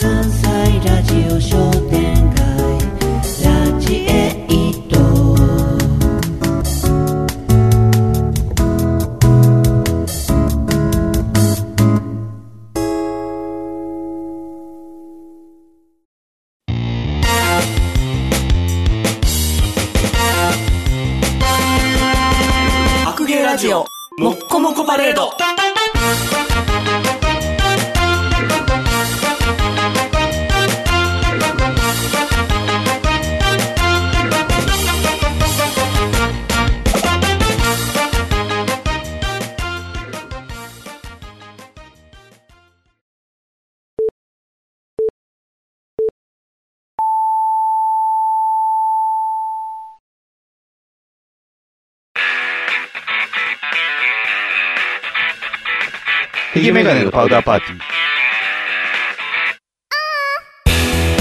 関西ラジオ商店街ラジエイト白芸ラジオもっこもこパレードひげメガネのパウダーパーティー。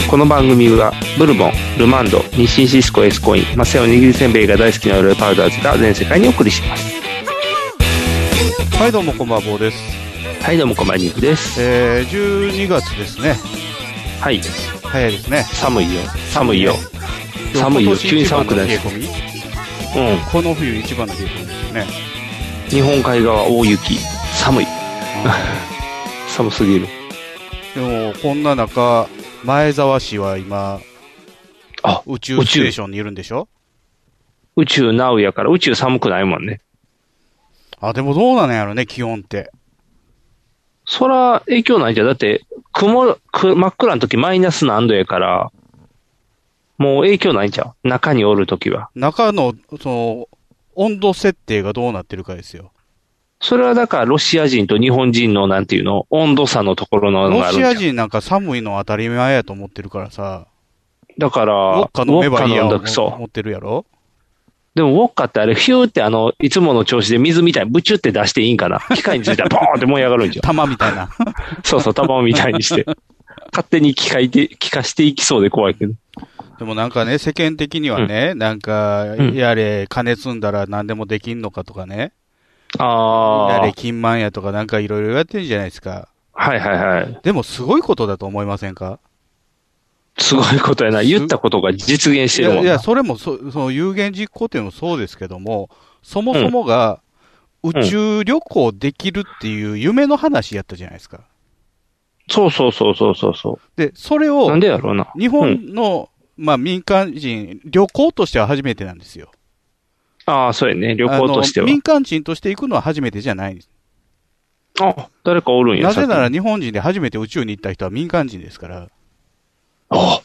この番組は、ブルボン、ルマンド、日清シスコエスコイン、マセオにぎりせんべいが大好きなウルパウダーズが全世界にお送りします。はい、どうもこんばんは、坊です。はい、どうもこまにゆです。えー、12月ですね。はい、早いですね。寒いよ、寒いよ。寒いよ、急に寒くな今る年。一番の冷え込みうん、この冬一番の冷え込みですね。日本海側大雪、寒い。寒すぎる。でも、こんな中、前沢市は今、あ宇宙ステーションにいるんでしょ宇宙なうやから、宇宙寒くないもんね。あ、でもどうなのやろね、気温って。そら、影響ないんじゃん。だって、曇、く真っ暗の時マイナス何度やから、もう影響ないんちゃう中におる時は。中の、その、温度設定がどうなってるかですよ。それはだから、ロシア人と日本人の、なんていうの、温度差のところののロがあるシんちゃアう人なんか寒いの当たり前やと思ってるからさ、だから、ウォッカ飲めばいいやウォッカ飲ん思だくそ思ってるやろでも、ウォッカってあれ、ヒューってあの、いつもの調子で水みたいにブチュって出していいんかな機械についたらポーンって燃え上がるん じゃん。玉みたいな。そうそう、玉みたいにして。勝手に機械で、気化していきそうで怖いけど。でもなんかね、世間的にはね、なんか、うんやれ、金積んだら何でもできんのかとかね、やあれ、ー。金満やとかなんかいろいろやってるじゃないですか。はいはいはい。でもすごいことだと思いませんかすごいことやな。言ったことが実現しいてるもんや、ないや、それもそ、その有言実行っていうのもそうですけども、そもそもが、ん宇宙旅行できるっていう夢の話やったじゃないですか。そうそうそうそうそうそで、それう。をなん、でやろうな。日本の、まあ民間人、旅行としては初めてなんですよ。ああ、そうやね。旅行としてあはの。民間人として行くのは初めてじゃないんです。あ、誰かおるんや。なぜなら先日に本人で初めて宇宙に行った人は民間人ですから、あ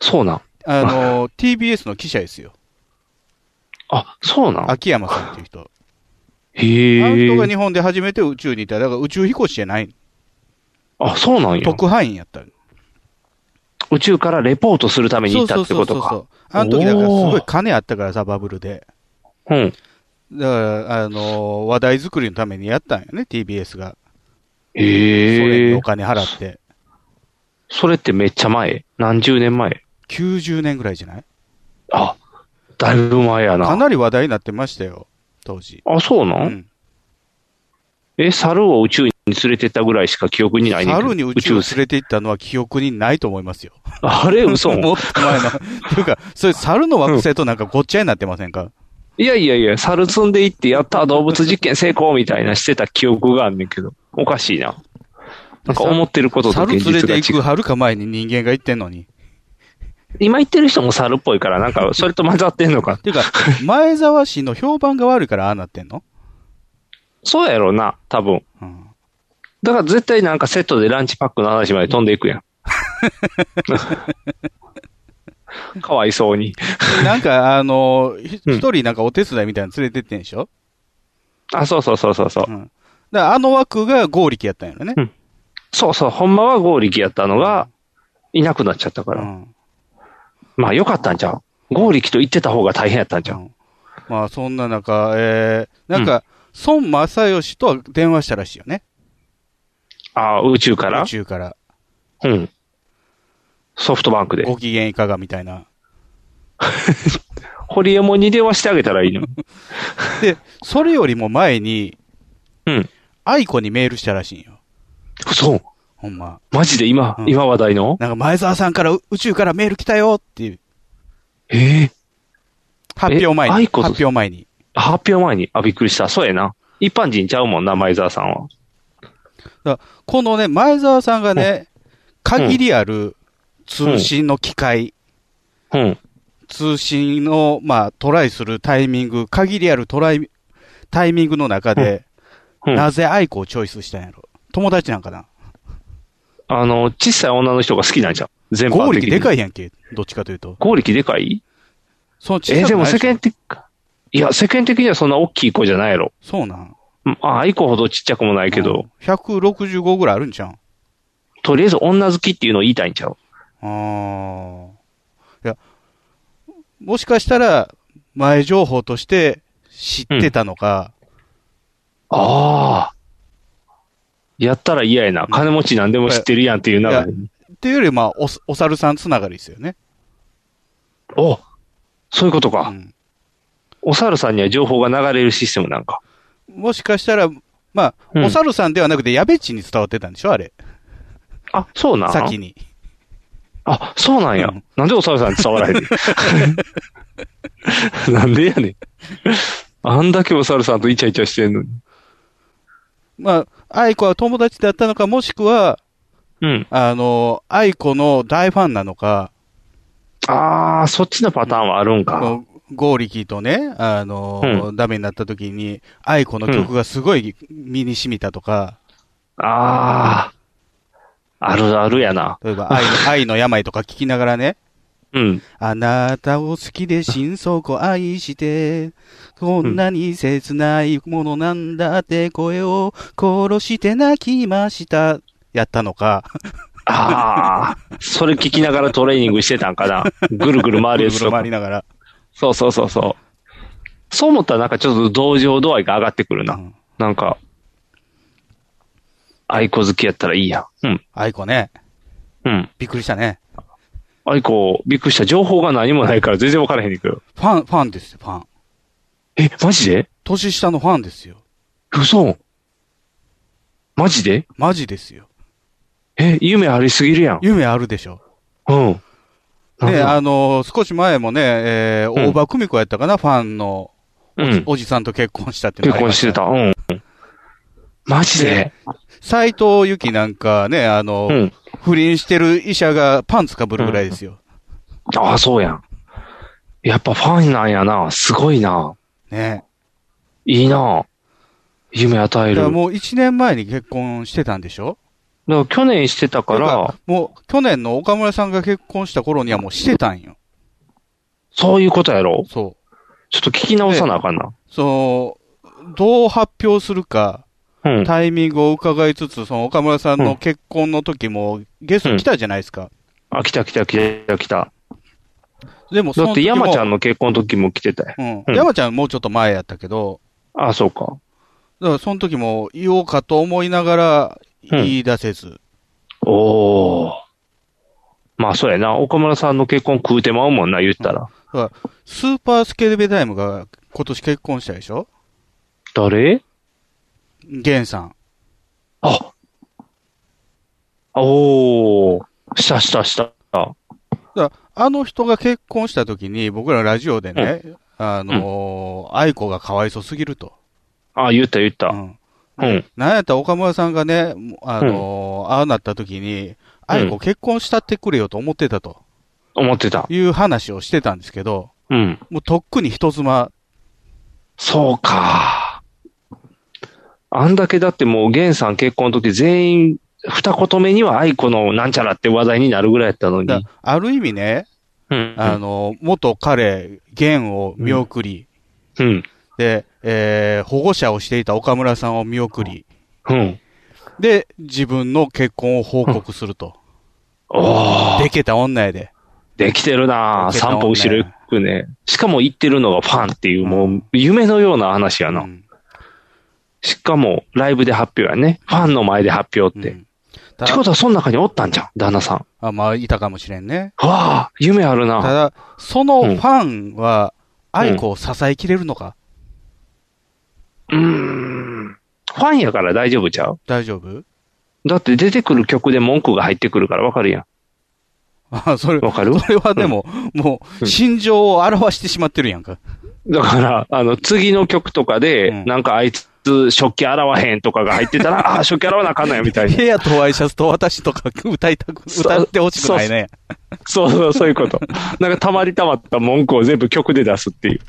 そうなん。あ の、TBS の記者ですよ。あ、そうなん。秋山さんっていう人。あのへ人がえ。日本で初めて宇宙に行った。だから宇宙飛行士じゃない。あ、そうなんや。特派員やった。宇宙からレポートするために行ったってことそか。う。あの時だからすおーごい金あったからさ、バブルで。うん。だから、あの、話題作りのためにやったんよね、TBS が。そへれにえお。金払って。それってめっちゃ前。何十年前。 90年ぐらいじゃないあ、だいぶ前やかな。なり話題になってましたよ、当時。あ、そうな。うんん。え、猿を宇宙に連れてったぐらいしか記憶にないねんけど猿に宇宙を宇連れて行ったのは記憶にないと思いますよ。あれ、 嘘。 もっと前の。っていうか、それ猿の惑星となんかごっちゃになってませんか、いやいやいや、猿積んでいって、やったー動物実験成功みたいなしてた記憶があんねんけど、おかしいな。なんか思ってることと猿現連れ実がて違行くう。はるか前に人間が行ってんのに。 っ今言ってる人も猿っぽいから、なんかそれと混ざってんのか。ていうか、前沢市の評判が悪いからああなってん のそうやろな、多分。うん。だから絶対なんかセットでランチパックの話まで飛んで いくやん。かわいそうに。でなんか、あの、ひうん一人なんかお手伝いみたいなの連れてってんでしょあ、そうそうそうそうそうう。ん。だからあの枠が合力やったんやろね。そうそう、ほんまは合力やったのが、いなくなっちゃったかうら。ん。まあよかったんじゃん。合力と言ってた方が大変やったんじゃうん。んまあ、そんな中、えー、なんか、孫正義とは電話したらしいよね。ああ、宇宙から宇宙から。うん。ソフトバンクで。ご機嫌いかがみたいな。ホリエモンに電話してあげたらいい の。で、それよりも前に、うん。愛子にメールしたらしいんよ。そう。ほんま。マジで今、うん今話題のなんか前澤さんからう宇宙からメール来たよっていう、ええ発表前えあに、い発こと表前に。発表前に、あ、びっくりした。そうやな。一般人ちゃうもんな、前澤さんは。このね、前澤さんがね、限りある通信の機会、うん。通信の、まあ、トライするタイミング、限りあるトライ、タイミングの中で、うん、なぜ愛子をチョイスしたんやろ。友達なんかなあの、小さい女の人が好きなんじゃん。全般合的力に。でかい。いやんけ。どっちかというと。合力でかいその小さくなえいー、でも世しょ間的、いや、世間的にはそんな大きい子じゃないやろ。そうなん。うんあ、愛子ほどちっちゃくもないけうど、ん。165ぐらいあるんちゃうんとりあえず女好きっていうのを言いたいんちゃうああ。いや、もしかしたら、前情報として知ってたのか、ああ。やったら嫌やな。金持ちなんでも知ってるやんっていういや中で。っていうより、まあ、おす、お猿さんつながりですよね。おそういうことうか。ん。お猿さんには情報が流れるシステムなんか。もしかしたら、まあ、うんお猿さんではなくて、やべっちに伝わってたんでしょあれ。あ、そうなん先に。あ、そうなんや。うんなんでお猿さんに伝わらへんね んなんでやねん。あんだけお猿さんとイチャイチャしてんのに。まあ、愛子は友達だったのか、もしくは、うん。あの、愛子の大ファンなのか、ああ、そっちのパターンはあるんか。こうゴーリキーとね、あの、うダメになった時に、愛子の曲がすごい身に染みたとか、ああ。あるあるやな。例えば愛の、 愛の病とか聞きながらね、うん。あなたを好きで心底愛して、こんなに切ないものなんだって声を殺して泣きました。やったのか、ああ。それ聞きながらトレーニングしてたんかな。ぐるぐる回るぐるやつぐとるか回り。ながら。そうそうそうそう。そう思ったらなんかちょっと同情度合いが上がってくるうな。んなんか、愛子好きやったらいいやん。うん。愛子ね、うん。びっくりしたね。愛子、びっくりした。情報が何もないから全然分からへんねんけど。ファン、ファンですよ、ファン。え、マジで年下のファンですよ。嘘マジでマジですよ。え、夢ありすぎるやん。夢あるでしょ。うん。ね、なんだあの、少し前もね、えー、うん大場久美子やったかな、ファンのうん。おじさんと結婚したっていうの結がありま婚してた。うん。マジで斉藤由紀なんかね、あの、うん。不倫してる医者がパンツかぶるぐらいですよ。ああ、そうやん。やっぱファンなんやな。すごいな。ね。いいな。夢与えだる。からだかもう1年前に結婚してたんでしょら去年してたかだら、もう去年の岡村さんが結婚した頃にはもうしてたんよ。そういうことやろ。そちょっと聞き直さなあかんな。う。その、どう発表するか、うん。タイミングを伺いつつ、その岡村さんの結婚の時もゲスト来たじゃないですか。あ、来た来た来た来た。でもそだのって時も、山ちゃんの結婚の時も来てたよ。うん。うん山ちゃんもうちょっと前やったけど、ああ、そうか。だからその時も言おうかと思いながら言い出せず。おお。まあ、そうやな。岡村さんの結婚食うてまうもんな、言ったら。スーパースケベタイムが今年結婚したでしょ誰ゲンさん。あおお。したしたした。だからあの人が結婚した時に僕らラジオでね、あのー愛子がかわいそすぎると。あ、言った言った。ううん。ん。なんやったら岡村さんがね、もうあのーああなった時に、愛子結婚したってくれよと思ってたと思ってた。いう話をしてたんですけど、うん。もうとっくに人妻。そうか。あんだけだってもう、ゲンさん結婚の時全員、二言目には愛子のなんちゃらって話題になるぐらいやったのに。だからある意味ね、うん。あのー元彼、ゲンを見送り、うん。で、えー保護者をしていた岡村さんを見送り、うん。で、自分の結婚を報告すると。おお。でけた女やで。できてるなぁ。できてた散歩後ろ行くね。しかも行ってるのがファンっていう、もう夢のような話やうな。んしかもライブで発表やね。ファンの前で発表って。うっんたてだことはその中におったんじゃん、旦那さん。あ、まあ、いたかもしれんね。わあ、夢あるたなぁ。だ、そのファンは、愛子を支えきれるのか、うーん。ファンやから大丈夫ちゃう大丈夫 だって出てくる曲で文句が入ってくるからわかるやあ、それ、わかるそれはでも、もうう、ん心情を表してしまってるやんか。ん。だから、あの、次の曲とかで、うんなんかあいつ、食器洗わへんとかが入って たら、ああ、食器洗わなあかんのや、みたいな。部屋とワイシャツと私とか歌いたく、そう歌ってほしくないね。そうそう、そういうこと。なんかたまりたまった文句を全部曲で出すっていう。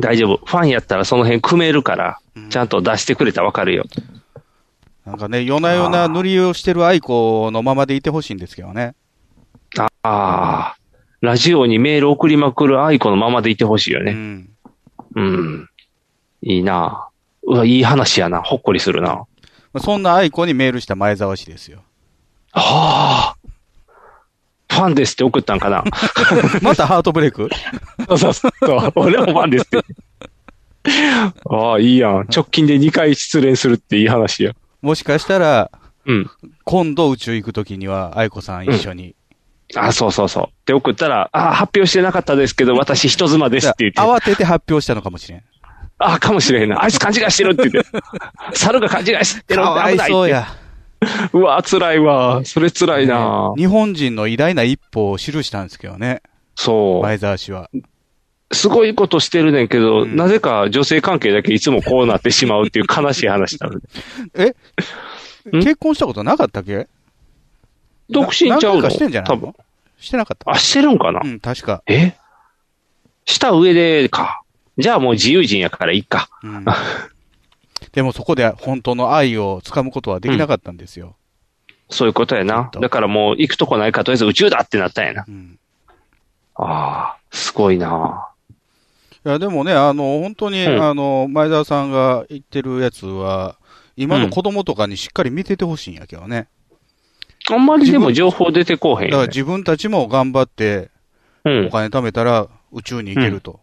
大丈夫。ファンやったらその辺組めるから、ちゃんと出してくれたらわかるよ。なんかね、夜な夜な塗りをしてる愛子のままでいてほしいんですけどね。ああー、ラジオにメール送りまくる愛子のままでいてほしいようね。ん。うん。いいなうわ、いい話やな。ほっこりするな。まあそんな愛子にメールした前澤氏です よ。はあ。ファンですって送ったんかな。 またハートブレイクそうそうそう。俺もファンですって。ああ、いいやん。直近で2回失恋するっていい話や。もしかしたら、うん。今度宇宙行くときには愛子さん一緒に。あそうそうそう。って送ったら、あ発表してなかったですけど、私人妻ですって言って。慌てて発表したのかもしれん。あかもしれへんな。あいつ勘違いしてるって言って。 猿が勘違いしてるかってわ危いないってそうや。うわ、辛いわ。それ辛いなね。日本人の偉大な一歩を記したんですけどね、そ前澤氏は。う。すごいことしてるねんけど、うんなぜか女性関係だけいつもこうなってしまうっていう悲しい話なの。えん結婚したことなかったっけ独身ちゃ何う回のかしてんじゃない多の分。してなかった。あ、してるんかなうん、確か。えした上でか。じゃあもう自由人やからいいか。うん、でもそこで本当の愛をつかむことはできなかったんです よ。そういうことやな。だからもう行くとこないからとりあえず宇宙だってなったんやな。うんああ、すごいな。いやでもね、あの、本当に、うんあの、前澤さんが言ってるやつは、今の子供とかにしっかり見ててほしいんやけどね。あんまりでも情報出てこうへだかんらよ、ね。自分たちも頑張ってうんお。金貯めたら宇宙に行けると。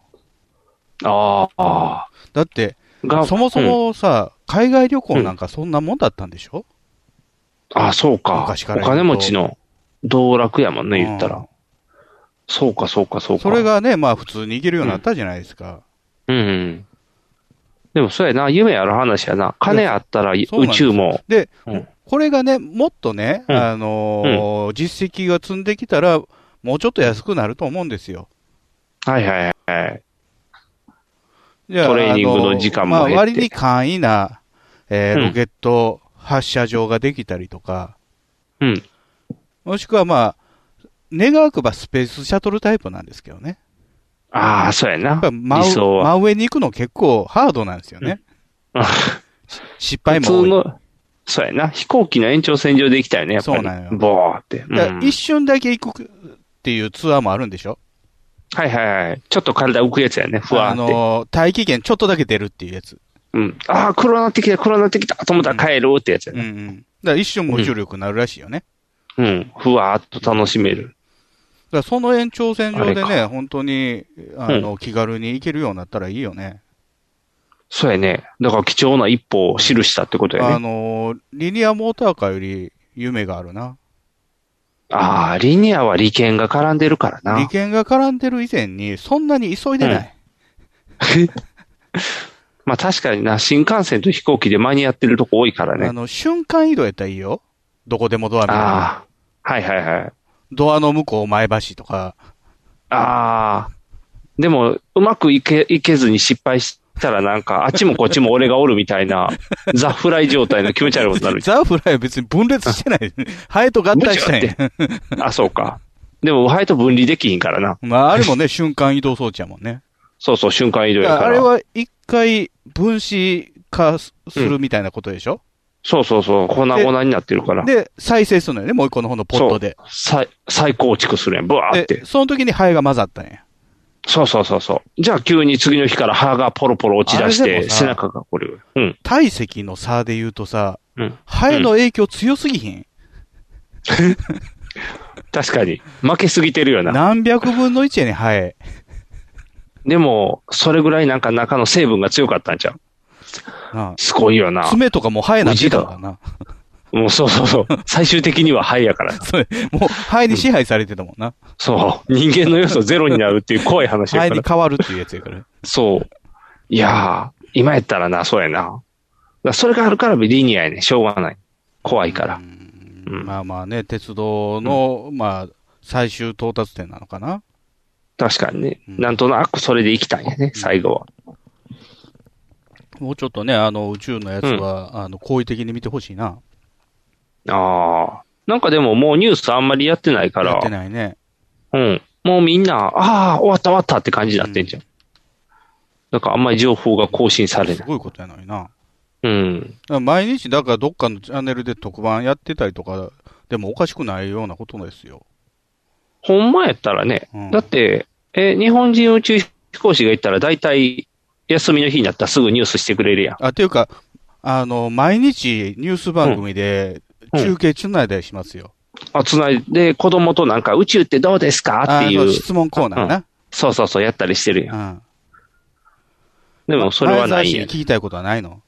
ああ。だって、がそもそ、うんもさ、海外旅行なんかそんなもんだったんでしょ、ああ、そうか。昔おから言うと金持ちの道楽やもんね、うん言ったら。そうか、そうか、そうか。それ。がね、まあ普通に行けるようになったじゃないですか。うんうん。でもそうやな、夢ある話やな。金あったら宇そうなんです宙も。で、うんこれがね、もっとね、うんあのー実績が積んできたら、もうちょっと安くなると思うんですよ。はいはいはい。じゃあトレーニングの時間もあ減っのてまあ、割に簡易な、えーうんロケット発射場ができたりとか、うん。もしくはまあ、願くばスペースシャトルタイプなんですけどね。ああ、そうやな。やっぱ真理想上は。真上に行くの結構ハードなんですよね。 失敗普も通多い。の、そうやな。飛行機の延長線上で行きたいね、やっぱり。そうなんよボーって。うんだから一瞬だけ行くっていうツアーもあるんでしょはいはいはい。ちょっと体浮くやつやね、ふあわーって。のー、大気圏ちょっとだけ出るっていうやつ。うん。ああ、黒なってきた、黒なってきたと思ったら帰ろうってやつやうんうね。ん。だから一瞬無重力になるらしいよね。うん。ふわーっと楽しめだる。からその延長線上であね、本当に、あの、気軽に行けるようになったらいいよね。そうやね。だから貴重な一歩を記したってことあやね。のー、リニアモーターカーより夢があるな。ああ、リニアは利権が絡んでるから利な。権が絡んでる以前に、そんなに急いでない。まあ確かにな、新幹線と飛行機で間に合ってるとこ多いからあね。の、瞬間移動やったらいいよ。どこでもドアみたいな。ああ、はいはいはい。ドアの向こう前橋とか。ああ、でも、うまくいけ、いけずに失敗したらなんか、あっちもこっちも俺がおるみた いな、ザ・フライ状態の気持ち悪いことになるじザ・フライは別に分裂して ない。ハエと合体したいぶち。ゃん。あ、そうか。でも、ウハイと分離できひんからな。 まあ、あれもね、瞬間移動装置やもんね。そうそう、瞬間移動だやかあからら。れは一回分子化するみたいなことでしょ、そうそうそう、粉々になってるから。で、再生するのよね、もう一個の方のポットで。再、再構築するやん、ブワーっで、て。その時にハエが混ざったんや。そうそうそうそう。じゃあ急に次の日から歯がポロポロ落ち出しあれでて、もさ背中がこれ。うん。体積の差で言うとさ、うん。ハエの影響強すぎひん、確かに。負けすぎてるよな。何百分の1やねん、ハエ。でも、それぐらいなんか中の成分が強かったんちゃうなすごいよなあ。爪とかもうハエなってたからな。もうそうそう そう。最終的には肺やから。それ もうハエに支配されてたもんな。そう。人間の要素ゼロになるっていう怖い話ハ やエかにら。変わるっていうやつやから。そう。いやー、今やったらな、そうやな。らそれがあるからリニアやね。しょうがない。怖いから。うんまあまあね、鉄道の、まあ、最終到達点なのかな。確かにね。うんなんとなくそれで行きたいんやね、最後は。もうちょっとね、あの、宇宙のやつは、あの、好意的に見てほしいな。ああ。なんかでももうニュースあんまりやってないかやらって、ないね。うん。もうみんな、ああ、終わった終わったって感じになってんじゃん。なんかあんまり情報が更新されすない。ごいことやのにな。だかうん。ら毎日、だからどっかのチャンネルで特番やってたりとか、でもおかしくないようなことですよ。ほんまやったらね、うんだって、え、日本人宇宙飛行士が行ったら大体、休みの日になったらすぐニュースしてくれるやん。あ、っていうか、あの、毎日ニュース番組でうん中継つないだりしますよ。あ、つないで、子供となんか宇宙ってどうですかっていあの、う、質問コーナーな。そうそうそうやったりしてるやん。うん。でもそれはな前澤い氏やにん聞。きたいことはないの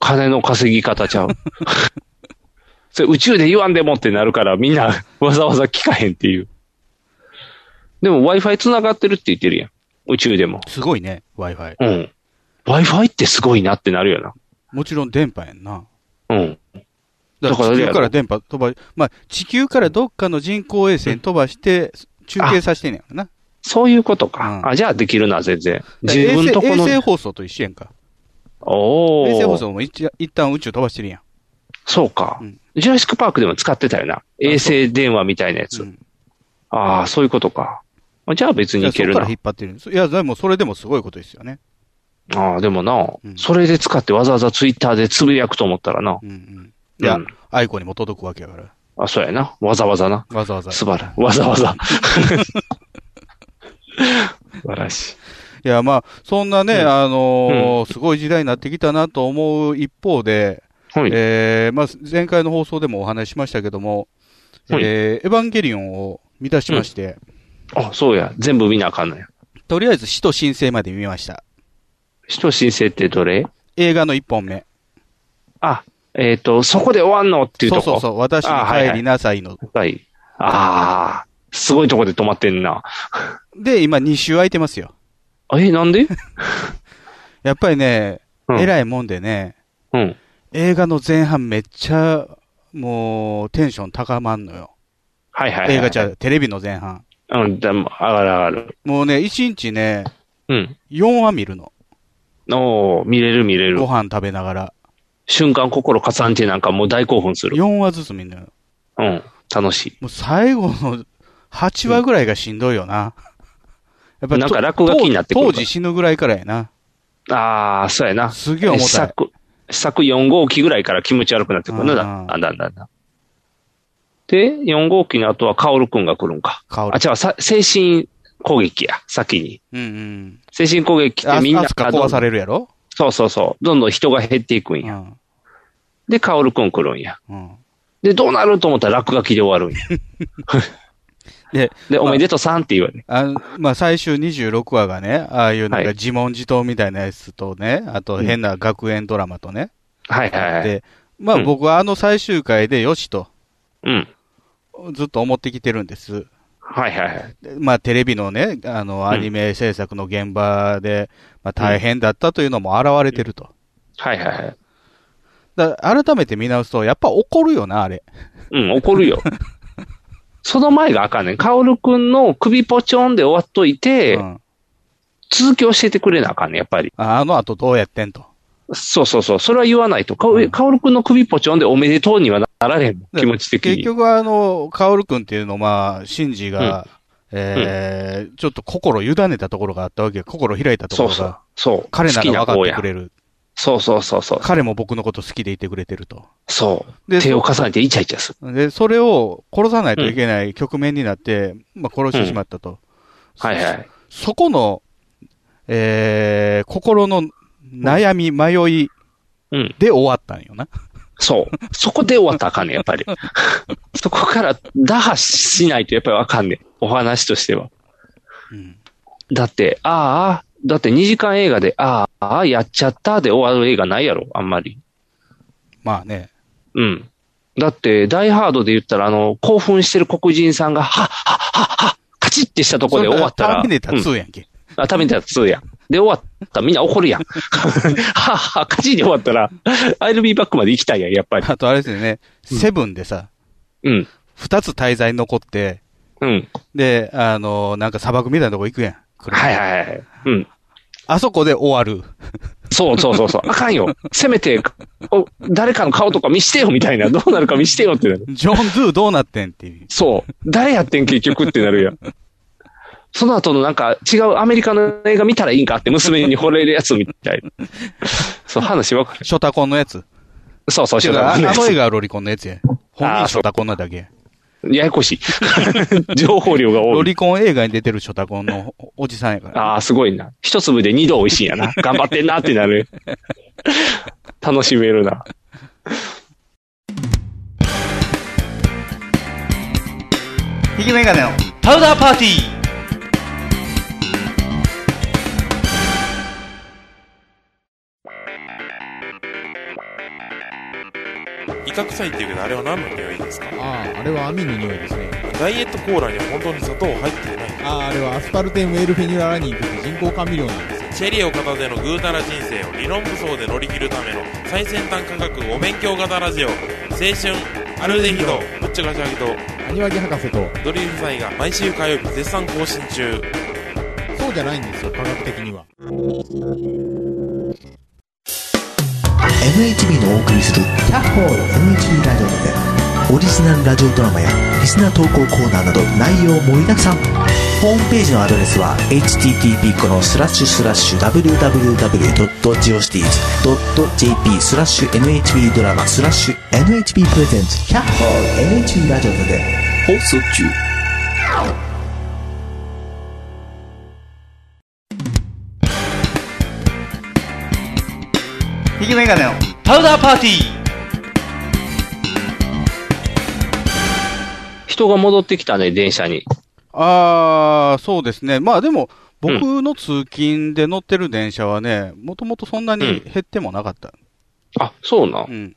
金の稼ぎ方ちゃう。 それ宇宙で言わんでもってなるから、みんな わざわざ聞かへんっていう。でも Wi-Fi 繋がってるって言ってるやん。宇宙でも。すごいね、Wi-Fi。うん。Wi-Fi ってすごいなってなるよもちろん電波やんな。な。うん。だだかから地らあれ球やろから電波飛ばし、まあ、地球からどっかの人工衛星に飛ばして、中継させてんねやろな。そういうことか。うんあ、じゃあできるな、全然。だ自分とこ衛の星衛。星放送と一緒やんか。お衛星放お。送も一一旦宇宙飛ばしてるやん。そうか、うんジュラシックパークでも使ってたよな。衛星電話みたいなやつ。うんああ、そういうことか。あじゃあ別にいけるそこかなら引。っ張ってるんです。いや、でもそれでもすごいことですよね。ああ、でもな、うんそれで使ってわざわざツイッターでつぶやくと思ったらな。うんうん。いや、うんアイコにも届くわけやから。あ、そうやな。わざわざな。わざわざ。素晴らしい。わざわ ざ。素晴らしい。いや、まあ、そんなね、うんあのーすごい時代になってきたなと思う一方で、はい。えーまあ、前回の放送でもお話ししましたけども、はいえーエヴァンゲリオンを見出しまして、あ、そうや。全部見なあかんのや。とりあえず死と申請まで見ました。使徒申請ってどれ映画の一本目。あ、えっ、と、そこで終わんのっていうそとうこ。そうそう、私に帰りなさいの。はい。ああ、すごいとこで止まってんな。で、今2週空いてますよ。え、な んでやっぱりね、うん偉いもんでね、うん。映画の前半めっちゃ、もう、テンション高まんのよ。はいはい、はい。映画ちゃう、テレビの前半。うん、でも、上がる上がる。もうね、1日ね、うん。 4話見るの。おー、見れる見れごる。飯食べながら。瞬間心かさんってなんかもう大興奮する。 4話ずつ見るのよ。うん。楽しい。もう最後の8話ぐらいがしんどいよな。やっぱ なんか落書きになってくる当から時死ぬぐらいからやな。ああ、そうやな。すげえ重試たい。作、試作4号機ぐらいから気持ち悪くなってくるな。だうんんだんだんだんだん。で、4号機の後はカオルくんが来るんか。薫あ、違う、さ精神攻撃や、先に。うんうん。精神攻撃っあてみんなアスカどんど壊んされるやろそうそうそう。どんどん人が減っていくんうや。ん。で、カオルくん来るんや。うん。で、どうなると思ったら落書きで終わるんや。で、で、 まあおめでとうさんって言われる。あのまあ、最終26話がね、ああいうなんかはい自問自答みたいなやつとね、あと変な学園ドラマとね。はいはいはい。で、まあうん僕はあの最終回でよしと、うん。ずっと思ってきてるんです。はいはいはい。でまあテレビのね、あの、アニメ制作の現場で、まあ大変だったというのも現れてると。はいはいはい。だから改めて見直すと、やっぱ怒るよな、あれ。うん、怒るよ。 その前があかんねん。カオルくんの首ポチョンで終わっというて、ん。続き教えてくれなあかんねん、やっぱり。ああの後どうやってんと。そうそうそう。それは言わないと。カオうんカオルくんの首ポチョンでおめでとうにはなられへんもん。で気持ち的結に。局はあの、カオルくんっていうのは、まあ、シンジが、えーちょっと心委ねたところがあったわけよ。心開いたとこそろうが。そう。そう。彼な好きら分なかっ子てやく。れる。そうそうそうそう。彼も僕のこと好きでいてくれてると。そう。で手を重ねてイチャイチャする。で、それを殺さないといけない局面になって、まあ、殺してしまったと。はいはい。そこの、えー心の悩み、迷いうん。で終わったんよな。そう。そこで終わったらあかんねん、やっぱり。そこから打破しないとやっぱりあかんねん。お話としては。うん。だって、ああ、だって2時間映画で、ああ、ああ、やっちゃったで終わる映画ないやろ、あんまり。まあね。うん。だって、ダイハードで言ったら、あの、興奮してる黒人さんが、はっはっはっは、カチッってしたとこで終わったら。それがターミネーターうん2やんけ。あ、食べてたら2やん。で終わったらみんな怒るやん。はっは、勝ちで終わったら、アイルビーバックまで行きたいやん、やっぱり。あとあれですよね、セブンでさ、うん。二つ滞在残って、うん。で、あの、なんか砂漠みたいなとこ行くやん。車はいはいはい。うん。あそこで終わる。そうそ うそうそう。あかんよ。せめて、お誰かの顔とか見してよみたいな。どうなるか見してよってなる。ジョン・ドゥどうなってんって いう。そう。誰やってん結局ってなるやん。その後のなんか違うアメリカの映画見たらいいんかって娘に惚れるやつみたいな。そう、話わかる。ショタコンのやつ。そうそう、違知う、らあんの映画はロリコンのやつや。本人ショタコンなだけや。ややこしい。 情報量がロ多い。リコン映画に出てるショタコンのおじさんやから。ああ、すごいな。一粒で二度美味しいんやな。頑張ってんなってなる。楽しめるな。引きメガネのパウダーパーティー威嚇臭いっていうけどあれは何の匂いですかああ、あれは網の匂いですね。ダイエットコーラには本当に砂糖入っていないああ、あれはアスパルテンウェールフェニュララニンという人工甘味料なんですよ。チェリーを片手のぐうたら人生を理論武装で乗り切るための最先端科学お勉強型ラジオ青春アルデヒドぶっちゃかしゃぎとアニワギ博士と、ドリームサイが毎週火曜日絶賛更新中そうじゃないんですよ、科学的には。 NHB のお送りする「キャッホール NHB ラジオ」でオリジナルラジオドラマやリスナー投稿コーナーなど内容盛りだくさんホームページのアドレスは http このスラッシュスラッシュ www.geocities.jp スラッシュ NHB ドラマスラッシュ NHB プレゼンツキャッホール NHB ラジオで放送中引きメガネのパウダーパーティー人が戻ってきたね、電車に。あー、そうですね。まあでも、僕の通勤で乗ってる電車はね、もともとそんなに減ってもなかった。あ、そうなう。ん。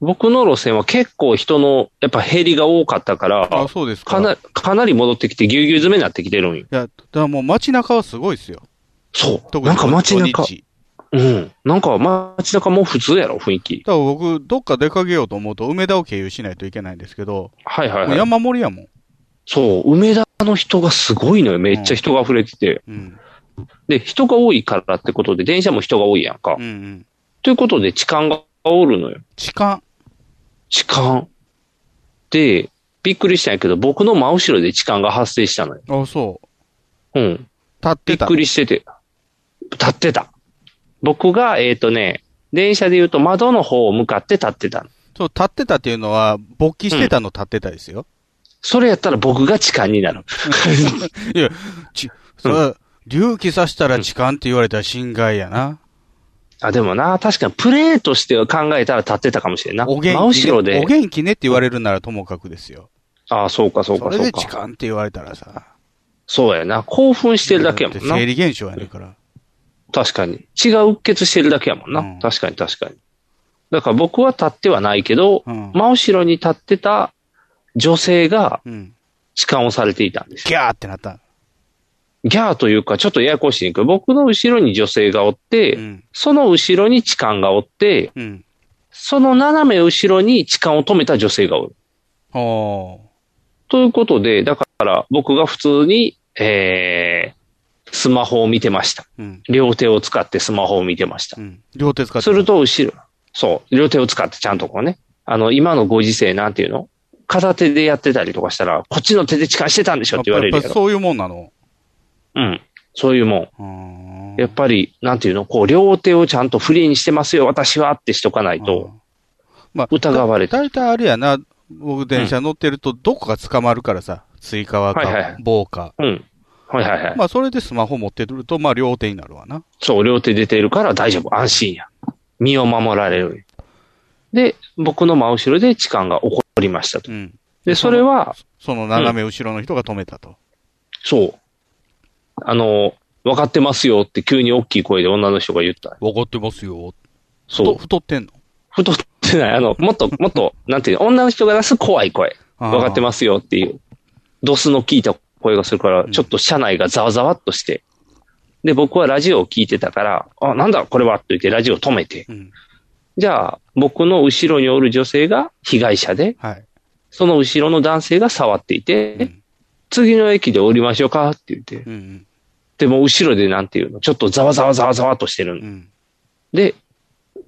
僕の路線は結構人の、やっぱ減りが多かったから、あ、そうですか。かな、かなり戻ってきて、ぎゅうぎゅう詰めになってきてるんよ。いや、だからもう街中はすごいですよ。そう。特になんか街中土、日うん。なんか街中もう普通やろ、雰囲気。だから僕、どっか出かけようと思うと、梅田を経由しないといけないんですけど、はいはいもうはい。山盛りやもん。そう、梅田の人がすごいのよ。めっちゃ人が溢れてて。うん。で、人が多いからってことで、電車も人が多いやんか。うんうん。ということで、痴漢がおるのよ。痴漢。痴漢。で、びっくりしたんやけど、僕の真後ろで痴漢が発生したのよ。あ、そう。うん。立っびて。ったくりしてて。立ってた。僕が、えっ、とね、電車で言うと窓の方を向かって立ってたの。そう、立ってたっていうのは、勃起してたの立ってたですよ。それやったら僕が痴漢になる。いや、ち、それは、隆起させたら痴漢って言われたら侵害やな。あ、でもな、確かにプレーとしては考えたら立ってたかもしれんな。お元真気ね、後ろでお。元気ねって言われるならともかくですよ。あそうか、そうそか、れそうで痴か。漢って言われたらさ。そうやな。興奮してるだけやもんだっなて。生理現象やねんから。確かに。血がうっ血してるだけやもんな。うん確かに、確かに。だから僕は立ってはないけど、うん真後ろに立ってた女性がうん。痴漢をされていたんです。ギャーってなった。ギャーというか、ちょっとややこしいんやけど、僕の後ろに女性がおって、うん。その後ろに痴漢がおって、うん。その斜め後ろに痴漢を止めた女性がおる。おー。ということで、だから僕が普通に、えー、スマホを見てました。うん。両手を使ってスマホを見てましたう。ん。両手使ってす。ると後ろ、そう、両手を使ってちゃんとこうね、あの、今のご時世なんていうの片手でやってたりとかしたら、こっちの手で痴漢してたんでしょって言われやるっぱりやろ。そういうもんなの。うん。そういうもうーんん。やっぱり、なんていうのこう、両手をちゃんとフリーにしてますよ、私はってしとかないと。まあ、疑われてだいたいあれやな、僕電車乗ってると、どこか捕まるからさ、スイカワはいはいはかい、棒か。うん。はいはいはい。まあ、それでスマホ持ってると、まあ、両手になるわな。そう、両手出てるから大丈夫、安心や。身を守られる。で、僕の真後ろで痴漢が起こりましたと。うん。で、それは、その斜め後ろの人が止めたと。そう。あの、分かってますよって急に大きい声で女の人が言った。わかってますよ。そう太。太ってんの太ってない。あの、もっと、もっと、なんていうの女の人が出す怖い声。あー分かってますよっていう、ドスの効いた声がするから、ちょっと車内がざわざわっとして、で、僕はラジオを聞いてたから、あ、なんだこれはと言ってラジオを止めて。うん。じゃあ、僕の後ろにおる女性が被害者で、はい。その後ろの男性が触っていて、うん次の駅で降りましょうかって言ってう。ん。でも後ろでなんていうのちょっとざわざわざわざわっとしてるのう。ん。で、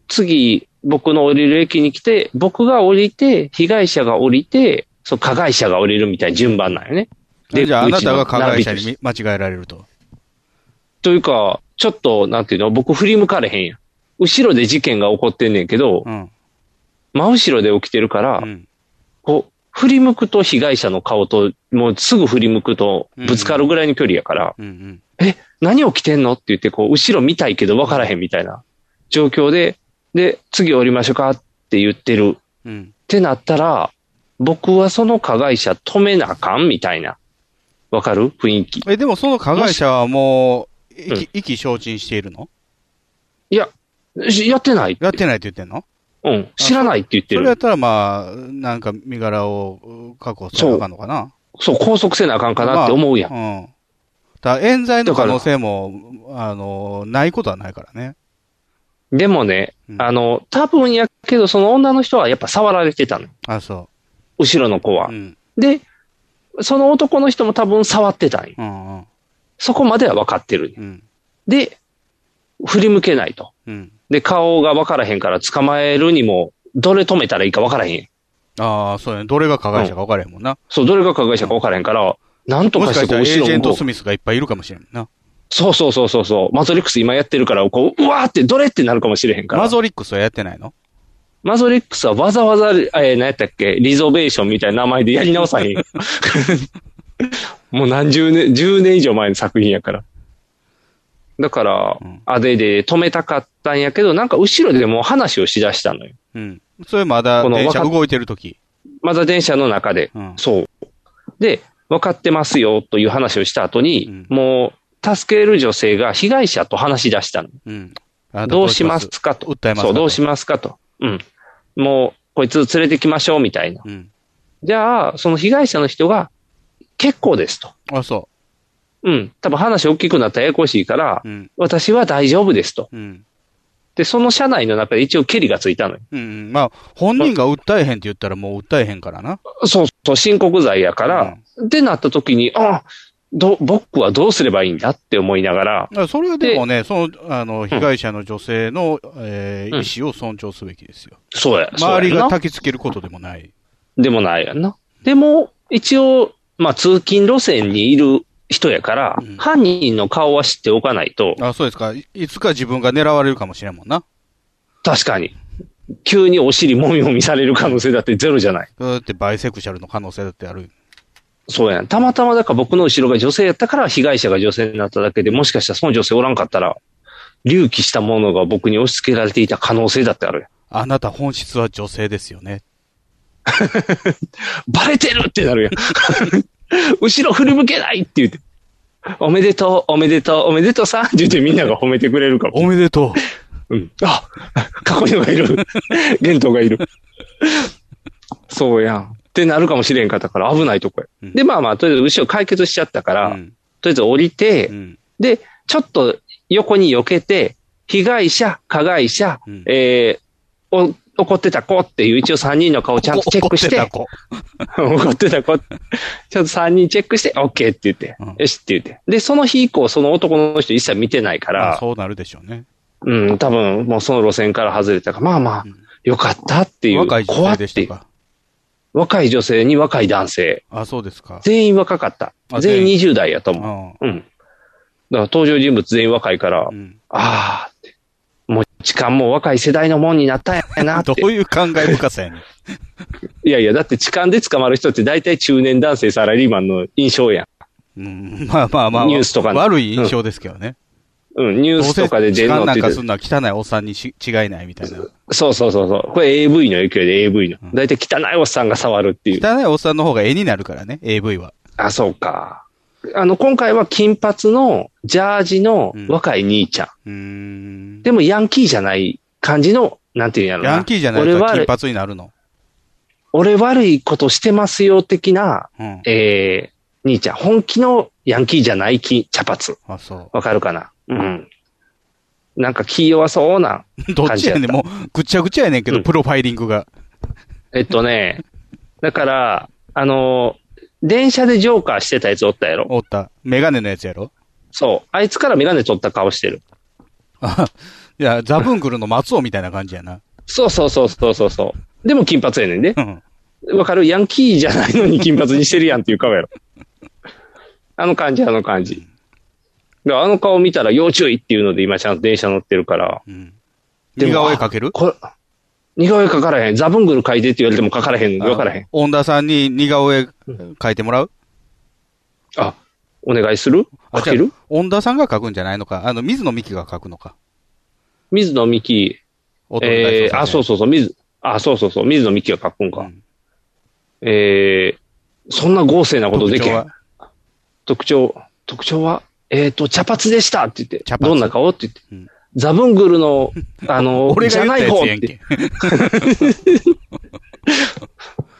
次、僕の降りる駅に来て、僕が降りて、被害者が降りて、そう、加害者が降りるみたいな順番なんよね。でじゃあ、あうなちのたが加害者ナビとしに間違えられると。というか、ちょっと、なんていうの、僕振り向かれへんやん。後ろで事件が起こってんねんけどう、ん。真後ろで起きてるから、うん。こう、振り向くと被害者の顔と、もうすぐ振り向くと、ぶつかるぐらいの距離やから、うん。うん。え、何起きてんのって言って、こう、後ろ見たいけど分からへんみたいな状況で、で、次降りましょうかって言ってるうん。ってなったら、僕はその加害者止めなあかんみたいな。わかる雰囲気。え、でもその加害者はもう、うん意気、意気消沈しているのいや、しやってない。やってないって言ってんのうん。知らないって言ってそれやっる。たらまあ、なんか身柄を確保せなあかんのかなそう、拘束せなあかんかなって思うやん。まあうん。だから冤罪の可能性も、あの、ないことはないからね。でもねう、んあの、多分やけど、その女の人はやっぱ触られてたの。あ、そ後ろの子はう。う。ん。で、その男の人も多分触ってたんようん。うんそこまでは分かってる。うん。で、振り向けないと。うん。で、顔が分からへんから捕まえるにも、どれ止めたらいいか分からへんやん。ああ、そうやね。どれが加害者か分からへんもんな。そう、どれが加害者か分からへんから、なんともかししかてしたこう、らエー後ジェろをントこスミスがいっぱいいるかもしれんな。うそうそうそうそうそう、マトリックス今やってるから、こう、うわーってどれってなるかもしれへんから。マゾリックスはやってないのマゾリックスはわざわざ、えー、何やったっけ、リゾベーションみたいな名前でやり直さ へんよ。もう何十年、10年以上前の作品やから。だから、うんあでで止めたかったんやけど、なんか後ろでもう話をしだしたのよ。うん。それまだこの電車わか動いてる時まだ電車の中で。うん。そう。で、分かってますよという話をした後に、うもう、助ける女性が被害者と話し出したの。うん。あなたどうしますかと。訴えますかそう、とどうしますかと。うん。もう、こいつ連れてきましょうみたいな。うん。じゃあ、その被害者の人が、結構ですと。あ、そうん。多分話大きくなったらややこしいから、う。うん。私は大丈夫ですと。うん。で、その車内の中で一応ケリがついたのよ。うんうん。まあ、本人が訴えへんって言ったらもう訴えへんからな。そうそう、申告罪やから、ってなった時に、あど、僕はどうすればいいんだって思いながら、だからそれはでもね、その、あの、被害者の女性の、えーうん意思を尊重すべきですよ。そうや、そうやんな周りが焚きつけることでもない。でもないやんな。でも、一応、まあ、通勤路線にいる人やから、うん犯人の顔は知っておかないと、あ、そうですか。いいつか自分が狙われるかもしれんもんな。確かに、急にお尻もみもみされる可能性だってゼロじゃない。だってバイセクシャルの可能性だってある。そうやん。たまたまだから僕の後ろが女性やったから、被害者が女性になっただけで、もしかしたらその女性おらんかったら、隆起したものが僕に押し付けられていた可能性だってあるやん。あなた本質は女性ですよね。バレてるってなるやん。 後ろ振り向けないって言って。おめでとう、おめでとう、おめでとうさんって言ってみんなが褒めてくれるかも。おめでとうん。あ、過去にがいる。 玄東がいる。そうやん。ってなるかもしれんかったから危ないとこや。うんで、まあまあ、とりあえず後ろ解決しちゃったかう。ら、うん。とりあえず降りて、うん。で、ちょっと横に避けて、被害者、加害者、うんえーお、怒ってた子っていう一応3人の顔をちゃんとチェックして、怒ってた子 怒ってた子、ちょっと3人チェックして、OK って言って、うんよしって言って。で、その日以降、その男の人一切見てないかまらあ、そうなるでしょうね。うん、多分、もうその路線から外れたから、まあまあうん、よかったっていう。若い女性でし怖たってか。若い女性に若い男性。あ、そうですか。全員若かったあ。全員20代やとう思う。ん。うん。だから登場人物全員若いから、うん。ああって。もう、痴漢も若い世代のもんになったんやなっ てど。ういう考え深さやねん。いやいや、だって痴漢で捕まる人って大体中年男性サラリーマンの印象やん。うん、まあまあまあ。ニュースとかね悪い印象ですけどね。うん、ニュースとかで出るどのうせ痴漢っなんて言かっすてん。のは汚いおっさんにし違いないみたいな。そうそうそうそう。これ AV の影響で AV のうん。大体汚いおっさんが触るっていう。汚いおっさんの方が絵になるからね、AV は。あ、そうか。あの、今回は金髪のジャージの若い兄ちゃん。うーん。でもヤンキーじゃない感じの、なんていうんやろな。ヤンキーじゃない俺と金悪い、髪になるの。俺悪いことしてますよ的な、うん。え兄ちゃん、本気のヤンキーじゃない気、茶髪。あ、そわかるかなうん。なんか気弱そうな。う。どっちやねん、もう、ぐちゃぐちゃやねんけど、うんプロファイリングが。えっとね、だから、あの、電車でジョーカーしてたやつおったやろ。おった。メガネのやつやろそう。あいつからメガネ取った顔してる。あいや、ザブングルの松尾みたいな感じやな。そうそうそうそうそうそう。でも金髪やねんねう。ん。わかるヤンキーじゃないのに金髪にしてるやんっていう顔やろ。あの感じ、あの感じ。であの顔見たら要注意っていうので今ちゃんと電車乗ってるから。うん。で似も顔絵描けるこれ、似顔絵描からへん。ザブングル描いてって言われても描からへん。わからへん。恩田さんに似顔絵描いてもらうあ、お願いするあ描けるじゃあ恩田さんが描くんじゃないのか。あの、水野美紀が描くのか。水野美紀、踊る大え捜査ー、線あ、そうそうそう、水、あ、そうそうそう、水野美紀が書くんか。うんえー、そんな豪勢なことでき特徴へはん。特徴、特徴は、えっ、と、茶髪でしたって言って、茶髪どんな顔って言って、うんザブング ルの、あの、俺じがゃ言っなたやつい方っやん て。け。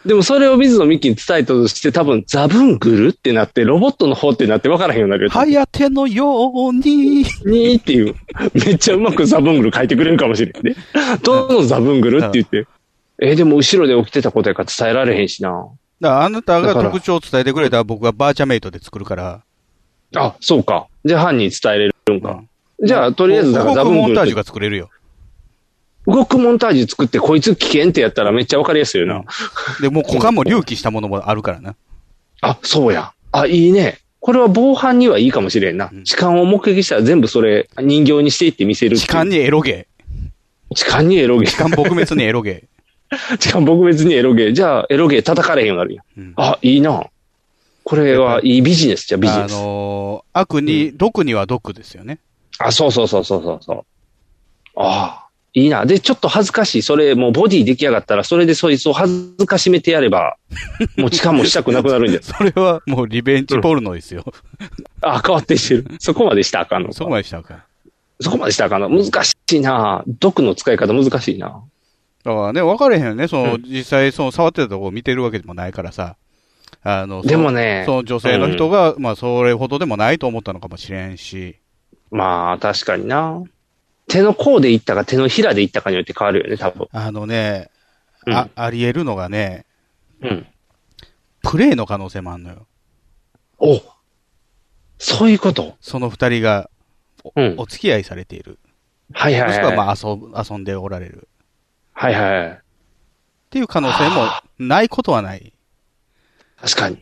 でもそれを水野美紀に伝えたとして、多分、ザブングルってなって、ロボットの方ってなって分からへんようになるよ。はやてのように。にーっていう、 めっちゃうまくザブングル書いてくれるかもしれんね。どのザブングルって言って。えーでも後ろで起きてたことやから伝えられへんしな。だからあなたがだから特徴を伝えてくれたら僕がバーチャメイトで作るから。あ、そうか。じゃあ犯人伝えれるんか。じゃあ、ととりあえず、だから動ザくブンモグンタールジュとが作れるよ。動くモンタージュ作って、こいつ危険ってやったらめっちゃわかりやすいよな。で、もう股間も隆起したものもあるから な。あ、そうや。あ、いいね。これは防犯にはいいかもしれんな。痴漢を目撃したら全部それ人形にしていって見せるってい痴う。漢にエロゲ痴漢にエロゲ ー。痴漢撲滅にエロゲしかも僕別にエロゲー。じゃあ、エロゲー叩かれへんようになるやん。うんあ、いいな。これはいいビジネスじゃビー。ジあネス。あのー悪に、毒には毒ですよね。そうそうそうそうそうそう。ああ、いいな。で、ちょっと恥ずかしい。それ、もうボディ出来上がったら、それでそいつを恥ずかしめてやれ ば、もう痴漢もしたくなくなるんじゃそれはもうリベンジポルノですよ。あ、変わってしてる。 そこまでしたらあかんの か。そこまでしたらあかん。そこまでしたらあかんの。難しいな。毒の使い方難しいな。だからね、分かれへんよね。その、う実際、その、触ってたとこ見てるわけでもないからさ。あの、そでもねその女性の人が、まあ、それほどでもないと思ったのかもしれんし。まあ、確かにな。手の甲でいったか手のひらでいったかによって変わるよね、多分。あのね、うんあ、あり得るのがね、うん。プレイの可能性もあんのよ。おそういうことその二人がうんお。付き合いされている。はいはいもはしい。くは、まあ、遊ぶ、遊んでおられる。っはいはい。ていう可能性もないことはない。確かに。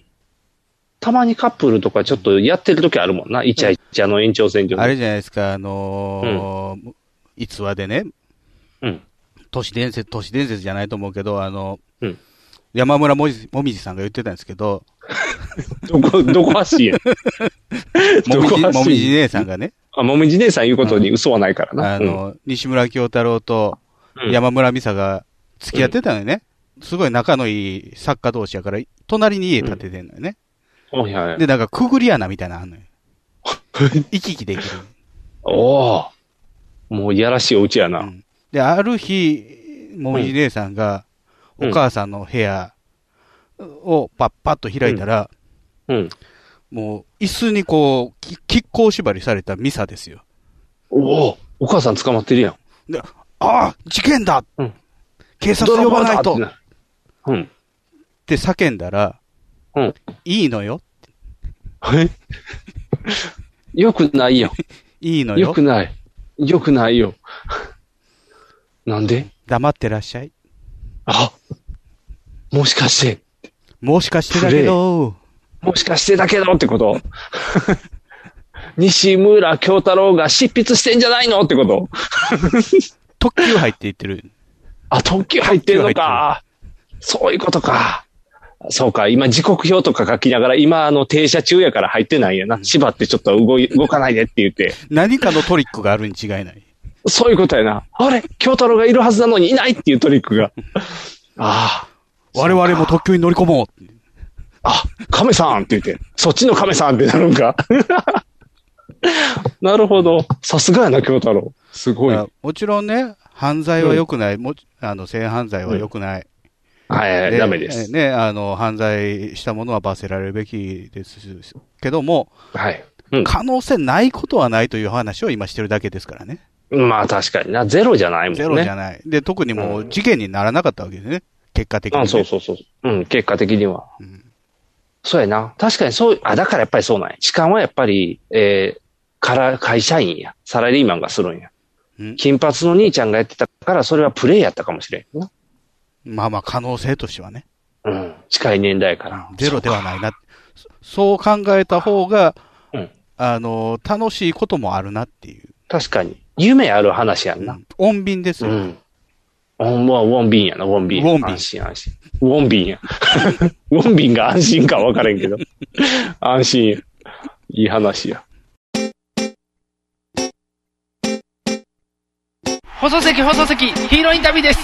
たまにカップルとかちょっとやってる時あるもんな。イチャイチャの延長線上であれじゃないですか、あのー逸話でね、うん。都市伝説、都市伝説じゃないと思うけど、あの、うん山村もみじもみじさんが言ってたんですけど、どこ、どこ走りやん。 もみどこじ、走りもみじ姉さんがね、あ、もみじ姉さん言うことに嘘はないからな。あの、西村京太郎とうん、山村美沙が付き合ってたのよね。すごい仲のいい作家同士やから、隣に家建ててんのよね。うん、はいはい。で、なんか、くぐり穴みたいなのあん のよ。行き来できる。おおもういやらしいお家やな。うんで、ある日、もみじ姉さんが、うおん母さんの部屋をパッパッと開いたら、うん。もう、椅子にこう、き亀甲縛りされたミサですよ。おおお母さん捕まってるやん。で、ああ事件だ、うん警察呼ばないと泥棒っだってなうん。て叫んだら、うん。いいのよえよくないやん。いいのよよくない。よくないよ。なんで黙ってらっしゃい。あ、もしかして、もしかしてだけど、もしかしてだけどってこと西村京太郎が執筆してんじゃないのってこと特急入っていってる。あ、特急入ってるのか。そういうことか。そうか、今時刻表とか書きながら、今あの停車中やから入ってないんやな。縛ってちょっと動い動かないでって言って。何かのトリックがあるに違いない。そういうことやな。あれ京太郎がいるはずなのにいないっていうトリックが。ああ。我々も特急に乗り込もう。あ、亀さんって言って、そっちの亀さんってなるん か。なるほど。さすがやな、京太郎。すごい。あもちろんね、犯罪は良くない。もちあの、性犯罪は良くない。はい、ねダメです。ね、あの、犯罪したものは罰せられるべきですけども、はい。うん可能性ないことはないという話を今してるだけですからね。まあ確かにな、ゼロじゃないもんね。ゼロじゃない。で、特にもう事件にならなかったわけですね。結果的に、うね。ん、そうそうそう。うん、結果的には。そうやな。確かにそう、あ、だからやっぱりそうなんや。痴漢はやっぱり、えー、から、会社員や。サラリーマンがするんやうん。金髪の兄ちゃんがやってたから、それはプレイやったかもしれんな。まあまあ、可能性としてはね。うん。近い年代から。ゼロではないな。そそう考えた方が、うんあの、楽しいこともあるなっていう。確かに。夢ある話やんな。穏便ですうよ。ん。ウォンウォンビンやな、ウォンビン。ウォンビン安心安心。ウォンビンや。 ウォンビンが安心か分からんけど。 安心や。いい話や。放送席放送席ヒーローインタビューです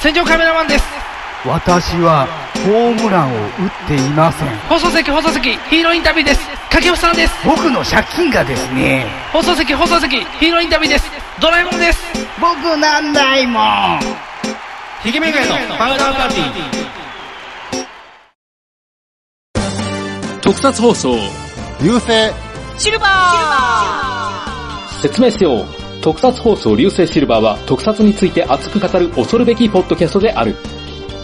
戦場カメラマンです私はホームランを打っていません放送席放送席ヒーローインタビューです掛布さんです僕の借金がですね放送席放送席ヒーローインタビューですドラえもんです僕なんないもんひげめがえのパウダーパーティー特撮放送流星説明しよう特撮放送流星シルバーは特撮について熱く語る恐るべきポッドキャストであるフ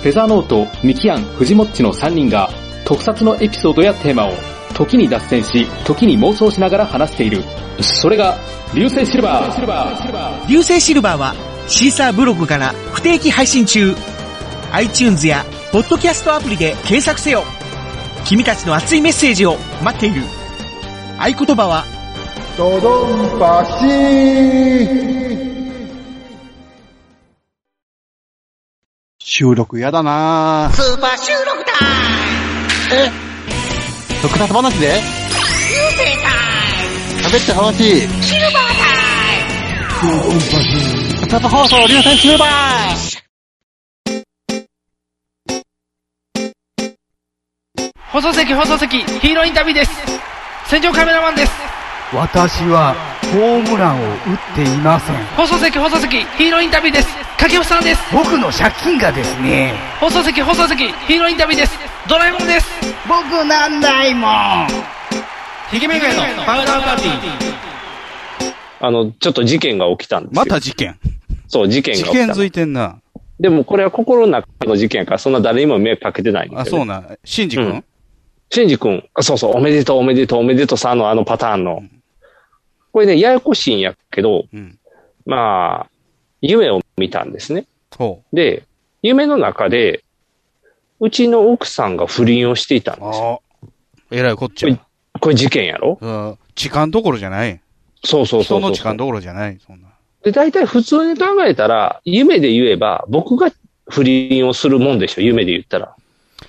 ェザーノートミキアンフジモッチの3人が特撮のエピソードやテーマを時に脱線し時に妄想しながら話しているそれが流星シルバー流星シルバーはシーサーブログから不定期配信中 iTunes やポッドキャストアプリで検索せよ君たちの熱いメッセージを待っている合言葉はドドンパシー収録やだなスーパー収録だえ特撮話で流星タイム喋って話シルバータイムドドンパシー特撮放送流星シルバー放送席放送席ヒーローインタビューです戦場カメラマンです私はホームランを打っていません放送席放送席ヒーローインタビューです掛布さんです僕の借金がですね放送席放送席ヒーローインタビューですドラえもんです僕なんないもんひげめがえのパウダーパーティーあの、ちょっと事件が起きたんですよ。また事件。そう、事件事が起き件たづ。いてんな。でもこれは心の中の事件やから、そんな誰にも迷惑かけてないんであ、すそよ、うね。な。シンジ君、うんシンジ君、あそうそう、おめでとう、おめでとう、おめでとうさんのあのパターンの。これね、ややこしいんやけど、うんまあ、夢を見たんですね。ほで、夢の中で、うちの奥さんが不倫をしていたんう。ですよ。ああ。えらいこっちこれゃ。、これ事件やろうん。痴漢どころじゃない。そうそうそうそう。人の痴漢どころじゃない。そんな。で、大体普通に考えたら、夢で言えば、僕が不倫をするもんでしょ、夢で言ったら。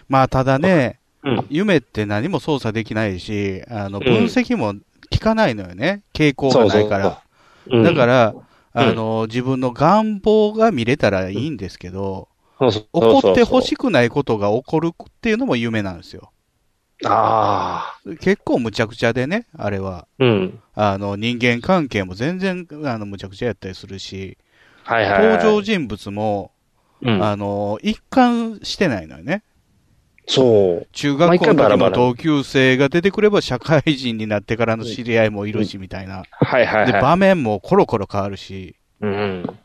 まあ、ただね、うん夢って何も操作できないし、あの、分析も聞かないのよね。傾向がないから。そうそうそううんだから、あの、自分の願望が見れたらいいんですけど、そうそうそうそう起こってほしくないことが起こるっていうのも夢なんですよ。ああ、結構むちゃくちゃでね、あれは。うん。あの、人間関係も全然、あの、むちゃくちゃやったりするし、はいはい、はい。登場人物も、うん、あの、一貫してないのよね。そう。中学毎校回のバ時ラのバラ同級生が出てくれば社会人になってからの知り合いもいるし、みたいな。はいはいで、は場面もコロコロ変わるし、い。うん。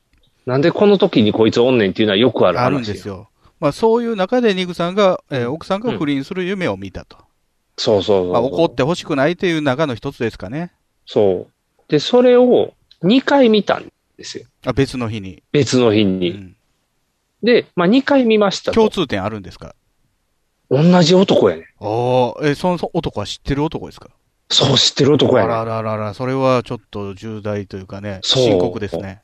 なんでこの時にこいつおんねんっていうのはよくある話あるんです。よ。まあそういう中でニグさんが、えー奥さんが不倫する夢を見たと。そうそうそう。まあ怒ってほしくないという中の一つですかね。そう。で、それを2回見たんですよ。あ、別の日に。別の日うに。んで、まあ2回見ました共と。通点あるんですか同じ男やねん。おーえーそのその男は知ってる男ですかそう知ってる男あやねんら。あらあらあら、それはちょっと重大というかね、そう深刻ですね。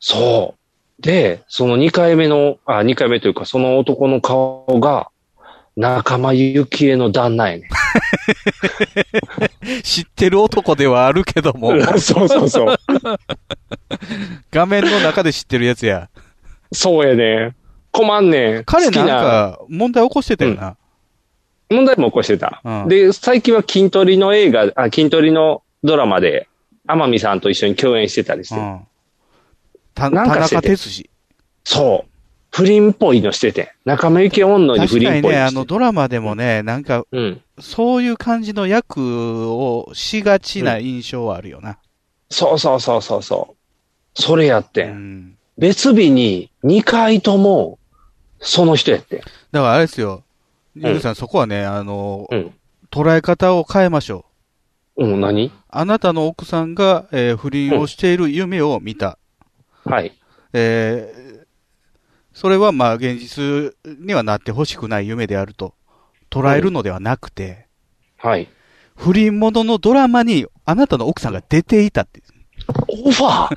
そう。で、その2回目の、あ、2回目というか、その男の顔が、仲間由紀恵の旦那 やねん。知ってる男ではあるけども、そうそうそう。画面の中で知ってるやつや。そうやねん。困んねん。彼なん好きか問題起こしてたよな。問題も起こしてた。うんで、最近は筋トレの映画、あ筋トレのドラマで、天海さんと一緒に共演してたりしうて。ん。たなん田かして中て哲司。そう。不倫っぽいのしてて。中目池女に不確倫かっにぽいね、のあしての、ドラマでもね、なんか、うん。そういう感じの役をしがちな印象はあるよな。そうそうそうそうそう。それやってん。ん別日に2回とも、その人やってん。だからあれですよ。ゆうさん、そこはね、あの、捉え方を変えましょう。うん、何あなたの奥さんが、えー不倫をしている夢を見た。はい。えーそれはまあ現実にはなってほしくない夢であると捉えるのではなくて、はい。不倫もののドラマにあなたの奥さんが出ていたって。オファ ー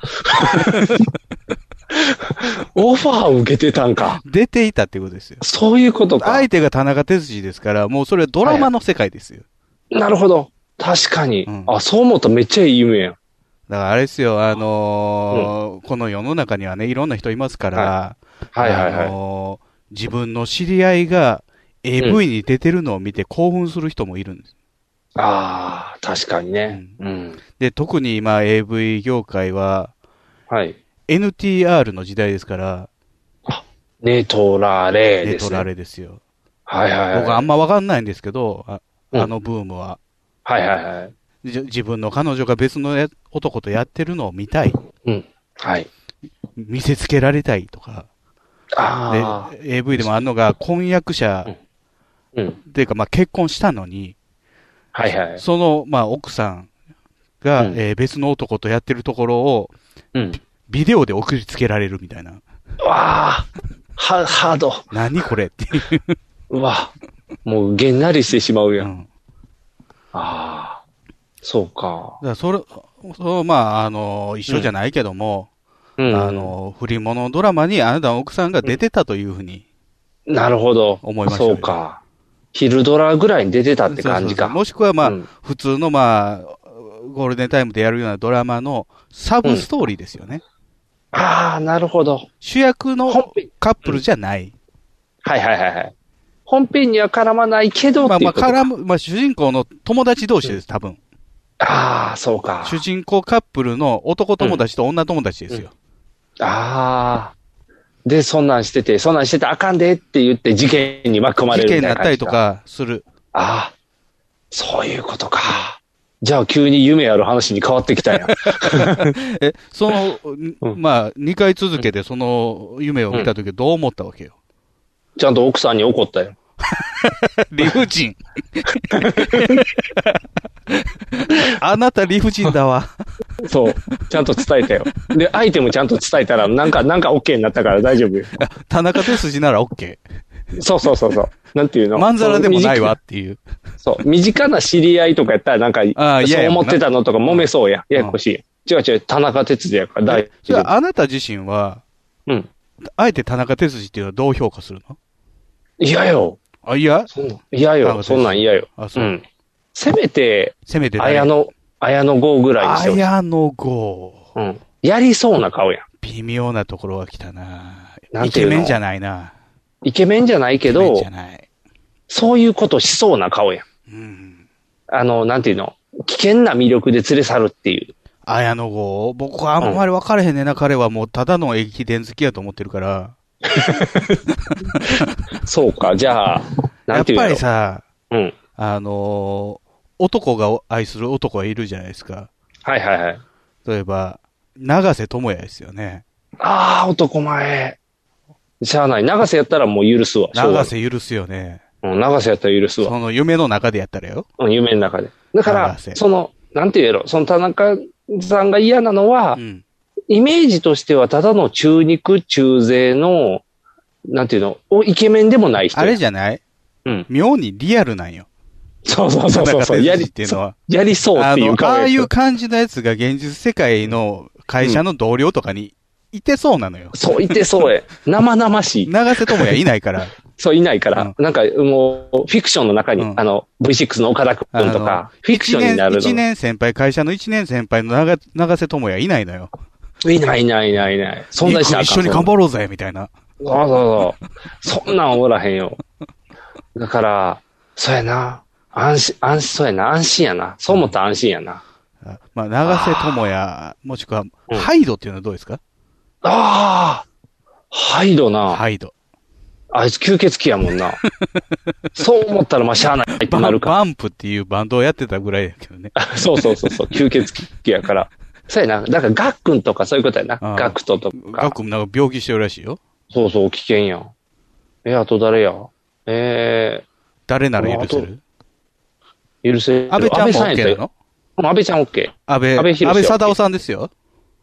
オファーを受けてたんか。出ていたってことですよ。そういうことか。相手が田中哲司ですから、もうそれはドラマの世界ですよ。なるほど。確かに。あ、そう思ったらめっちゃいい夢やん。だからあれですよ、あのーこの世の中にはね、いろんな人いますから、はいはいはいはいあのー自分の知り合いが AV に出てるのを見て興奮する人もいるんです。ああ、確かにね。うん。で、特に今 AV 業界は、NTR の時代ですから、ネトラレーネです、トね。ラレですよ。はいはいはい。僕あんまわかんないんですけど、ああのブームは。はいはいはい。じ自分の彼女が別のや男とやってるのを見たい。うん。はい。見せつけられたいとか。あで、AV でもあんのが、婚約者、うん。っていうか、まあ結婚したのに、はいはい。その、まあ奥さんが、えー別の男とやってるところを、うん。ビデオで送りつけられるみたい な。わあ、ハハード。何これっていう。うわ、もうげんなりしてしまうやん。ああ、そうか。だからそれ、そう、まあ、あの、一緒じゃないけども、うんあの、不倫物ドラマにあなたの奥さんが出てたというふうに。なるほど。思いましたよそうか。昼ドラぐらいに出てたって感じそうそうか。そうもしくはまあ、普通のまあ、ゴールデンタイムでやるようなドラマのサブストーリーですよね。ああ、なるほど。主役のカップルじゃない。はいはいはいはい。本編には絡まないけどまあっていまあ、うことか絡む、まあ主人公の友達同士です、多分。ああ、そうか。主人公カップルの男友達と女友達ですよ。ああ。で、そんなんしてて、そんなんしててあかんでって言って事件に巻き込まれ事る件みになたいなった感りじとか。かす る。ああ。そういうことか。じゃあ急に夢ある話に変わってきた やん。え、その、まあ、2回続けてその夢を見たときどう思ったわけよ。 ちゃんと奥さんに怒ったよ。理不尽。 あなた理不尽だわ。そう。ちゃんと伝えたよ。で、相手もちゃんと伝えたら、なんか、なんか OK になったから大丈夫よ。田中哲司なら OK。そうそうそうそう。なんていうのまんざらでもないわっていう。そう。身近な知り合いとかやったら、なんか、あーいやそうやもんな思ってたのとか揉めそうや。ややこしい。違う違う、田中哲司やから大じゃ丈夫。あ、あなた自身は、うん。あえて田中哲司っていうのはどう評価するの嫌よ。あ、嫌田嫌中よ。哲司そんなん嫌よ。あそううん。せめて、せめて誰綾野、綾野剛ぐらいにしてほしい綾野剛。うん。やりそうな顔やん。微妙なところが来たななんイていケうのメンじゃないなイケメンじゃないけイケメンどじゃ、ない。そういうことしそうな顔やん。あの、なんていうの危険な魅力で連れ去るっていう。綾野剛僕はあんまり分かれへんねんな、彼はもうただの駅伝好きやと思ってるから。そうか、じゃあ、 なやんっていうのぱりさ、うん。あのー男が愛する男がいるじゃないですか。はいはいはい。例えば、長瀬智也ですよね。ああ、男前。しゃあない。長瀬やったらもう許すわ。長瀬。瀬許すよね。うん、長瀬やったら許すわ。その夢の中でやったらよ。うん、夢の中で。だから長、瀬その、なんていうやろ、その田中さんが嫌なのは、イメージとしてはただの中肉中背の、なんていうの、おイケメンでもない人や。あれじゃないうん。妙にリアルなんよ。そうそうそうそうそう。ややりりっていうのは。やりそうっあていのう、顔あやあけいどう感じのやつが現実世界の会社の同僚とかにいてそうなのよ。そう、いてそうや。生々しい。長瀬智也いないから。 そう、いないから。なんか、もう、フィクションの中に、あの、V6 の岡田くんとか、フィクションになる一の。年先輩、会社の一年先輩の長長瀬智也いないのよ。いないいないいないいない。存在しなあかん一緒に頑張ろうぜ、みたいな。そうそうそう。そんなんおらへんよ。だから、そうやな。安心、安心、そうやな。安心やな。そう思ったら安心やな。まあ、長瀬智也、もしくは、ハイドっていうのはどうですかああハイドな。ハイド。あいつ吸血鬼やもん な。そう思ったらまあしゃあないってなるか。バンプっていうバンドをやってたぐらいやけどね。 そうそうそうそう、吸血鬼やから。そうやな。だからガックンとかそういうことやな。ガクトとか。ガクもなんか病気してるらしいよ。そうそう、危険やん。え、あと誰やえ誰なら許せるー、許せる。安倍ちゃんも OK なのの安倍ちゃん OK。安倍、安倍博士安倍貞夫さんですよ。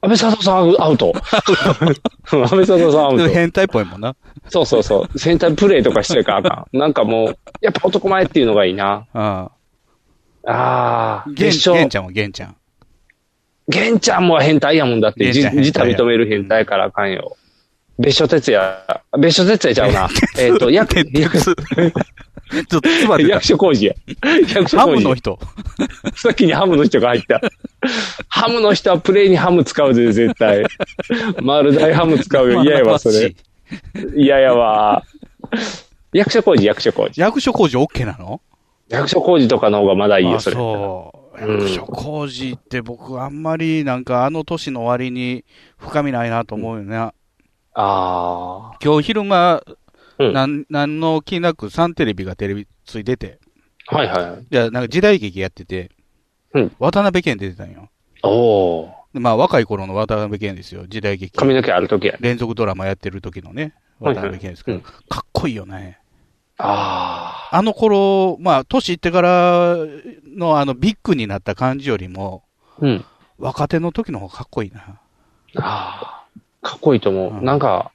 安倍佐藤さんア ウト。安倍佐藤さんアウでも ト。変態っぽいもんな。そうそうそう。センタープレイとかしてるからあかん。なんかもう、やっぱ男前っていうのがいいな。ああああ。。ゲン決ちゃ勝。んはゲンちゃん。玄ちゃんも変態やもんだって、玄じちゃん変自他態や認める変態やからあかんよ。別所哲也、別所哲也ちゃう な。えっと、役、役ちょっと、つまり、役所工 事や。 役所ハ工ム事の。人。先にハムの人が入 った。ハムの人はプレイにハム使うぜ、絶対。丸大ハム使うよ。嫌やわ、それ。嫌やわ。役所工事、役所工事。役所工事 OK なの役所工事とかの方がまだいいよ、あそれ。そう。うん役所工事って僕あんまりなんかあの年の終わりに深みないなと思うよね。ああ。今日昼間、うんなん、なんの気なくサンテレビがテレビついてて、はいはい。いや、なんか時代劇やってて、うん渡辺謙出てたんよ。おお。でまあ若い頃の渡辺謙ですよ、時代劇。髪の毛ある時や。連続ドラマやってる時のね、はい渡はい辺謙ですけど、うんかっこいいよね。ああの頃、まあ、年いってからのあのビッグになった感じよりも、あ。うん。若手の時の方がかっこいいな。ああ、かっこいいと思う。うんなんか、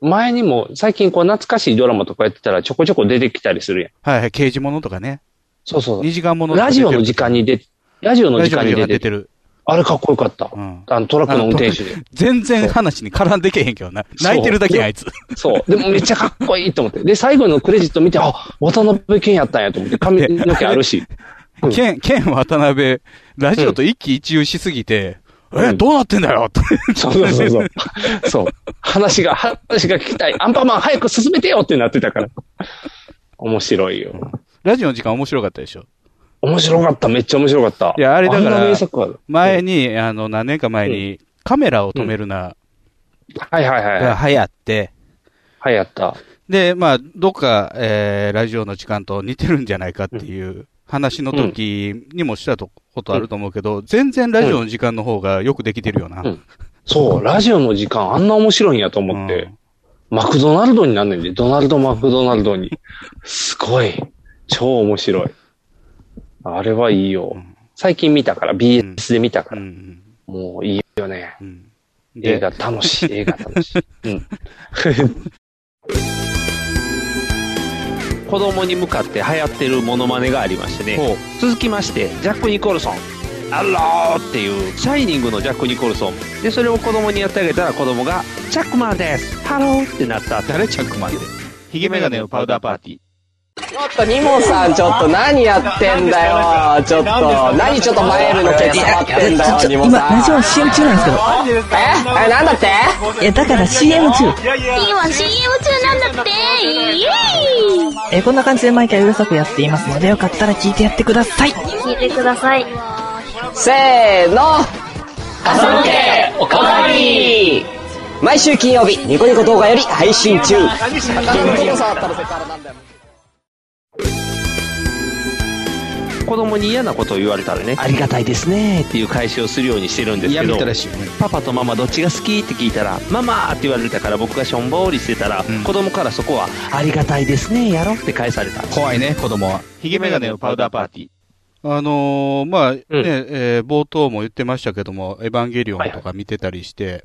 前にも、最近こう懐かしいドラマとかやってたらちょこちょこ出てきたりするやん。はいはい、刑事物とかね。そうそう。 2時間ものとかラ出てジるオの時間に出て、ラジオのラ時ジオ間のに時間出に出ててる。る。あれかっこよかった。うんあのトラックの運転手で。全然話に絡んでけへんけどな。泣いてるだけやあいつ。そう。でもめっちゃかっこいいと思って。で、最後のクレジット見て、あ、渡辺謙やったんやと思って、髪の毛あるし。うんケン、ケン渡辺、ラジオと一喜一憂しすぎて、うんえ、どうなってんだよって。 そうそうそうそう。そう。話が、話が聞きたい。アンパンマン早く進めてよってなってたから。面白いよ。ラジオの時間面白かったでしょ。面白かった。めっちゃ面白かった。いやあれだからんな名作ある前に、あの、何年か前に、カメラを止めるな、はいはいはい。が流行って、はい、やった。で、まあ、どっか、えー、ラジオの時間と似てるんじゃないかっていう話の時にもしたとことあると思うけど、全然ラジオの時間の方がよくできてるよな。うんそう、ラジオの時間あんな面白いんやと思って、マクドナルドになんねんで、ドナルド・マクドナルドに。すごい。超面白い。あれはいいよ。最近見たから、BS で見たかうん。うら、ん。もういいよね。うん。映で画楽し い、映画楽しい。うん。子供に向かって流行ってるモノマネがありましてね。ほう続きまして、ジャック・ニコルソン。アローっていう、シャイニングのジャック・ニコルソン。で、それを子供にやってあげたら子供が、チャックマンですハローってなった。誰チャックマンでヒゲメガネのパウダーパーティー。ちょっとニモさんちょっと何やってんだよちょっと何ちょっとマイルのケツ触ってんだよニモさん今ラジオ CM 中なんですけどええなんだってえだから CM 今中 CM 中なんだってイエーイえこんな感じで毎回うるさくやっていますのでよかったら聞いてやってください聞いてくださいせーの朝向けおかわり毎週金曜日ニコニコ動画より配信中子供に嫌なことを言われたらね、ありがたいですねっていう返しをするようにしてるんですけど、しいよね。パパとママどっちが好きって聞いたら、ママって言われたから僕がしょんぼりしてたら、うん子供からそこは、ありがたいですね、やろって返された。怖いね、子供は。ヒゲメガネのパウダーパーティー。あのーまあ、ね、えー冒頭も言ってましたけども、エヴァンゲリオンとか見てたりして、はいはい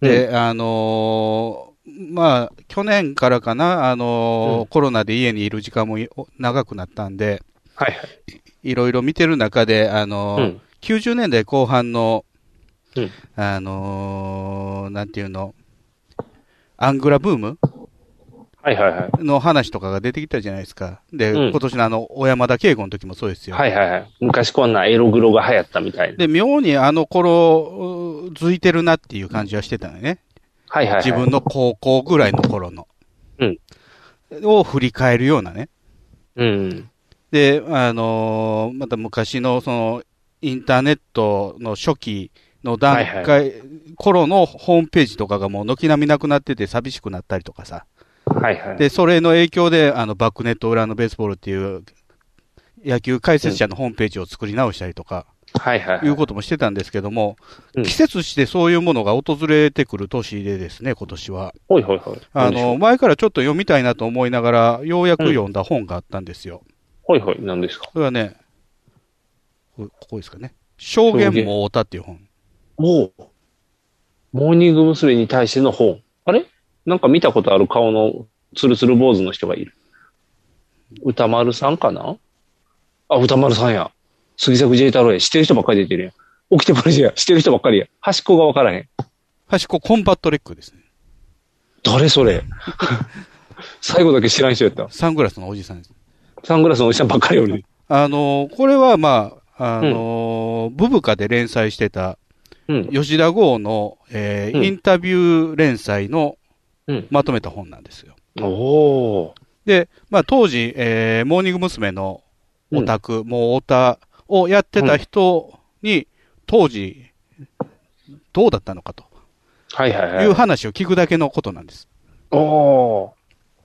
で、あのーまあ、去年からかな、あのーうんコロナで家にいる時間もい長くなったんで、はいはい。いろいろ見てる中で、あのーうん90年代後半の、うんあのーなんていうの、アングラブームはいはいはい。の話とかが出てきたじゃないですか。で、うん今年のあの、小山田圭吾の時もそうですよ。はいはいはい。昔こんなエログロが流行ったみたいな。で、妙にあの頃、うー続いてるなっていう感じはしてたのよね。はいはい、はい。自分の高校ぐらいの頃の。うんを振り返るようなね。うん。で、あのーまた昔のその、インターネットの初期の段階、頃のホームページとかがもう軒並みなくなってて寂しくなったりとかさ。はいはい。で、それの影響で、あの、バックネット裏のベースボールっていう野球解説者のホームページを作り直したりとか、はいはい、いうこともしてたんですけども、季節してそういうものが訪れてくる年でですね、今年は。はいはいはい。あの、前からちょっと読みたいなと思いながら、ようやく読んだ本があったんですよ。はいはい、何ですかそれはね、こここですかね。証言も太田っていう本。おお。モーニング娘。に対しての本。あれなんか見たことある顔のツルツル坊主の人がいる。歌丸さんかなあ、歌丸さんや。杉作 J 太郎や。知ってる人ばっかり出てるやん。起きてもらえや。知ってる人ばっかりや。端っこがわからへん。端っこコンバットレックですね。誰 それ最後だけ知らん人やった。サングラスのおじさんです。サングラスのおじさんばっかりおる。あの、これはまあ、あの、ブブカで連載してた、うん吉田豪の、えーうんインタビュー連載のうん。まとめた本なんですよ。おおで、まあ当時、えーモーニング娘。のオタク、もうオタをやってた人に、当時、どうだったのかとはいはいはいい。う話を聞くだけのことなんです。おお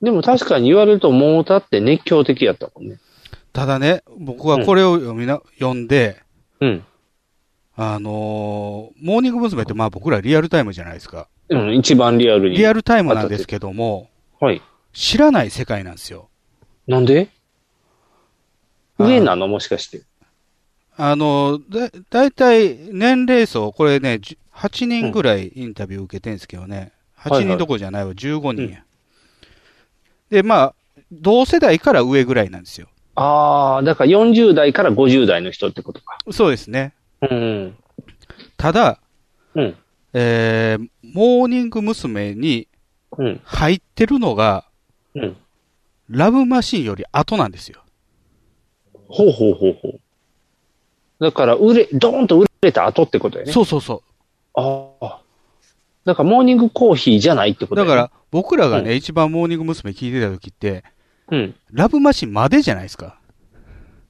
ー。でも確かに言われると、モータって熱狂的やったもんね。ただね、僕はこれを読みな、読んで、うん。あのーモーニング娘。ってまあ僕らリアルタイムじゃないですか。うん、一番リアルに。リアルタイムなんですけども、はい。知らない世界なんですよ。なんで上なのもしかして。あの、だ、だいたい年齢層、これね、じゅ8人ぐらいインタビュー受けてんですけどね。はい8人どころじゃないわ、15人や。で、まあ、同世代から上ぐらいなんですよ。ああ、だから40代から50代の人ってことか。そうですね。うん。ただ、うん。えー、モーニング娘。にうん。入ってるのが、うん。ラブマシーンより後なんですよ。ほうほうほうほう。だから、売れ、ドーンと売れた後ってことやね。そうそうそああ。だから、モーニングコーヒーじゃないってこう。とだやねから、、僕らがね、一番モーニング娘。聞いてた時って、うん。ラブマシーンまでじゃないですか。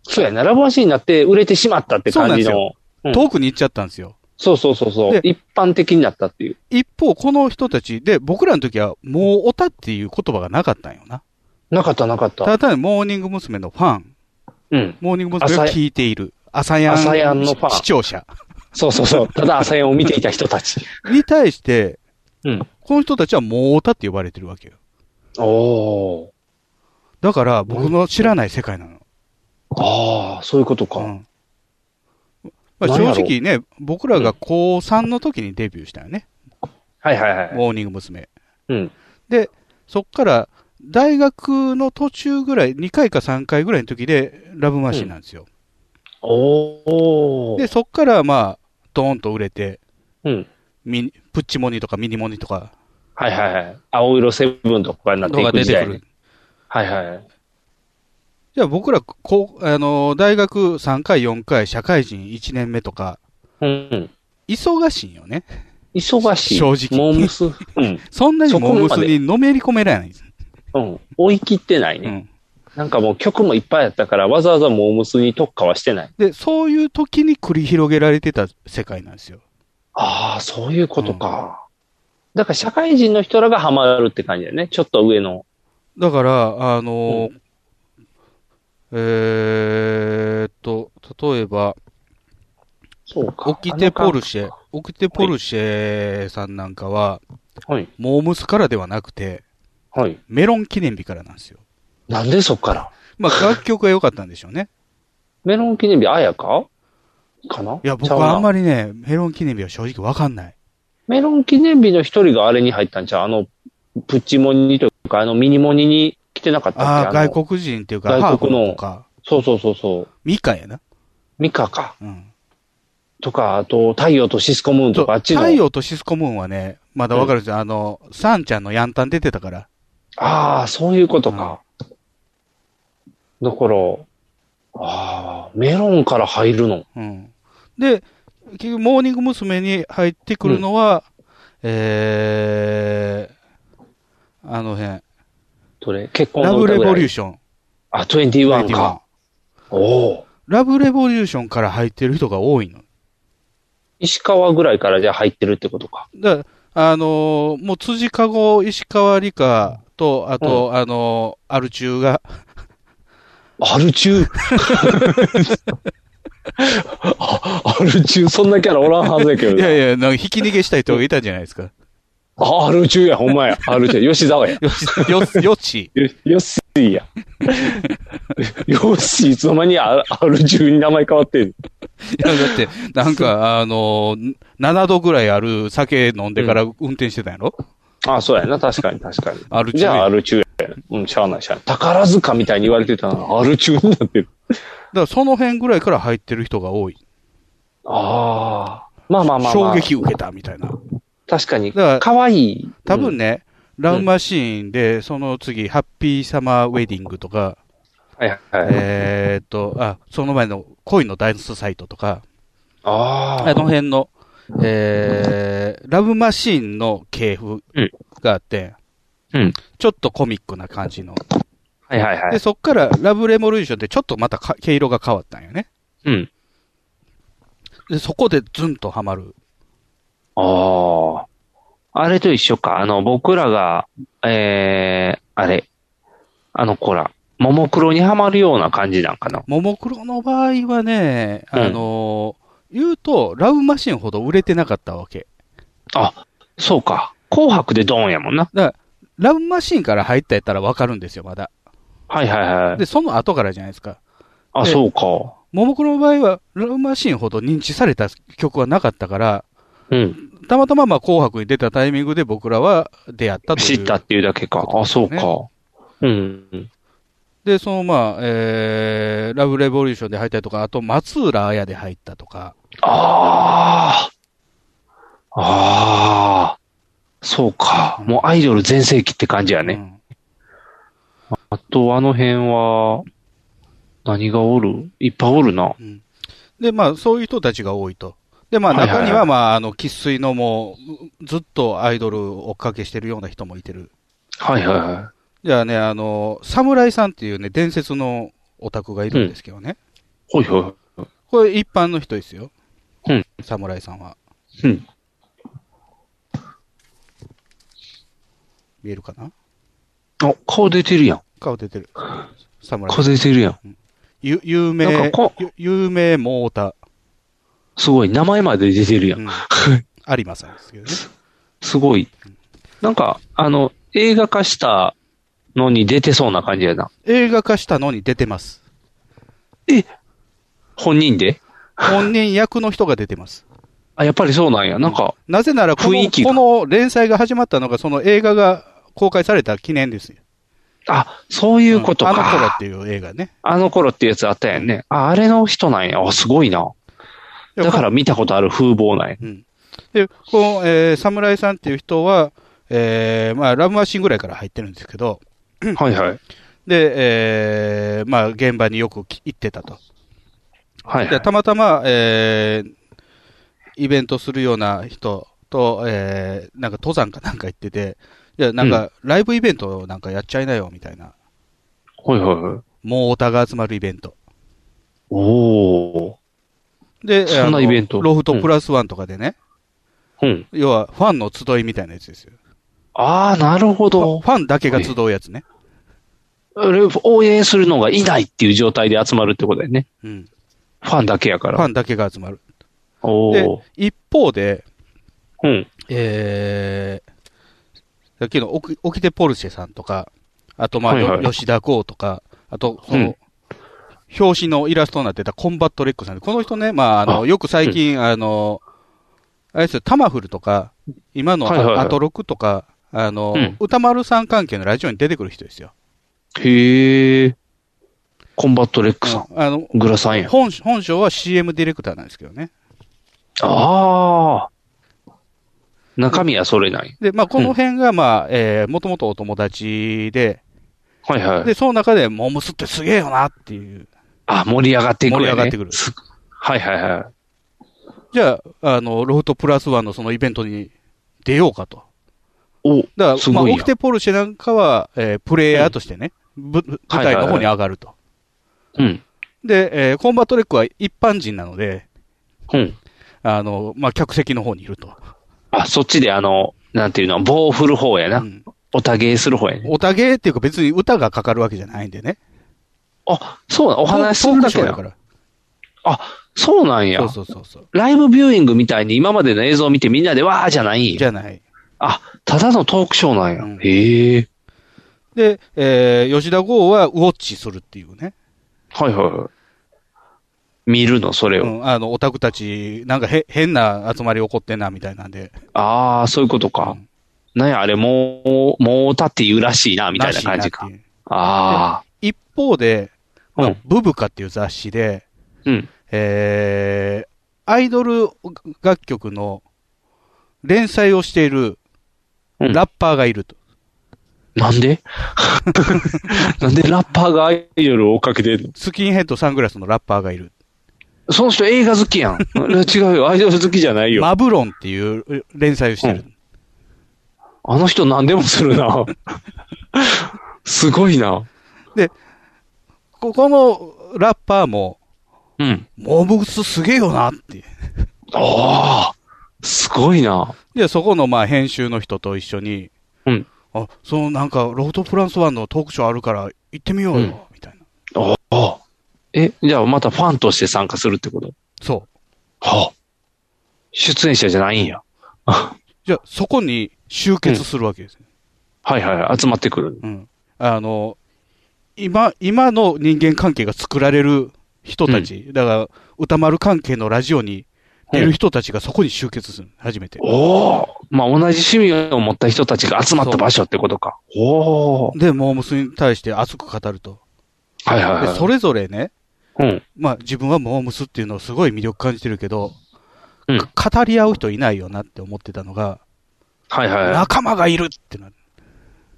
そうやな、ラブマシーンになって売れてしまったってそうなん感でじすのよ。うん遠くに行っちゃったんですよ。そうそうそうそう。で一般的になったっていう。一方、この人たちで、僕らの時は、もうオタっていう言葉がなかったんよな。なかったなかった。ただ、モーニング娘。のファン、うん。モーニング娘。を聞いている、朝やん朝やんのファン視聴者そうそう そう。ただ、朝やんを見ていた人たち。に対して、うん。この人たちはもうオタって呼ばれてるわけよ。おお。だから、僕の知らない世界なの。ああ、そういうことか。まあ、なんや正ろう直ね、僕らが高3の時にデビューしたよね、はいはいはい。モーニング娘。うん。で、そっから、大学の途中ぐらい、2回か3回ぐらいの時で、ラブマシーンなんですよ。おお。で、そっから、まあ、ドーンと売れて、うん。ミニプッチモニとかミニモニとかはいはいはい。青色セブンとかになっていがく出時て代くるね。。はいはい。じゃあ僕ら、こう、あのー、大学3回、4回、社会人1年目とか、うん。忙しいんよね。忙しい。正直モーム ス。うん。そんなにそこモまでームスにのめり込められないんです。うん。追い切ってないね。うんなんかもう曲もいっぱいあったから、わざわざモームスに特化はしてない。で、そういう時に繰り広げられてた世界なんですよ。ああ、そういうことか。だから社会人の人らがハマるって感じだよね。ちょっと上の。だから、あのーえーっと、例えば、そうか。オキテポルシあェの、オキテポルシェさんなんかは、はい。モームスからではなくて、はい。メロン記念日からなんですよ。なんでそっからま あ、楽曲が良かったんでしょうね。メロン記念日、あやかかないいや、僕はあんまりね、メロン記念日は正直わかんない。メロン記念日の一人があれに入ったんちゃうあの、プッチモニとか、あのミニモニに来てなかったっけああ、の外国人っていうか、ハ外ーフ国のの子か、そうそうそうそう。ミカやな。ミカか。うん。とか、あと、太陽とシスコムーンとか、あっちの。太陽とシスコムーンはね、まだわかるんですよ。あの、サンちゃんのヤンタン出てたから。ああ、そういうことか。だから、ああ、メロンから入るの。うん。で、結局、モーニング娘。に入ってくるのは、えー、あの辺、どれ結婚ラのブ歌レぐボらリューい。ション。あ、21 21か。おお。ラブレボリューションから入ってる人が多いの。石川ぐらいからじゃあ入ってるってことか。だあのーもう辻かご、石川理香と、あと、あのーアル中が。アル 中ある中、そんなキャラおらんはずやけどい。やいや、なんか引き逃げしたい人がいたじゃないですか。あ、ある中や、ほんまや。ある中、吉沢や。よし、よし。よしーや。よし、いつの間にあある中に名前変わってる。いや、だって、なんか、あのー、7度ぐらいある酒飲んでから運転してたんやろ、あ、そうやな、確かに確 かに。ある中じゃやあ、ある中や。うん、しゃあないしゃあない。宝塚みたいに言われてたの、ある中になってる。だからその辺ぐらいから入ってる人が多い。ああ。まあまあまあ、ま衝あ。撃受けたみたいな。確かに。だかわいい。多分ね、ラウマシーンで、その次、ハッピーサマーウェディングとか、はいはい。えーっと、あ、その前の恋のダンスサイトとか、ああの辺の、えー、ラブマシーンの系譜があって、うん。ちょっとコミックな感じの。はいはいはいで、そっからラブレモリューションってちょっとまたか毛色が変わったんよね。うん。で、そこでズンとハマる。ああ。あれと一緒か。あの、僕らが、えー、あれ。あの子ら、ももクロにはまるような感じなんかな。ももクロの場合はね、あのー言うと、ラブマシンほど売れてなかったわけ。あ、そうか。紅白でドーンやもんな。だから、ラブマシンから入ったやったらわかるんですよ、まだ。はいはいはい。で、その後からじゃないですか。あ、でそうか。ももクロの場合は、ラブマシンほど認知された曲はなかったから、うん。たまたままあ紅白に出たタイミングで僕らは出会ったと知いったう。っていうだけか。あ、そうか。うん。うんで、そのまあ、えー、ラブレボリューションで入ったりとか、あと松浦綾で入ったとか。ああ。ああ。そうか。もうアイドル全盛期って感じやね。あと、あの辺は、何がおるいっぱいおるな。で、まあ、そういう人たちが多いと。で、まあ、はいはいはい中には、まあ、あの、喫水のもう、ずっとアイドル追っかけしてるような人もいてる。はいはいはじゃあね、あの、侍さんっていうね、伝説のオタクがいるんですけどね。い。はいはこれ一般の人ですよ。い。うん。侍さんは。うん。見えるかなあ、顔出てるやん。顔出てる。侍顔出てるやん。ゆ有名なんかこ、ゆ有名モータすごい。名前まで出てるやん。ー、有馬さんですけどね。 すごい。なんか、あの、映画化したのに出てそうな感じやな。映画化したのに出てます。本人で本人役の人が出てます。あ、やっぱりそうなんや。なんか、なぜならこ雰の、囲気がこの連載が始まったのが、その映画が公開された記念ですよ。あ、そういうことか。あの頃っていう映画ね。あの頃ってやつあったやんね。あ、あれの人なんや。あ、すごいな。やだから見たことある風貌なんや。で、この、えー、侍さんっていう人は、えー、まあ、ラブマシンぐらいから入ってるんですけど、はいはい。で、えー、まあ、現場によくき行ってたと。はい、はでい。たまたま、えー、イベントするような人と、えー、なんか登山かなんか行ってて、いや、なんか、ライブイベントなんかやっちゃいなよ、みたいな。はいはいはい。もうオタが集まるイベント。おー。で、そんなあのイベントロフトプラスワンとかでね、うん。要はファンの集いみたいなやつですよ。ああ、なるほど。ファンだけが集うやつね。あれ応援するのがいないっていう状態で集まるってことだよね。うん。ファンだけやかフら。ァンだけが集まる。おでお。、一方で、うん。えー、さっきのオキオキテポルシェさんとか、あとまあ、はいはいよ吉田剛とか、あと、その、うん表紙のイラストになってたコンバットレックさん。この人ね、まあ、あの、あよく最近、あの、あれですよ、タマフルとか、今のはいはいはアいトロクとか、あの、うん歌丸さん関係のラジオに出てくる人ですよ。へえ。コンバットレックさん。あの、グラさんや。本、本性は CM ディレクターなんですけどね。ああ。中身はそれない。で、まあ、この辺が、まあ、えー、もともとお友達で、はいはい。で、その中で、モムスってすげえよなっていう。あ、盛り上がっていく、ね。盛り上がってくるすはいはいはい。じゃあ、あの、ロフトプラスワンのそのイベントに出ようかと。お、だかすら、まあ、ごいオやキんテポルシェなんかは、えー、プレイヤーとしてね、ぶ舞台の方に上がると。うん。で、えー、コンバットレックは一般人なので、うん。あの、まあ、客席の方にいると。あ、そっちであの、なんていうの、棒を振る方やな。おたげする方やね。おたげっていうか別に歌がかかるわけじゃないんでね。あ、そうなのお話しするだけだから。あ、そうなんや。そうそうそうライブビューイングみたいに今までの映像を見てみんなでわーじゃないじゃない。あ、ただのトークショーなんや。へえ。で、えー、吉田剛はウォッチするっていうね。はいはいはい。見るの、それを。うん、あの、オタクたち、なんかへ変な集まり起こってんな、みたいなんで。ああ、そういうことか。なんや、あれ、もう、もうたって言うらしいな、みたいな感じか。ああ。一方で、ブブカっていう雑誌で、うん。えー、アイドル楽曲の連載をしているラッパーがいると。なんで なんでラッパーがアイドルを追っかけてんのスキンヘッドサングラスのラッパーがいる。その人映画好きやん。違うよ、アイドル好きじゃないよ。マブロンっていう連載をしてる。あの人何でもするな。すごいな。で、ここのラッパーも、うん。モブスすげえよなって。ああ、すごいな。で、そこのまあ編集の人と一緒に、うん。あ、そのなんか、ロードプランスワンのトークショーあるから行ってみようよ、うんああ。え、じゃあまたファンとして参加するってことそう。はあ。出演者じゃないんや。じゃあ、そこに集結するわけです、ねはいはいはい。集まってくる。うん。あの、今、今の人間関係が作られる人たち、だから、歌丸関係のラジオに出る人たちがそこに集結する、初めて。おお。まあ同じ趣味を持った人たちが集まった場所ってことか。おお。で、モームスに対して熱く語ると。はいはいはでい。それぞれね、うん。まあ自分はモームスっていうのをすごい魅力感じてるけど、か語り合う人いないよなって思ってたのが、はいはいはい。仲間がいるってなる。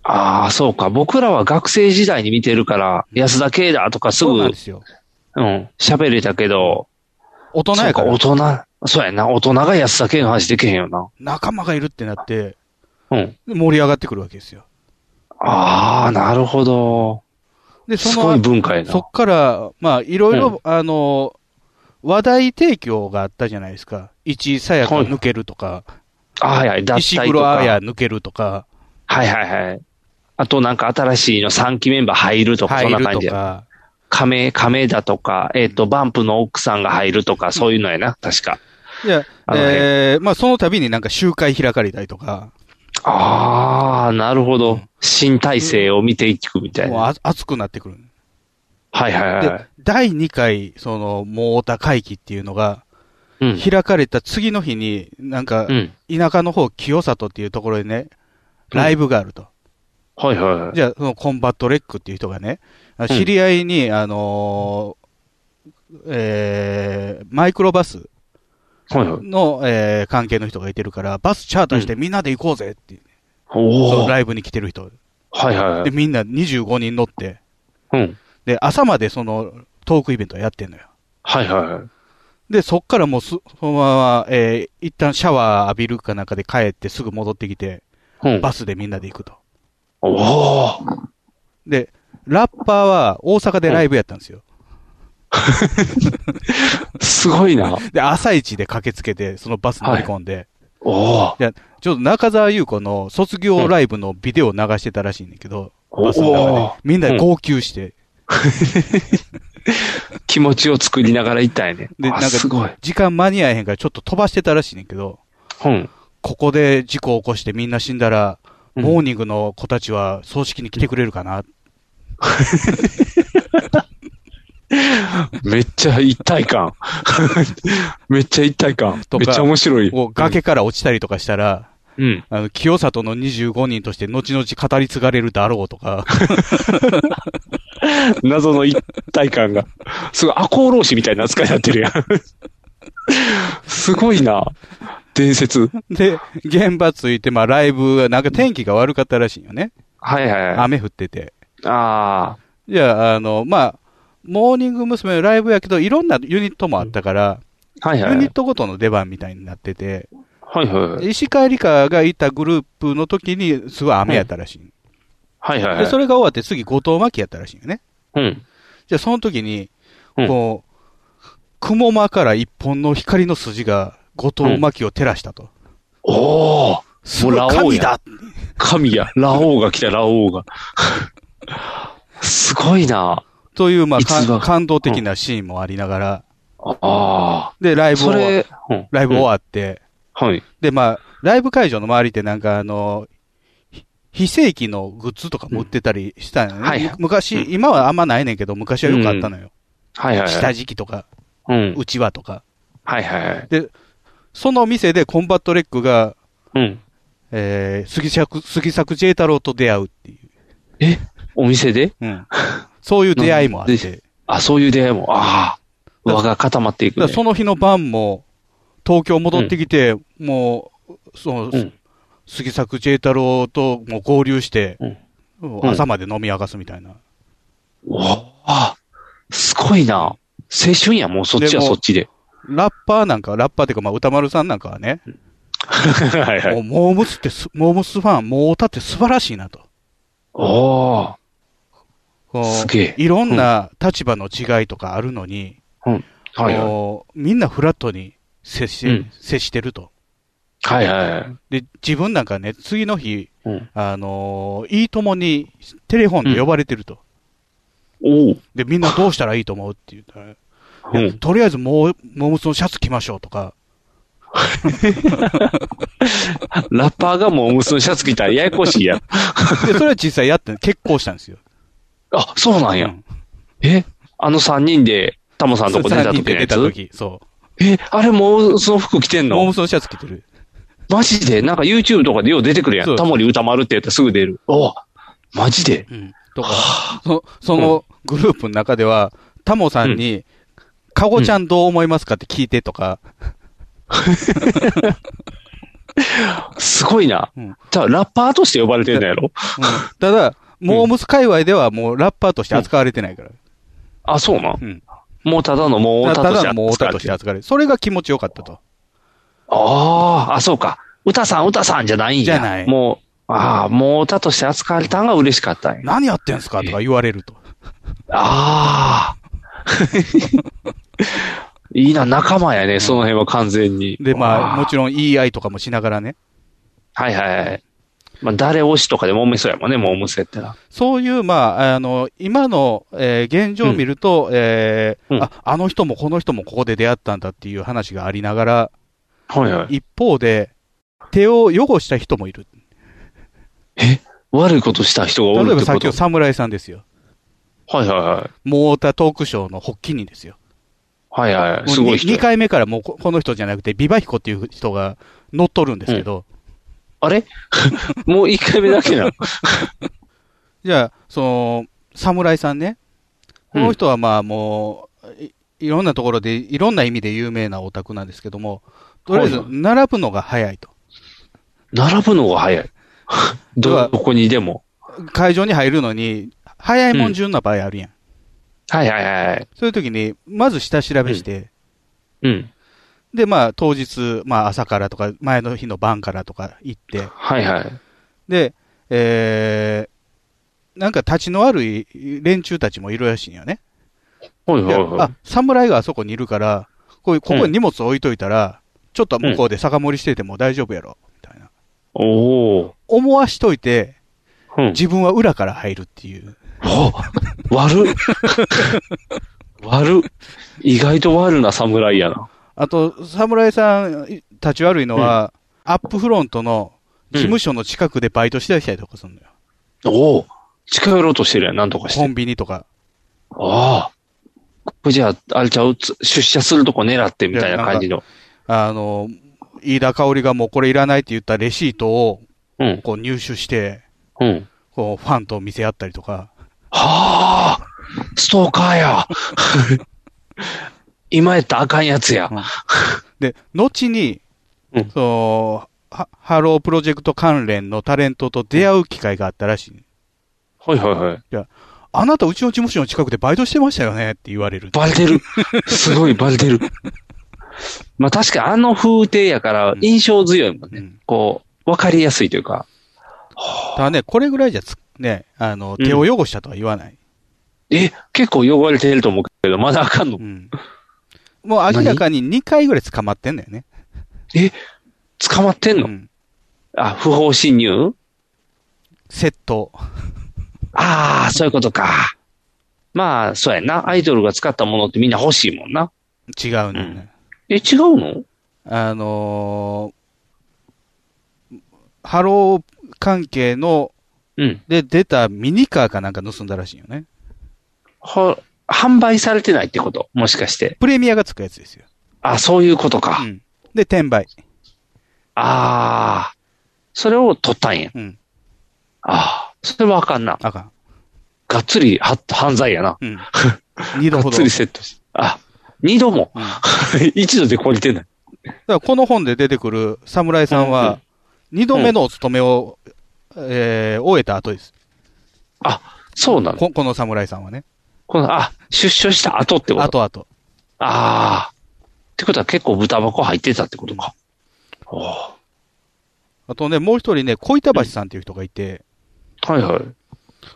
ああ、そうか。僕らは学生時代に見てるから、安田圭だとかすぐ、そううなんんですよ。喋れたけど、大人やからそうか大人、そうやな、大人が安田圭の話できへんよな。仲間がいるってなって、うん。盛り上がってくるわけですよ。ああ、なるほど。で、その、すごい文化やなそっから、まあ、いろいろ、うんあの、話題提供があったじゃないですか。一さやか抜けるとか、あはいはい、脱石退と黒か。あやはい抜けるとか、はいはい。あとなんか新しいの3期メンバー入るとか、そん入なる感とじや。か、亀、亀だとか、えっ、と、バンプの奥さんが入るとか、そういうのやな、確か。いや、あの辺えー、まあ、その度になんか集会開かれたりとか、ああ、なるほど。新体制を見ていくみたいもうな。あ熱くなってくる。はいはいはいはでい。、第2回、その、モータ会議っていうのが、うん開かれた次の日に、なんかうん、田舎の方、清里っていうところでね、ライブがあると。はいはいはい。じゃあ、そのコンバットレックっていう人がね、あ知り合いに、あのーえーマイクロバスはいはい。の、えー関係の人がいてるから、バスチャーターしてみんなで行こうぜっていう、おそのお。ライブに来てる人。はいはいはで、い。みんな25人乗って、うん。で、朝までそのトークイベントやってんのよ。はいはいはい。で、そっからもうす、そのまま、えー一旦シャワー浴びるかなんかで帰ってすぐ戻ってきて、うんバスでみんなで行くと。おお。で、ラッパーは大阪でライブやったんですよ。すごいな。で、朝一で駆けつけて、そのバス乗り込んで、おお。でちょっと中澤優子の卒業ライブのビデオを流してたらしいんだけど、うんバスのお中ーで、みんなで号泣して、気持ちを作りながら行ったんやね。で、あ、なんすごいか。、時間間に合えへんからちょっと飛ばしてたらしいねんだけど、うん。ここで事故を起こしてみんな死んだら、モーニングの子たちは葬式に来てくれるかな、めっちゃ一体感。 めっちゃ一体感。とめか、っちゃ面白い。こう崖から落ちたりとかしたら、うん。あの、清里の25人として後々語り継がれるだろうと か、謎の一体感が。すごい、赤穂浪士みたいな扱いになってるやん。 すごいな。伝説。で、現場着いて、まあライブ、なんか天気が悪かったらしいよね。はいはいはい。雨降ってて。ああ。じゃあ、あの、まあ、モーニング娘。のライブやけど、いろんなユニットもあったから、はいはユニいッ。トごとの出番みたいになってて、はいはい。石川理香がいたグループの時に、すごい雨やったらしい。はいはいはで、い。それが終わって次、後藤真希やったらしいよね。うん。じゃあ、その時に、うんこう、雲間から一本の光の筋が、後藤真希を照らしたと。おおすごい神だ神や、ラオウが来た、ラオウが。すごいなという、まあ、感感動的なシーンもありながら。ああ。で、ライブそれを、うんライブ終わって、はい。で、まあ、ライブ会場の周りってなんかあの、ひ非正規のグッズとかも売ってたりしたんよね。はいむ昔、今はあんまないねんけど、昔はよくあったのよ。はいはいはい下敷きとか、うん。うちわとか。はいはいはい。で、その店でコンバットレックが、うん。えー、杉作、杉作 J 太郎と出会うっていう。えお店で うん。そういう出会いもあって。であ、そういう出会いも。ああ。輪が固まっていく、だからね。その日の晩も、東京戻ってきて、もう、そう、杉作 J 太郎ともう合流して、ん朝まで飲み明かすみたいな。わあ、すごいな。青春や、もうそっちはでもそっちで。ラッパーなんか、ラッパーっていうか、まあ、歌丸さんなんかはね、はいはもうい。モームスってす、モームスファン、モータって素晴らしいなと。おこうすげえいろんな立場の違いとかあるのに、うん。はいはい。こうみんなフラットに接し,、うん接してると。はいはいはい。で、自分なんかね、次の日、うん。あのーいいともにテレフォンで呼ばれてると。おう。で、みんなどうしたらいいと思うって言ったら、ういやん。とりあえずモーモームスのシャツ着ましょうとか、ラッパーがもう娘のシャツ着たらややこしいやん。で、それは実際やって、結婚したんですよ。あ、そうなんや。えあの三人で、タモさんのとこ出3た時人のでや出たつ時、そう。え、あれもうその服着てんモーのムスのシャツ着てる。マジでなんか YouTube とかでよう出てくるや。そうんタモリ歌丸ってやったらすぐ出る。おうマジでとか、そそのグループの中では、タモさんに、カゴちゃんどう思いますかって聞いてとか、すごいな。じゃあラッパーとして呼ばれてんのやろ うんただ、モームス界隈ではもうラッパーとして扱われてないから。あ、そうなんうんもうただのもうたオタたとしだてのモータとして扱われる。それが気持ちよかったと。ああ、あ、そうか。歌さん、歌さんじゃないんや。じゃないもう、ああ、もう歌として扱われたんが嬉しかったんや。何やってんすかとか言われると。ああ。いいな、仲間やね、その辺は完全に。で、まあ、もちろん言い合いとかもしながらね。はいはいはい。まあ、誰推しとかで揉めそうやもんね、もうむせってな。そういう、まあ、あの、今の、えー現状を見ると、えーあ、あの人もこの人もここで出会ったんだっていう話がありながら、はいはい。一方で、手を汚した人もいる。悪いことした人が例おえるっばてさっこきとの侍さんですよ。はいはいはい。モータートークショーの発起人ですよ。はいはい。すごい人2や。回目からもうここの人じゃなくて、ビバヒコっていう人が乗っ取るんですけど、あれ もう1回目だけなのじゃあ、その、侍さんね。この人はまあもう、いいろんなところで、いろんな意味で有名なオタクなんですけども、とりあえずは、並ぶのが早いと。並ぶのが早 い。ど、どこにでも。会場に入るのに、早いもん順な場合あるやん。はいはいはい。そういう時に、まず下調べして、うん。で、まあ当日、まあ朝からとか、前の日の晩からとか行って、はいはい。で、えー、なんか立ちの悪い連中たちもいるらしいんよね。はいはいであは、侍があそこにいるから、こういう、ここに荷物置いといたら、ちょっと向こうで酒盛りしてても大丈夫やろ。い。おお。思わしといて、うん自分は裏から入るっていう。悪っ悪っ意外と悪な侍やな。あと、侍さん、い立ち悪いのは、アップフロントの事務所の近くでバイトしてたりとかするのよ。おお。近寄ろうとしてるやん、なんとかして。コンビニとか。ああ。これじゃあ、あれちゃう、つ出社するとこ狙ってみたいな感じの。あの、飯田香織がもうこれいらないって言ったレシートを、うんこう入手して、うん。こうファンと見せ合ったりと か。はあストーカーや 今やったらあかんやつや。で、後に、そうはハロープロジェクト関連のタレントと出会う機会があったらしい。はいはいはい。いや、あなたうちの事務所の近くでバイトしてましたよねって言われる。バレてる。すごいバレてる。まあ確かにあの風景やから印象強いもんね。こう、わかりやすいというか。ただね、これぐらいじゃつ、ね、あの、手を汚したとは言わない。え、結構汚れてると思うけど、まだあかんの、もう明らかに2回ぐらい捕まってんだよね。え、捕まってんの、あ、不法侵入セット。ああ、そういうことか。まあ、そうやな。アイドルが使ったものってみんな欲しいもんな。違うね。え、違うのあのーハロー関係の、で出たミニカーかなんか盗んだらしいよね。は、販売されてないってこともしかして。プレミアがつくやつですよ。あ、そういうことか。で、転売。ああ、それを取ったんや。うん。ああ、それはあかんな。あかん。がっつりは犯罪やな。うん。二度ほどがっつりセットし。あ、二度も。 一度で懲りてない。だからこの本で出てくる侍さんは、二度目のお勤めを、えー終えた後です。あ、そうなのここの侍さんはね。この、あ、出所した後ってこと後後。ああ。ってことは結構豚箱入ってたってことか。あとね、もう一人ね、小板橋さんっていう人がいて、はいはい。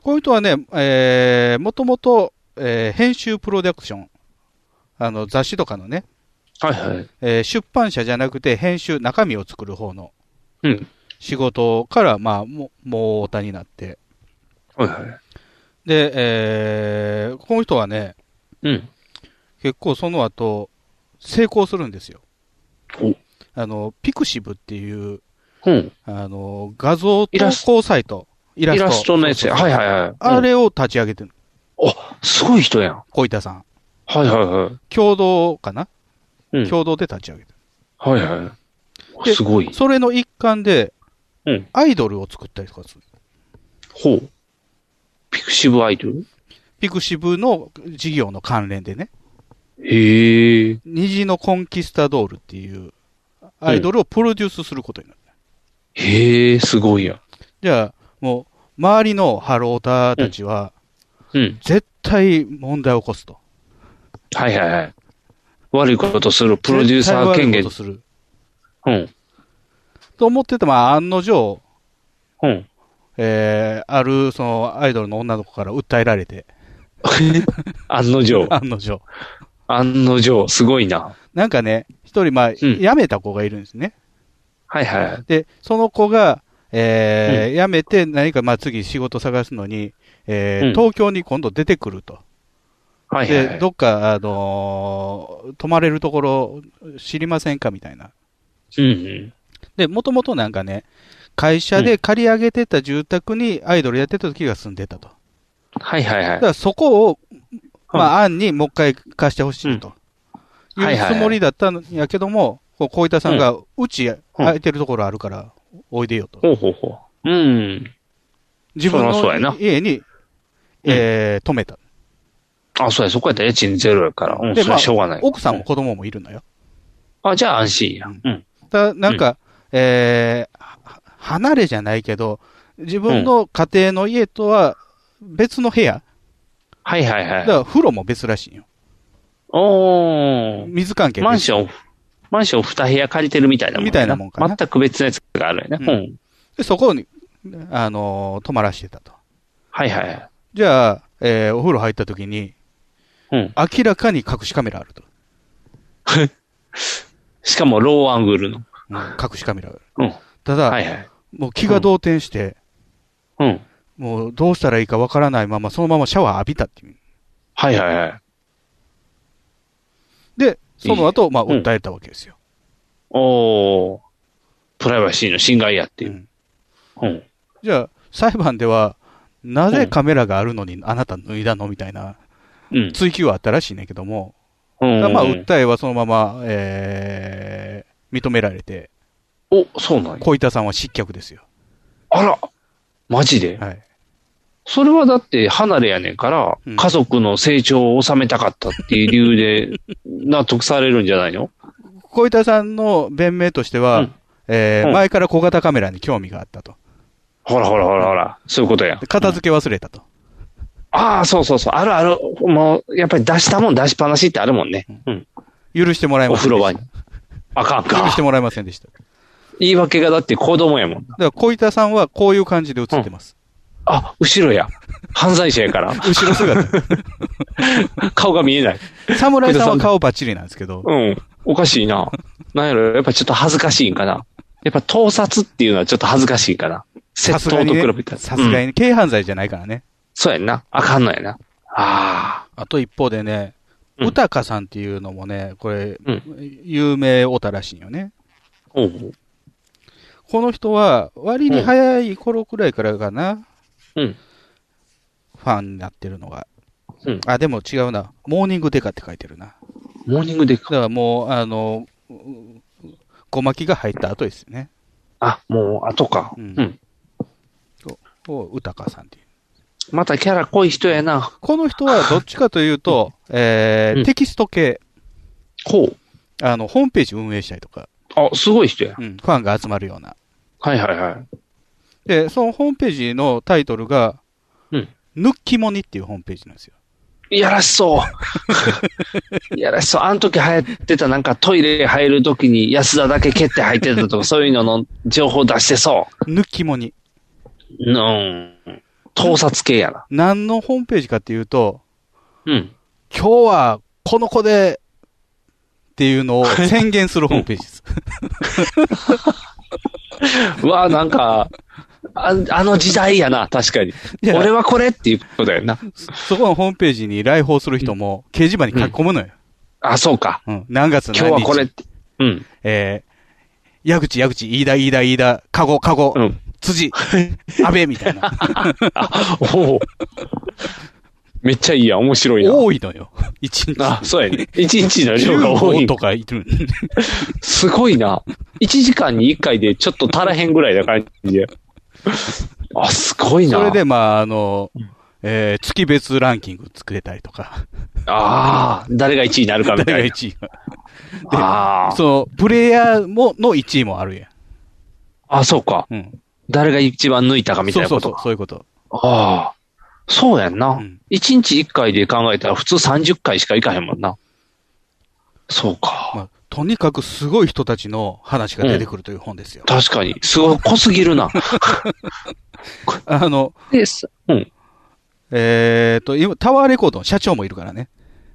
こういう人はね、えー、もともと、えー編集プロダクション、あの、雑誌とかのね、はいはい。えー出版社じゃなくて編集、中身を作る方のうん。仕事から、まあ、もう、もう大田になって。はいはい。で、えー、この人はね、うん。結構その後、成功するんですよお。あの、ピクシブっていう、うん。あの、画像投稿サイト。イラスト。イラストのやつやはいはいはいうんあれを立ち上げてる。あ、すごい人やん。小板さん。はいはいはい。共同かな、うん共同で立ち上げてはいはる。い。すごいで。それの一環で、うん。アイドルを作ったりとかする。ほう。ピクシブアイドルピクシブの事業の関連でね。へえ。虹のコンキスタドールっていうアイドルをプロデュースすることになる。へえ、すごいやん。じゃあ、もう、周りのハローターたちは、うん。絶対問題を起こすと。はいはいはい。悪いことするプロデューサー権絶対悪い限こと。する。うん。と思ってて、まあ、案の定、うん。えー、ある、その、アイドルの女の子から訴えられて、案の定。案の定。案の定、すごいな。なんかね、一人、まあ、辞めた子がいるんですね。はいはい。で、その子が、えー辞めて何か、まあ、次仕事探すのに、えーうん東京に今度出てくると。はいはいはで、い。どっか、あのー泊まれるところ知りませんかみたいな。うんうん。で、もともとなんかね、会社で借り上げてた住宅にアイドルやってた時が住んでたと。はいはいだかはい。らそこを、まあ、案にもう一回貸してほしいと。うんいはういはいはいつもりだったんやけども、こう小板さんが、ううち空いてるところあるから、おいでよと。ほうほうほう。うん。自分そらそうやのな家に、えー止めた。あ、そうや、そこやったら家賃ゼロやから。うん、そで、れはしょうがない。奥さんも子供もいるのよ。あ、じゃあ安心や。うん。ただ、なんか、えーは離れじゃないけど、自分の家庭の家とは別の部屋。はいはいだはいか。ら風呂も別らしいよ。おー。水関係マンション、マンション二部屋借りてるみたいなもんや。みたいなもんかな全く別のやつがあるよね。ううんん。で、そこに、あのー泊まらしてたと。はいはい。じゃあ、えーお風呂入った時に、うん明らかに隠しカメラあると。しかもローアングルの。うん隠しカメラがある。うん。ただ、はいはい。もう気が動転して、うん。もうどうしたらいいかわからないまま、そのままシャワー浴びたっていう。はいはいはい。で、その後、まあ、うん訴えたわけですよ。おー。プライバシーの侵害やっていう。うん。じゃあ、裁判では、なぜカメラがあるのにあなた脱いだのみたいなうん。追及はあったらしいねんけども、うんまあ、訴えはそのまま、えー、認められて、お、そうなんや。小板さんは失脚ですよ。あら、マジではい。それはだって離れやねんから、家族の成長を収めたかったっていう理 由で納得されるんじゃないの小板さんの弁明としては、えーうん前から小型カメラに興味があったと。ほらほらほらほら、そういうことや。で片付け忘れたと。ああ、そうそうそう、あるある、もう、やっぱり出したもん出しっぱなしってあるもんね。うん。許してもらえおませ風んで呂し場に。あかんた。許かして。もらえませんでした。だか言い訳がだって子供やもん。ら小板さんはこういう感じで映ってます。あ、後ろや。犯罪者やから。後ろ 姿。顔が見えない。侍さんは顔バッチリなんですけど。うん。おかし いな。なんやろ、やっぱちょっと恥ずかしいんかな。やっぱ盗撮っていうのはちょっと恥ずかしいんかな。窃さすが盗にと比べねたら。さすがうんに、軽犯罪じゃないからね。そうやんな。あかんのやな。ああと一方でね、うたかさんっていうのもね、これ、うん有名オタらしいんよね。おうこの人は、割に早い頃くらいからかな、うん。ファンになってるのが。うんあ、でも違うな。モーニングデカって書いてるな。モーニングデカだからもう、あの、ごまきが入った後ですよね。あ、もう、後か。うん。うんをうたかさんっていう。またキャラ濃い人やな。この人はどっちかというと、えーテキスト系。ほう。あの、ホームページ運営したりとか、あ、すごい人や。うん、ファンが集まるような。はいはいはい。で、そのホームページのタイトルが、うんぬっきもにっていうホームページなんですよ。いやらし そう。いやらしそう。あの時流行ってたなんかトイレ入る時に安田だけ蹴って入ってたとか、そういうのの情報出してそぬっきもに。う。うん。盗撮系やな。何のホームページかっていうと、うん。今日はこの子でっていうのを宣言するホームページです。うわなんか、ああの時代やな、確かに。いや俺はこれっていうことやな。そこのホームページに来訪する人も掲示板に書き込むのよ。あ、そうか。うん、何月何日今日はこれって。うん。えー、矢口、矢口、飯田、飯田、飯田、カゴ、カゴ、 辻、安倍みたいな。おお。めっちゃいいやん、面白いやん。多いのよ。一日。あ、そうやね。一日の量が多い。 15とかいる。すごいな。一時間に一回でちょっと足らへんぐらいな感じで。あ、すごいな。それで、まあ、あの、えー月別ランキング作れたりとか。ああ、誰が1位になるかみたいな。誰が1位か。でああ。その、プレイヤーも、の1位もあるやあ、そうか。誰が一番抜いたかん。みそたいうなそこうそとうか。、そういうこと。ああ。そうやんな。一、日一回で考えたら普通30回しかいかへんもんな。そうか。まあ、とにかくすごい人たちの話が出てくるという本ですよ。確かに。すごい、濃すぎ るな。あの、です。うん。えっ、と、今、タワーレコードの社長もいるからね。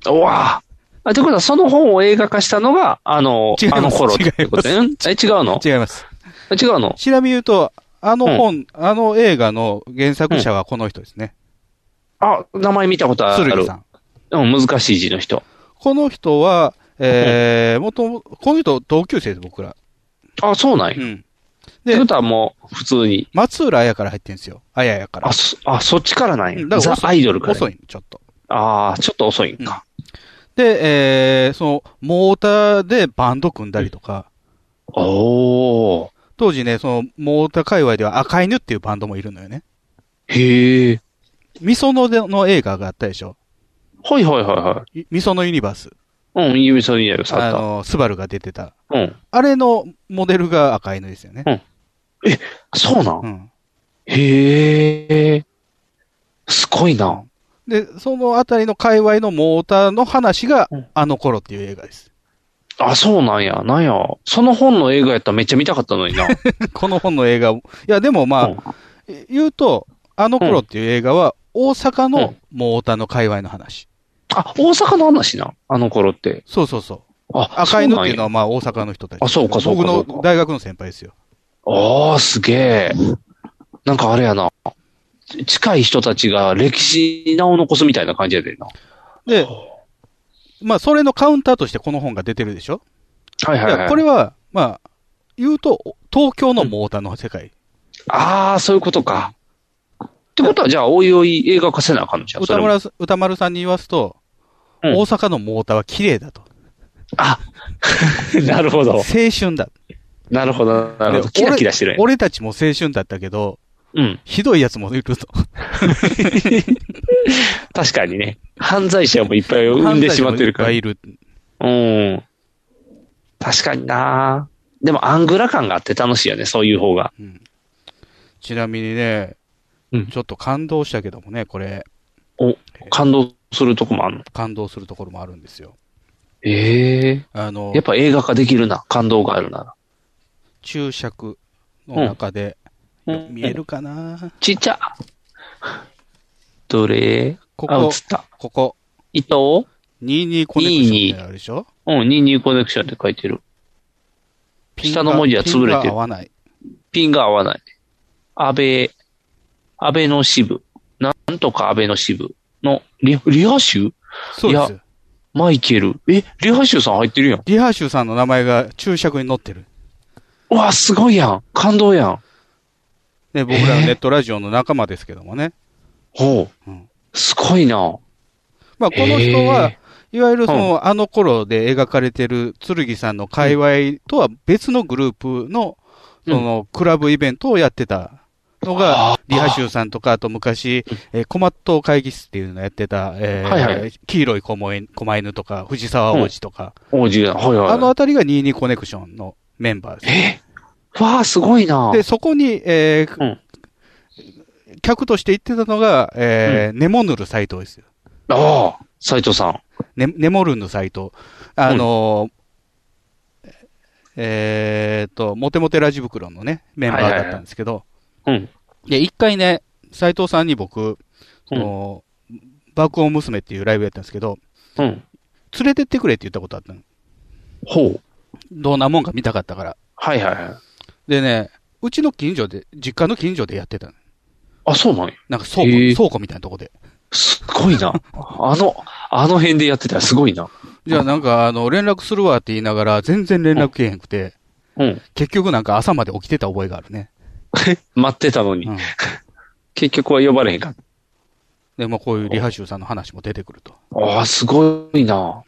うわあ、ということは、その本を映画化したのが、あの違い、ますあの頃ってことね。うんえ、違うの違います。違うのちなみに言うと、あの本、あの映画の原作者はこの人ですね。あ、名前見たことある。鶴木さん。うん、難しい字の人。この人は、えー、もとも、この人同級生です、僕ら。あ、そうなんや。うん。ってことはもう、普通に。松浦綾から入ってんですよ。綾やから。あ、そ、あ、そっちからなんうや。んだからザ・遅いアイドルから。遅いちょっと。ああ、ちょっと遅いんか。で、えー、その、モーターでバンド組んだりとか、おー。当時ね、その、モーター界隈では赤犬っていうバンドもいるのよね。へえ。ミソノでの映画があったでしょ。。はいはいはいミソノユニバース。うん、ユミソニアルさあった。の、スバルが出てた。うん。あれのモデルが赤犬ですよね。そうなん、うんへえ。すごいな。で、そのあたりの界隈のモーターの話が、あの頃っていう映画です。 あ、そうなんや。なんや。その本の映画やったらめっちゃ見たかった のにな。この本の映画も。いや、でもまあ、え言うと、あの頃っていう映画は、大阪のモーターの界隈の話。あ、大阪の話な。あの頃って。そうそうそう。あ、赤犬っていうそうなんのやはまあ大阪の人たち。あそうかそうかそうか僕の大学の先輩ですよ。ああ、すげえ。なんかあれやな。近い人たちが歴史に名を残すみたいな感じやでな。で、まあそれのカウンターとしてこの本が出てるでしょはいはいはいやこれは、まあ、言うと、東京のモーターの世界。ああ、そういうことか。ってことは、じゃあ、おいおい映画化せなあかんのじゃん。そ歌れも丸さん歌丸さんに言わすと、うん大阪のモーターは綺麗だと。 なるほど。青春だ。なるほど、なるほど。でキラキラしてるんや。俺。俺たちも青春だったけど、うん。ひどいやつもいると。確かにね。犯罪者もいっぱい生んでしまってるから。犯罪者もいっぱいいる。うん。確かになでも、アングラ感があって楽しいよね、そういう方が。ちなみにね、ちょっと感動したけどもね、これ、お、感動するとこもあるの。感動するところもあるんですよ。ええあのやっぱ映画化できるな、感動があるなら。注釈の中で、見えるかなちっちゃ。どれこあ、映こった。ここ。糸22コネクションみたいなのあるでしょうん、22コネクションって書いてる。下の文字は潰れてピンがる合。わない。ピンが合わない。安倍、安倍の支部。なんとか安倍の支部のリ、リハシュそうですいや、マイケル。え、リハシュさん入ってるやん。リハーシュさんの名前が注釈に載ってる。うわ、すごいやん。感動やん。ね、僕らのネットラジオの仲間ですけどもね。ほう。すごいな。まあ、この人はへ、いわゆるその、あの頃で描かれてる剣さんの界隈とは別のグループの、その、クラブイベントをやってたのが、リハシューさんとか、あと昔、えー、コマット会議室っていうのやってた、えーはいはい黄色い狛犬狛犬とか、藤沢王子とか、王子が、はいはい。あのあたりが22コネクションのメンバーです。わあ、すごいな。で、そこに、えー客として行ってたのが、えーネモヌル斎藤ですよ。ああ、斎藤さん。ネネモルンのサイト。あのーえーっと、モテモテラジ袋のね、メンバーだったんですけど、うん。で、一回ね、斎藤さんに僕、その、爆音娘っていうライブやったんですけど、うん。連れてってくれって言ったことあったの。ほう。どんなもんか見たかったから。はいはいはい。でね、うちの近所で、実家の近所でやってたの。あ、そうなんや。なんか倉庫、へえ倉庫みたいなとこで。すごいな。あの、あの辺でやってたらすごいな。じゃあなんか、あの、連絡するわって言いながら、全然連絡けえへんくて、うん。 結局なんか朝まで起きてた覚えがあるね。待ってたのに。結局は呼ばれへんかっで、まあこういうリハシューさんの話も出てくると。た。ああ、すごいな。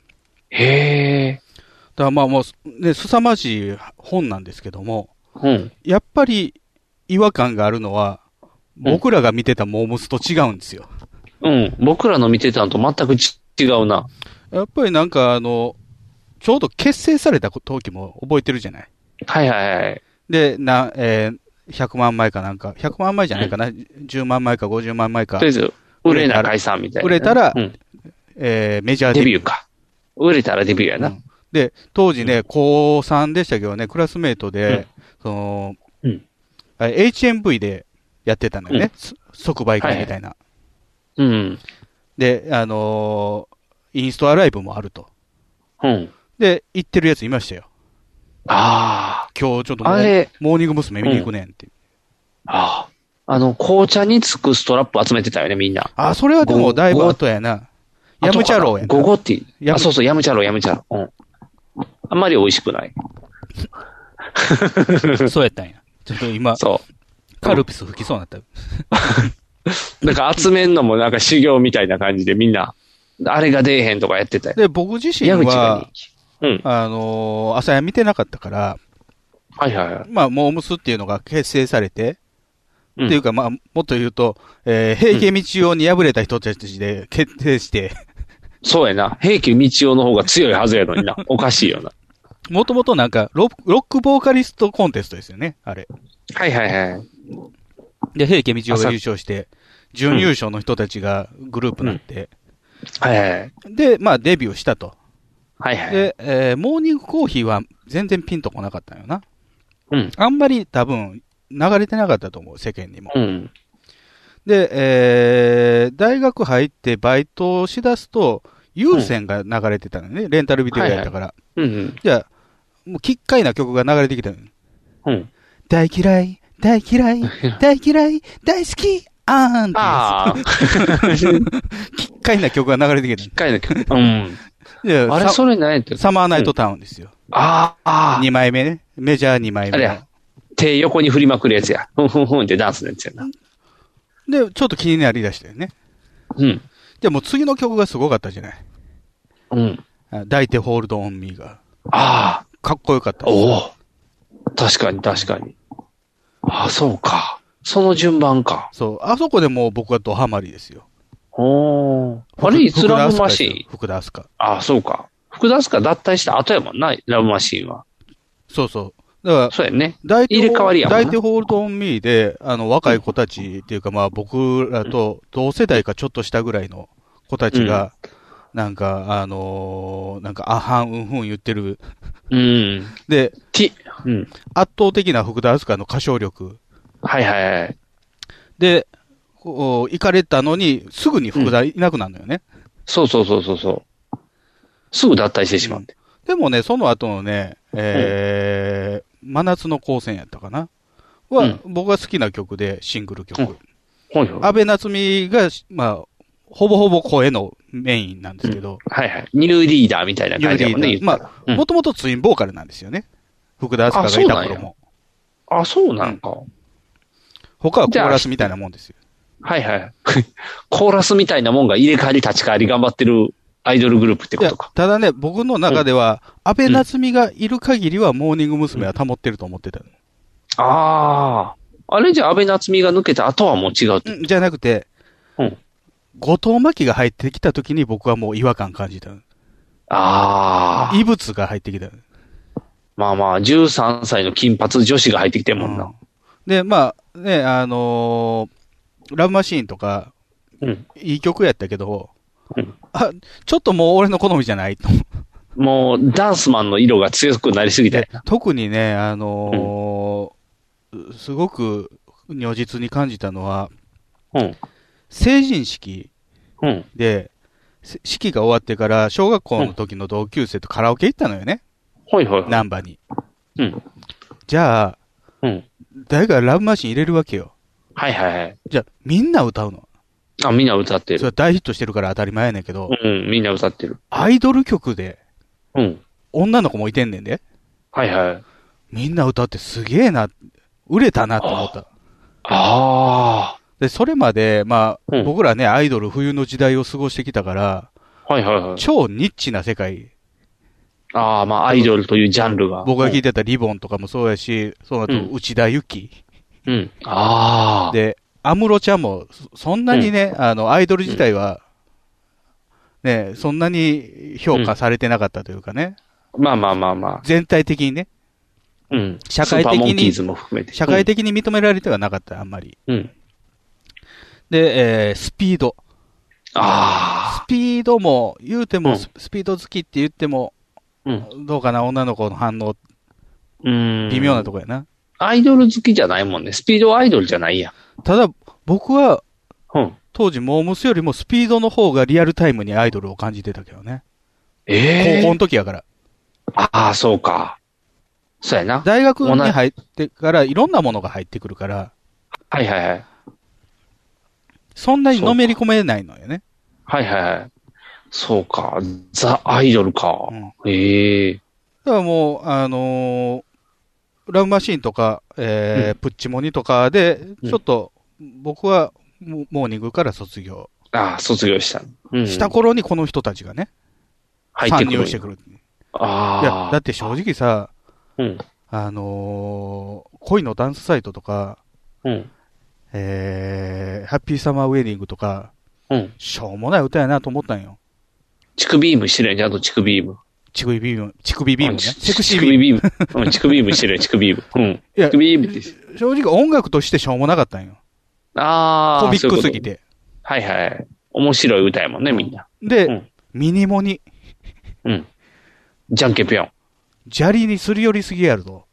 へえ。だからまあもう、ね、凄まじい本なんですけども、うん。やっぱり違和感があるのは、僕らが見てたモームスと違うんですよ。うん。僕らの見てたのと全くち違うな。やっぱりなんかあの、ちょうど結成された時も覚えてるじゃないはいはいはい。で、な、えー100万枚かなんか、100万枚じゃないかな、10万枚か50万枚か。とりあえず、売れな解散みたいな。売れたらうんえーメジャーデビューューか。売れたらデビューやな。で、当時ね、高3でしたけどね、クラスメートで、その、うんあ HMV でやってたのよね、うんそ即売会みたいな。うん。で、あのーインストアライブもあると。うん。で、行ってるやついましたよ。ああ。今日ちょっとあれモーニング娘。見に行くねんって。ああ。あの、紅茶につくストラップ集めてたよね、みんな。あ、それはでもだいぶ後やな。ヤムチャロウやゴな。ゴティ。ヤあ、ムそうそう、ヤムチャロウ、ヤムチャロウ。うん。あんまり美味しくない。そうやったんや。ちょっと今、カルピス吹きそうになった。なんか集めんのもなんか修行みたいな感じでみんな、あれが出えへんとかやってたよ。で、僕自身矢口がは、うん。あのー朝や見てなかったから、はいはいはい。まあ、モームスっていうのが結成されて、うんっていうか、まあ、もっと言うと、えー、平家道夫に敗れた人たちで決定して、そうやな。平家道夫の方が強いはずやのに な。おかしいよな。もともとなんかロ、ロックボーカリストコンテストですよね、あれ。はいはいはい。で、平家道夫が優勝して、準優勝の人たちがグループになって、はいはい。で、まあ、デビューしたと。はいはい。で、えーモーニングコーヒーは全然ピンとこなかったんよな。うん。あんまり多分、流れてなかったと思う、世間にも。うん。で、えー大学入ってバイトをしだすと、有線が流れてたのね、レンタルビデオやったから。うんうん。じゃあ、もう、きっかいな曲が流れてきたのようん。大嫌い、大嫌 い、大嫌い、大好き、あーんってああ。 きっかいな曲が流れてきたの。きっかいな曲。 うん。じゃあれ、サそれ何やってサマーナイトタウンですよ。ああ。 2枚目ね。メジャー2枚あ目れの。や。手横に振りまくるやつや。ふんふんふんってダンスのやつやな。で、ちょっと気になりだしたよね。うん。じゃあもう次の曲がすごかったじゃない。うん。あ抱いてホールドオンミーが。ああ。かっこよかった。おお。確かに確かに。ああ、そうか。その順番か。そう。あそこでもう僕はドハマりですよ。おあれ、いつラブマシーン福田明日香。ああ、そうか。福田明日香脱退した後やもんな、ラブマシーンは。そうそう。だから、そうやね。大入れ替わりやもんな大手ホールドオンミーで、あの、若い子たちっていうか、まあ僕らと同世代かちょっとしたぐらいの子たちが、なんか、あのーなんか、あはん、うんふん言ってる。うん。で、うん。圧倒的な福田明日香の歌唱力。はいはいはい。で、こう、行かれたのに、すぐに福田いなくなるのよね。そうそうそうそうそう。すぐ脱退してしまって。でもね、その後のね、えー、真夏の光線やったかなは、僕が好きな曲で、シングル曲。はいはい。安倍夏実が、まあ、ほぼほぼ声のメインなんですけど、はいはい。二塁リーダーみたいな感じだもんね。リーダー言ったらまあ、もともとツインボーカルなんですよね。福田明日香がいた頃も。あ、そうなんか。他はコーラスみたいなもんですよ。はいはい。 コーラスみたいなもんが入れ替わり立ち替わり頑張ってるアイドルグループってことか。ただね、僕の中では、安倍夏実がいる限りは、モーニング娘。は保ってると思ってたの、ああ。あれじゃ安倍夏実が抜けた後はもう違うって。じゃなくて、うん。後藤真希が入ってきた時に僕はもう違和感感じたの。ああ。異物が入ってきたの。まあまあ、13歳の金髪女子が入ってきてんもんな。で、まあ、ね、あのーラブマシーンとか、うんいい曲やったけど、うんあ、ちょっともう俺の好みじゃないと。もう、ダンスマンの色が強くなりすぎて。特にね、あのーすごく如実に感じたのは、うん成人式うん。で、せ式が終わってから、小学校の時の同級生とカラオケ行ったのよね。はいはい。難波に。うん。じゃあ、うん。誰かラブマシン入れるわけよ。はいはいはい。じゃあ、みんな歌うの。あ、みんな歌ってそれはる。大ヒットしてるから当たり前やねんけど、うん、みんな歌ってる。アイドル曲で、うん。女の子もいてんねんで、はいはい。みんな歌ってすげえな、売れたなと思った。ああ。で、それまで、まあ、うん僕らね、アイドル冬の時代を過ごしてきたから、はいはいはい。超ニッチな世界。ああ、まあ、アイドルというジャンルが。僕が聴いてたリボンとかもそうやし、その後、うん内田有紀。うん。ああ。で、安室ちゃんも、そそんなにね、あの、アイドル自体は、ね、そんなに評価されてなかったというかね、まあまあまあま全体的にね、あ。うん。社会的にスーパーモンキーズも含めて。社会的に認められてはなかった、あんまり。うん。で、えースピード。あスピードも、言うてうも、んススピード好きって言っても、うん。どうかな、女の子の反応、うん。微妙なとこやな。アイドル好きじゃないもんね。スピードアイドルじゃないや。ただ、僕は、うん。当時、モームスよりもスピードの方がリアルタイムにアイドルを感じてたけどね。ええ高校の時やから。ああ、そうか。そうやな。大学に同じ入ってから、いろんなものが入ってくるから、はいはいはい。そんなにのめり込めないのよね。はいはいはい。そうか。ザ・アイドルか。うんええだからもう、あのーラブマシーンとか、えーうんプッチモニとかで、うんちょっと、僕は、モモーニングから卒業。ああ、卒業した。うん。した頃にこの人たちがね、入って参くる。入してくる。いやあ、だって正直さ、あ。うん。あのー恋のダンスサイトとか、うん。えー、ハッピーサマーウェディングとか、うん。しょうもない歌やなと思ったんよ。乳首ビームしてるやん、ちゃんと乳首ビーム。乳首ビーム、乳首ビームね。うんセクシービーム。ビーム。乳首ビーム。うん、乳首ビームしてるやん、乳首ビーム。 うん。いや乳首ビームです。正直音楽としてしょうもなかったんよ。ああ。コミックそすういぎうこと。て。はいはい。面白い歌やもんね、みんな。で、うんミニモニ、うん。じゃんけんぴょん。砂利にすり寄りすぎやると。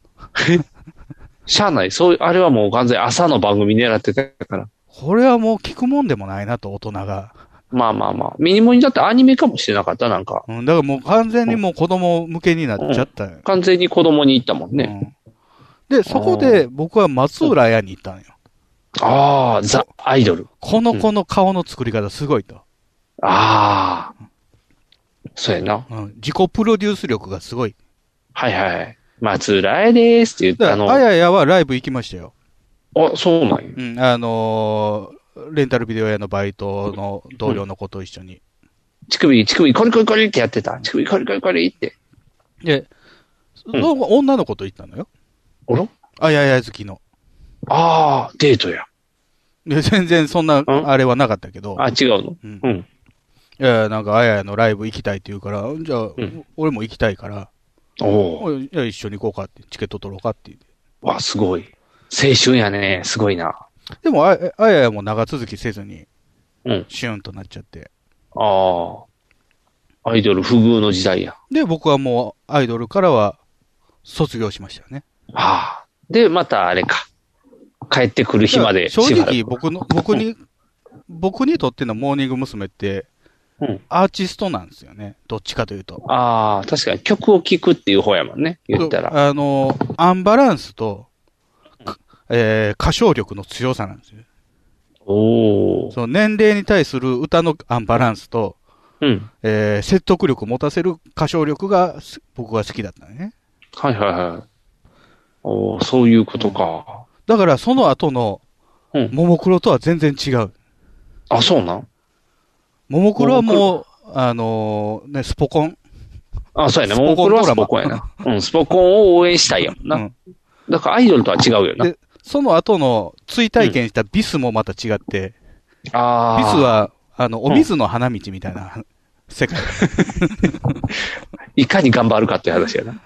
しゃあない。そういう、あれはもう完全に朝の番組狙ってたから。これはもう聞くもんでもないなと、大人が。まあまあまあ。ミニモニだってアニメかもしれなかった、なんか。うん、だからもう完全にもう子供向けになっちゃったよ。完全に子供に行ったもんうね。んで、そこで僕は松浦屋に行ったんよ。ああ、ザ・アイドル。この子の顔の作り方すごいと。ああ。そうやな。うん、自己プロデュース力がすごい。はいはいはい。松浦絵ですって言って、だあかの、ら、あややはライブ行きましたよ。あ、そうなんや。うん、あのーレンタルビデオ屋のバイトの同僚の子と一緒に。乳首、乳首、コリコリコリってやってた。乳首、コリコリコリって。で、んその女の子と行ったのよ。あらあやや好きの。ああ、デートや。で全然そんな、あれはなかったけど、あ、違うの。ううんん。いやいや、なんか、あややのライブ行きたいって言うから、じゃあ、ん俺も行きたいから、おお。おいじゃあ一緒に行こうかって、チケット取ろうかって言ってわ、すごい。青春やね。すごいな。でもあ、あややも長続きせずに、うん。シュンとなっちゃって。ああ。アイドル不遇の時代や。で、僕はもう、アイドルからは、卒業しましたよね。ああ。で、またあれか。帰ってくる日まで。正しばら直、く僕の、僕に僕にとってのモーニング娘。って、アーティストなんですよね。どっちかというと。ああ、確かに曲を聴くっていう方やもんね。言ったら。あの、アンバランスと、かえー歌唱力の強さなんですよ。おその年齢に対する歌のアンバランスと、うん。えー説得力を持たせる歌唱力がす僕は好きだったのね。はいはいはい。おーそういうことか。だからその後の、ももクロとは全然違う。あ、そうなんももクロはもう、あのーね、スポコン。あ、そうやね。ももクロはスポコンやな。うん、スポコンを応援したいやもんな。だからアイドルとは違うよな。で、その後の追体験したビスもまた違って、あビスーは、あの、お水の花道みたいな世界。いかに頑張るかっていう話やな。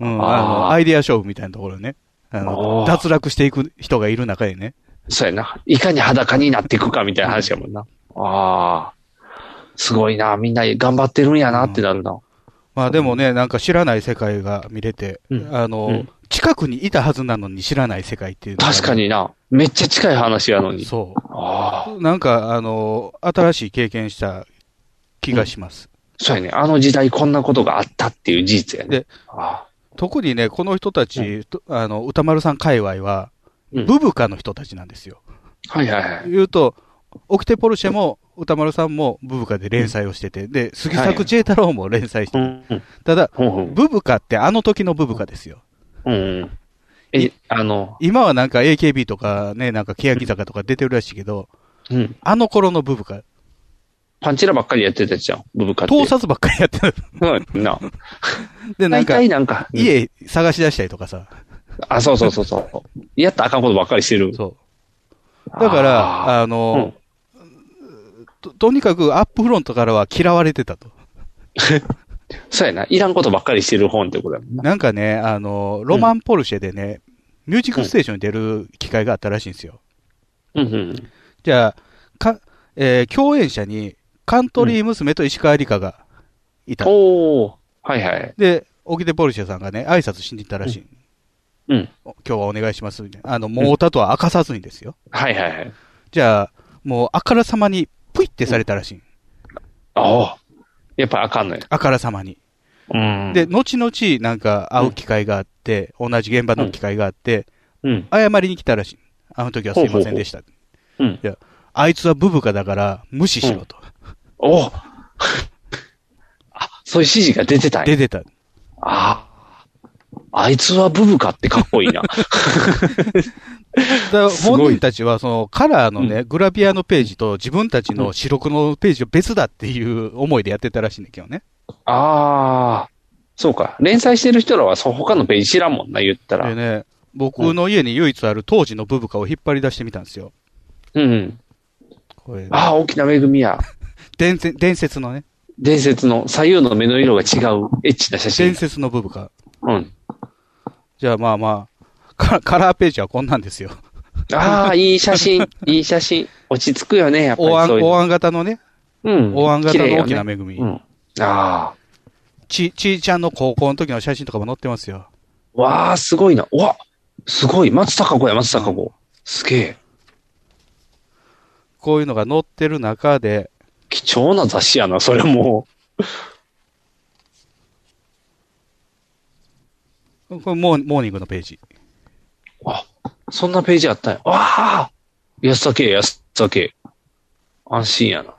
うん、あの、アイデア勝負みたいなところね。あの、脱落していく人がいる中でね。そうやな。いかに裸になっていくかみたいな話やもんな。ああ。すごいな。みんな頑張ってるんやなってなるな。まあでもね、なんか知らない世界が見れて、あの、うん近くにいたはずなのに知らない世界っていうのが確かにな。めっちゃ近い話やのに。。そうああ。なんか、あの、新しい経験した気がします。そうやね。あの時代こんなことがあったっていう事実やね。で、特にね、この人たち、とあの、歌丸さん界隈は、ブブカの人たちなんですよ。はいはいはい。言うと、オキテポルシェも歌丸さんもブブカで連載をしてて、で、杉作 J 太郎も連載してて、ただ、ブブカってあの時のブブカですよ。うん。え、あの、今はなんか AKB とかね、なんか欅坂とか出てるらしいけど、うん。あの頃のブブカ、パンチラばっかりやってたじゃん。ブブカって。盗撮ばっかりやって る。うん、な。で、なんか、大体なんかうん家探し出したりとかさ。あ、そうそうそうそう。やったらあかんことばっかりしてる。そだから、あの、と、とにかくアップフロントからは嫌われてたと。そうやな。いらんことばっかりしてる本ってことやもんな。なんかね、あの、ロマンポルシェでね、ミュージックステーションに出る機会があったらしいんですよ。うんうん。じゃあ、か、えー共演者にカントリー娘と石川梨花がいた。おーはいはい。で、オキテポルシェさんがね、挨拶しに行ったらしい。うん。今日はお願いします、みたいな。あの、もうたとは明かさずにですよ。はいはいはい。じゃあ、もう、あからさまに、ぷいってされたらしい。ああ。やっぱあかんのや。あからさまに。うん。で、後々、なんか、会う機会があって、同じ現場の機会があって、うん謝りに来たらしい。あの時はすいませんでした。ほうほうほううんいや、あいつはブブカだから、無視しろと。お あ、そういう指示が出てたんや出てた。ああ。あいつはブブカってかっこいい な。だ本人たちは、その、カラーのね、グラビアのページと自分たちの白黒のページを別だっていう思いでやってたらしいんだけどね。ああ。そうか。連載してる人らはそう他のページ知らんもんな、言ったら。でね、僕の家に唯一ある当時のブブカを引っ張り出してみたんですよ。うん。これねああ、大きな恵みや。伝説伝説のね、伝説の左右の目の色が違うエッチな写真。伝説のブブカ。うん。じゃあまあまあ、カカラーページはこんなんですよ。ああ、いい写 真、いい写真。落ち着くよね、やっぱりお椀そういうの。お椀型のね、うん。お椀型の大きな綺麗よね恵み。うん。ああ。ち、ちいちゃんの高校の時の写真とかも載ってますよ。わあ、すごいな。うわすごい。松高子や、松高子。すげえ。こういうのが載ってる中で、貴重な雑誌やな、それもこれモーモーニングのページ。う。そんなページあったんや。わあ安田圭、安田圭。安心やな。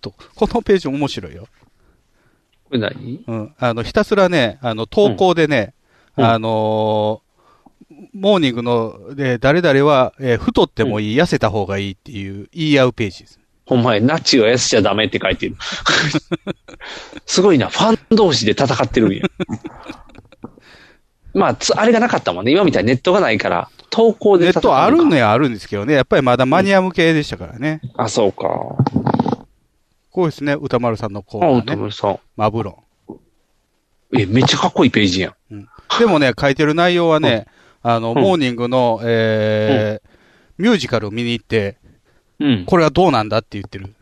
と、このページ面白いよ。これ何うん。あの、ひたすらね、あの、投稿でね、あのーモーニングの、で、誰々は、えー太ってもいい、痩せた方がいいっていう、言い合うページです。お前、ナチは痩せちゃダメって書いてる。 すごいな。ファン同士で戦ってるんや。 まあ、つあれがなかったもんね。今みたいにネットがないから、投稿でネ戦ッうのトかあるのやあるんですけどね、やっぱりまだマニア向けでしたからね。あ、そうか。こうですね、歌丸さんのコーあ、ナおーね。さん。マブロえ、めっちゃかっこいいページやん。ン。でもね、書いてる内容はね、あの、モーニングの、えーミュージカルを見に行って、うん。これはどうなんだって言ってる。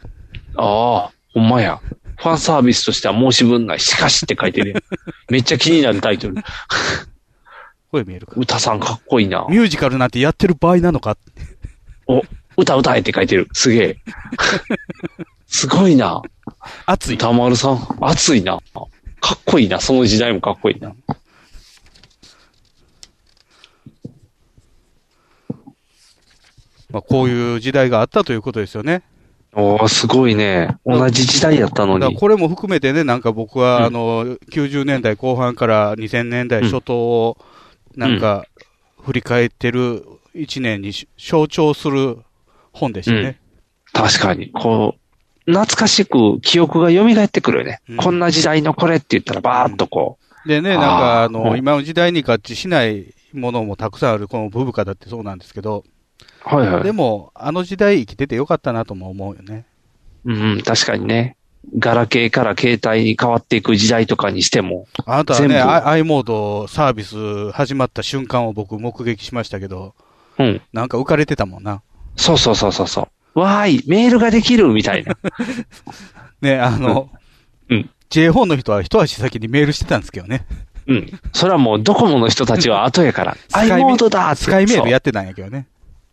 ああ、ほんまや。ファンサー ビスとしては申し分ない。しかしって書いてるやん。めっちゃ気になるタイトル。声見えるか。歌さんかっこいいな。ミュージカルなんてやってる場合なのかお、歌歌えって書いてる。すげえ。すごいな。熱い。歌丸さん、熱いな。かっこいいな。その時代もかっこいいな。まあ、こういう時代があったということですよね。おー、すごいね。同じ時代やったのだからに。これも含めてね、なんか僕は、あの、90年代後半から2000年代初頭を、なんか、振り返ってる一年にし象徴する本でしたね。確かに。こう、懐かしく記憶が蘇ってくるよね。こんな時代のこれって言ったらバーっとこでね、なんか、ああーの、うん今の時代に合致しないものもたくさんある、このブブカだってそうなんですけど、はいはいでも、あの時代生きててよかったなとも思うよね。う。うん、確かにね。ガラケーから携帯に変わっていく時代とかにしても。あなたは全ね、部アイ i モードサービス始まった瞬間を僕目撃しましたけど、うん。なんか浮かれてたもんな。そうそうそうそうそう。わーい、メールができるみた いな。ね、あの、うん。 J 本の人は一足先にメールしてたんですけど ね。うん。それはもうドコモの人たちは後やから。スカイ i モードだってスカイメーそうルやってたんやけどね。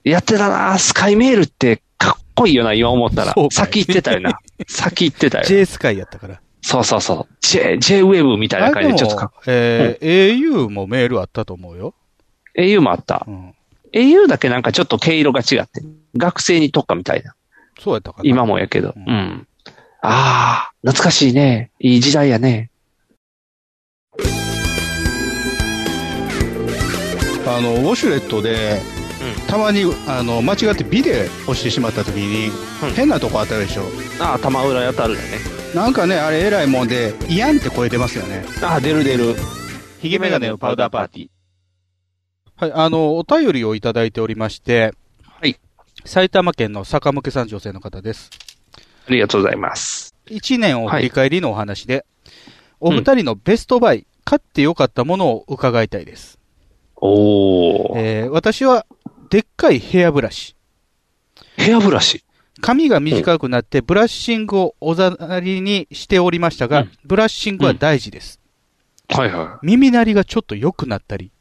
やってたなスカイメールってかっこいいよな、今思ったらそう。かい先行ってたよな。先行ってたよ。 J スカイやったから。そうそうそう。J、J ウェブみたいなあ感れじででもちょっとかっ、えー au もメールあったと思うよ。 au もあった。au だけなんかちょっと毛色が違って。学生に特化みたいな。そうやったかな。今もやけど。うん。ああ、懐かしいね。いい時代やね。あのウォシュレットで、たまにあの間違ってビデ押してしまった時に、変なとこ当たるでしょああ、玉浦やたるよね。なんかねあれ偉いもんで「いやん」って声出ますよねああ出る出るヒゲメガネのパウダーパーティーはい、あの、お便りをいただいておりまして、はい。埼玉県の坂向さん女性の方です。ありがとうございます。 1年を振り返りのお話で、お二人のベストバイ、買ってよかったものを伺いたいです。おー。えー私は、でっかいヘアブラシ。ヘアブラシ髪が短くなって、ブラッシングをおざなりにしておりましたが、ブラッシングは大事です。はいは耳鳴りがちょっと良くなったり、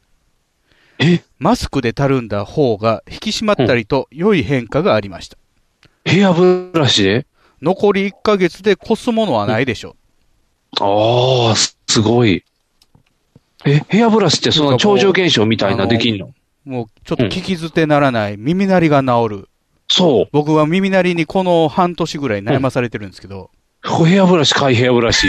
マスクでたるんだ方が引き締まったりと良い変化がありました。い。ヘアブラシで残り1ヶ月で越すものはないでしょああ、すすごい。え、ヘアブラシってその超常現象みたいあなのできんのう。もうちょっと聞き捨てならない、耳鳴りが治る。そう。僕は耳鳴りにこの半年ぐらい悩まされてるんですけど、ヘアブラシ、買いヘアブ ラシ。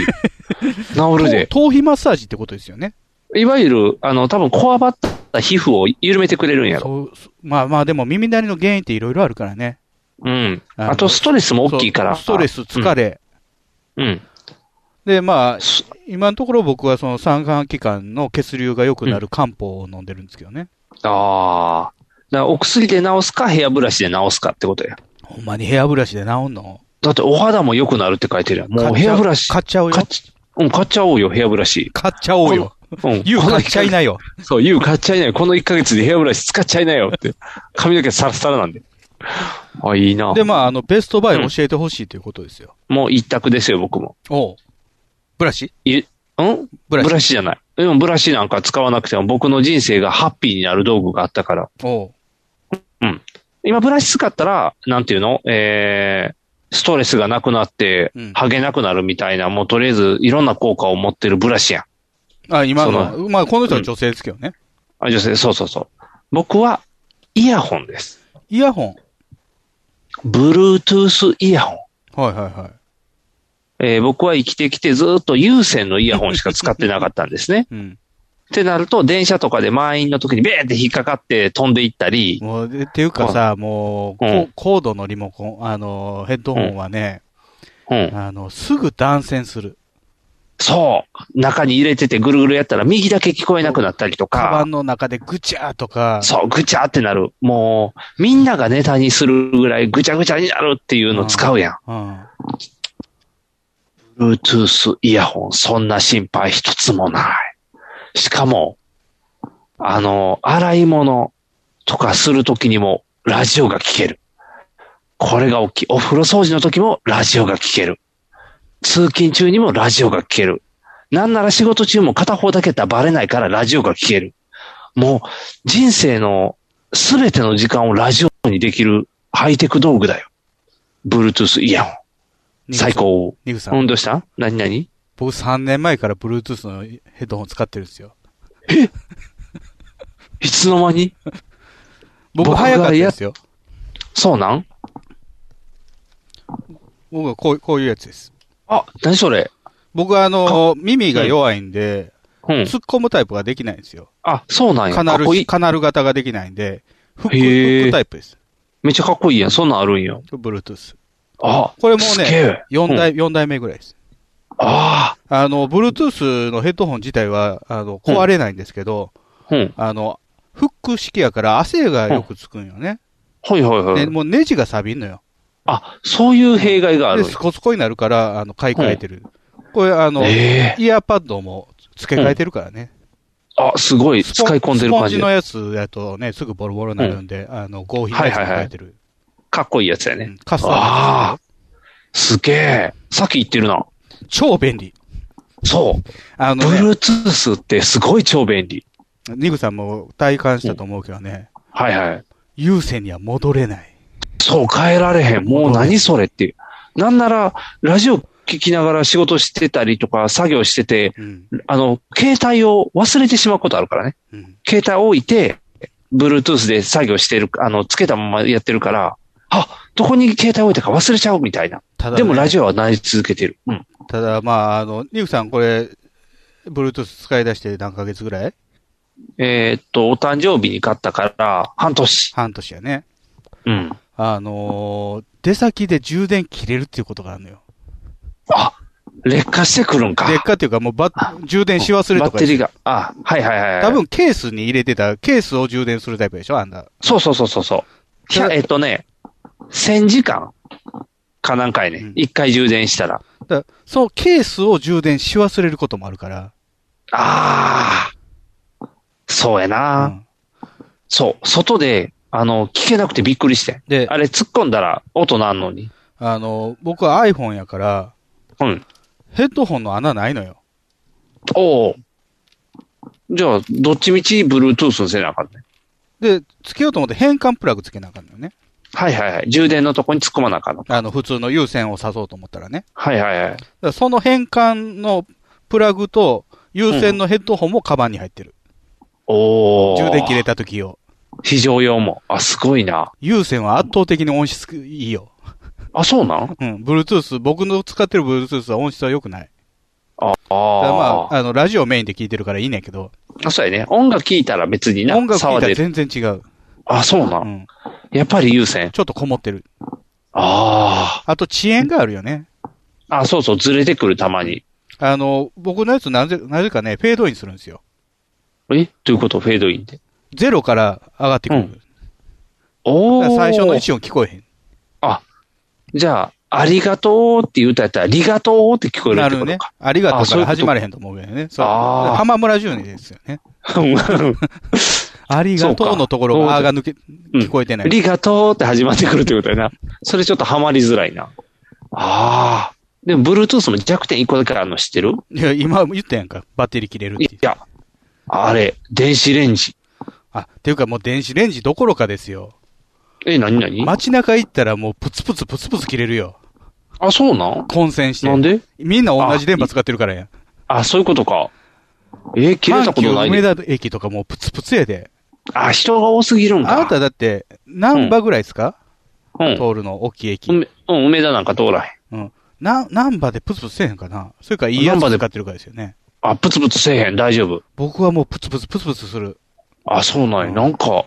治るで。頭皮マッサージってことですよね。いわゆる、あの、多分こわばった皮膚を緩めてくれるんやろ。そうそまあまあでも耳鳴りの原因っていろいろあるからね。うん。のあと、ストレスも大きいから。そうストレス、疲れ。うん。うん。で、まあ、今のところ僕はその三半期間の血流が良くなる漢方を飲んでるんですけどね。ああ。だからお薬で治すか、ヘアブラシで治すかってことや。ほんまにヘアブラシで治んのだって、お肌も良くなるって書いてるやん。もうヘアブラシ。買っちゃうよ。うん、買っちゃおうよ、ヘアブラシ。買っちゃおうよ。うん。 言う買っちゃいなよ。そう、言う買っちゃいなよ。この1ヶ月でヘアブラシ使っちゃいなよって。髪の毛サラサラなんで。あ、いいな。で、まあ、あの、ベストバイ教えてほしいということですよ。もう一択ですよ、僕も。おうブラシいうんブラシブラシじゃない。でもブラシなんか使わなくても僕の人生がハッピーになる道具があったから。おううん。今ブラシ使ったら、なんていうのえー、ストレスがなくなって、ハゲなくなるみたいな、もうとりあえずいろんな効果を持ってるブラシやん。あ、今その、まあ、この人は女性ですけどね。あ、女性、そうそうそう。僕は、イヤホンです。イヤホン。 Bluetooth イヤホン。はいはいはい。えー僕は生きてきてずっと有線のイヤホンしか使ってなかったん ですね。うん。ってなると、電車とかで満員の時にベーって引っかかって飛んでいったり、もう、でっていうかさ、もう、こうん高度のリモコン、あの、ヘッドホンはね、うんあの、すぐ断線する。そう、中に入れててぐるぐるやったら右だけ聞こえなくなったりとカバかン、の中でぐちゃーとか、そう、ぐちゃってなる。もう、みんながネタにするぐらいぐちゃぐちゃになるっていうの使うやん。うん。 Bluetooth イヤホン、そんな心配一つもない。しかも、あの、洗い物とかするときにもラジオが聞ける。これが大きい。お風呂掃除の時もラジオが聞ける。通勤中にもラジオが聞ける。なんなら仕事中も片方だけやったらバレないからラジオが聞ける。もう人生のすべての時間をラジオにできるハイテク道具だよ。Bluetooth イヤホン。最高。ニグさん。運動した何々僕3年前から Bluetooth のヘッドホン使ってるんですよ。えいつの間に僕早かったですよ。そうなん僕はこうこういうやつです。あ、何それ僕はあの、耳が弱いんで、うん突っ込むタイプができないんですよ。あ、そうなんや。カナルかっこいい、カナル型ができないんで、フック、フへーックタイプです。めっちゃかっこいいやん。そんなんあるんよ。 Bluetooth。あ、これもうすげねえ、 4う代、ん四代目ぐらいです。ああの、Bluetooth のヘッドホン自体は、あの、壊れないんですけど、うんあの、フック式やから汗がよくつくんよね。はいはいはいで、もうネジが錆びんのよ。あ、そういう弊害があるんで、やスコスコになるから、あの、買い替えてる。これ、あの、えイヤーパッドも付け替えてるからね。あ、すごい。使い込んでる感スポンジじ。のやつやとね、すぐボロボロになるんで、あの、合皮のやつに変えてる。かっこいいやつやね。カスタムああ。すげえ。さっき言ってるな。超便利。そう。あの、 Bluetooth ってすごい超便利。ニグさんも体感したと思うけどね、はいはい。優先には戻れない。そう、変えられへん。もう何それっていう。なんなら、ラジオ聞きながら仕事してたりとか、作業してて、あの、携帯を忘れてしまうことあるからね。携帯置いて、Bluetooth で作業してる、あの、つけたままやってるから、あ、どこに携帯置いたか忘れちゃうみたいな。だねでもラジオは鳴り続けてる。うん。ただ、まあ、あの、ニグさんこれ、Bluetooth 使い出して何ヶ月ぐらいえーっと、お誕生日に買ったから、半年。半年やね。うん。あのー出先で充電切れるっていうことがあるのよ。あ劣化してくるんか。劣化っていうか、もうバッ、充電し忘れとかバッテリーが。あ、はいはいはいはい。多分ケースに入れてた、ケースを充電するタイプでしょあんな。そうそうそうそうそう。ひゃえっとね、1000時間かなんかやね。一、回充電したら。だからそのケースを充電し忘れることもあるから。ああ。そうやな、そう。外で、あの、聞けなくてびっくりして。で、あれ突っ込んだら音なんのに。あの、僕は iPhone やから、うん。ヘッドホンの穴ないのよ。おお。じゃあ、どっちみち Bluetooth にせなあかんね。で、つけようと思って変換プラグつけなあかんのよね。はいはいはい。充電のとこに突っ込まなあかんの。あの、普通の有線を挿そうと思ったらね。はいはいはい。だからその変換のプラグと、有線のヘッドホンもカバンに入ってる。おお。充電切れた時用。非常用も。あ、すごいな。有線は圧倒的に音質いいよ。あ、そうなんうん。Bluetooth、僕の使ってる Bluetooth は音質は良くない。あだからまあ。あ、あの、ラジオメインで聞いてるからいいねんけど、あ、そうやね。音楽聴いたら別にな。音楽聞いたら騒いでる全然違う。あ、そうなん。やっぱり優先。ちょっとこもってる。ああと遅延があるよね。あ。あ、そうそう、ずれてくる、たまに。あの、僕のやつなぜ、なぜかね、フェードインするんですよ。えということ、フェードインって。ゼロから上がってくる。おだからー最初の一音聞こえへん。あ、じゃあ、ありがとうって言うたやったら、ありがとうって聞こえるっなてこるとねか。。ありがとうあかそういらうこと始まれへんと思うけどね。そう。あー浜村淳二ですよね。ありがとうのところが、あーが抜け、聞こえてあない。りがとうって始まってくるってことやな。それちょっとハマりづらいな。ああ。でも、Bluetooth も弱点一個だけあるの知ってるいや、今言ったやんか。バッテリー切れるって。いや、あれ、電子レンジ。あ、っていうかもう電子レンジどころかですよ。え、何何街中行ったらもうプツプツプツプツ切れるよ。あ、そうなん混戦して。なんでみんな同じ電波使ってるからや。あ、そういうことか。えー切れたことない阪ね急梅田駅とかもうプツプツやで。あ、人が多すぎるんか。あなただって、何波ぐらいですか、うん通るの、大きい駅。梅うん、梅田なんか通らへん。うん。な、何波でプツプツせえへんかなそれかいいやつ使ってるからですよね。あ、プツプツせえへん、大丈夫。僕はもうプツプツプツプツする。あ、そうなんや、なんか。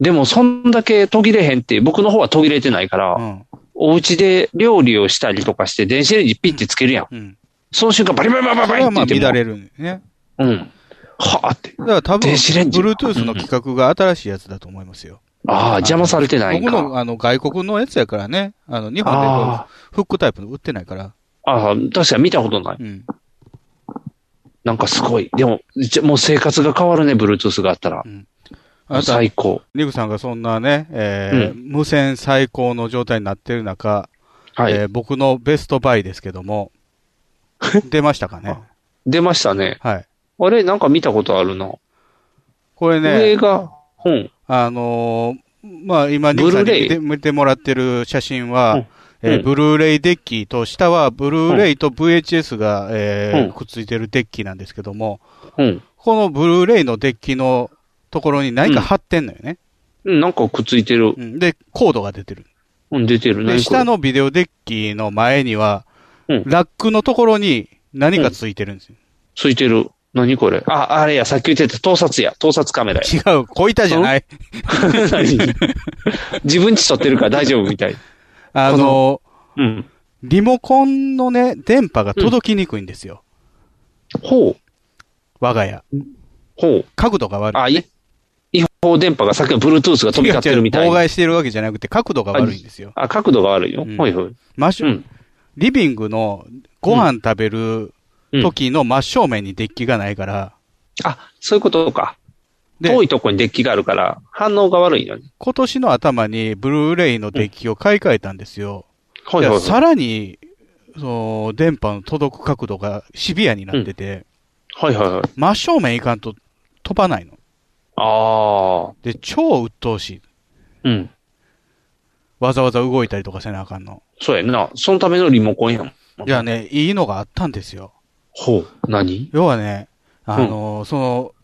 でも、そんだけ途切れへんって、僕の方は途切れてないから、お家で料理をしたりとかして、電子レンジピッてつけるやん。その瞬間、バリバリバリバリそバれリはってまあ言っても乱れるんですね。うん。はあって。だから多分、電子レンジ Bluetooth の規格が新しいやつだと思いますよ。ああ、邪魔されてないん僕か。の、あの、外国のやつやからね。あの、日本でこあうフックタイプの売ってないから。ああ、確かに見たことない。なんかすごい。でも、じゃもう生活が変わるね、Bluetooth があったら。あなた最高。リグさんがそんなね、えーう無線最高の状態になってる中、はいえー僕のベストバイですけど も、出ましたかね出ましたね。はい。あれなんか見たことあるな。これね。上が、うん。あのーまあ、今、ニブムルさーんにレ見イて見てもらってる写真は、えーうんブルーレイデッキと、下はブルーレイと VHS が、えーうんくっついてるデッキなんですけども、うん。このブルーレイのデッキのところに何か貼ってんのよね。うんなんかくっついてる。で、コードが出てる。うん、出てで、る。何これ下のビデオデッキの前には、うんラックのところに何かついてるんですよ。ついてる。何これあ、あれや、さっき言ってた盗撮や。盗撮カメラや。 違う、小板じゃない何自分ち撮ってるから大丈夫みたい。あのーリモコンのね、電波が届きにくいんですよ。ほう。我が家。ほう。角度が悪い。あ、い違法電波がさっきの Bluetooth が飛び交ってるみた違違いうう妨な。害してるわけじゃなくて、角度が悪いんですよ。あ、角度が悪いよ。ほいほい。真正リビングのご飯食べる時の真正面にデッキがないから、あ、そういうことか。遠いとこにデッキがあるから、反応が悪いのに。今年の頭にブルーレイのデッキを買い替えたんですよ。うんはいはいはいじゃあさらに、その、電波の届く角度がシビアになってて、はいはいはい。真正面いかんと飛ばないの。ああ。で、超鬱陶しい。うん。わざわざ動いたりとかせなあかんの。そうやな。そのためのリモコンやもん。いやね、いいのがあったんですよ。ほう。何要はね、あの、その、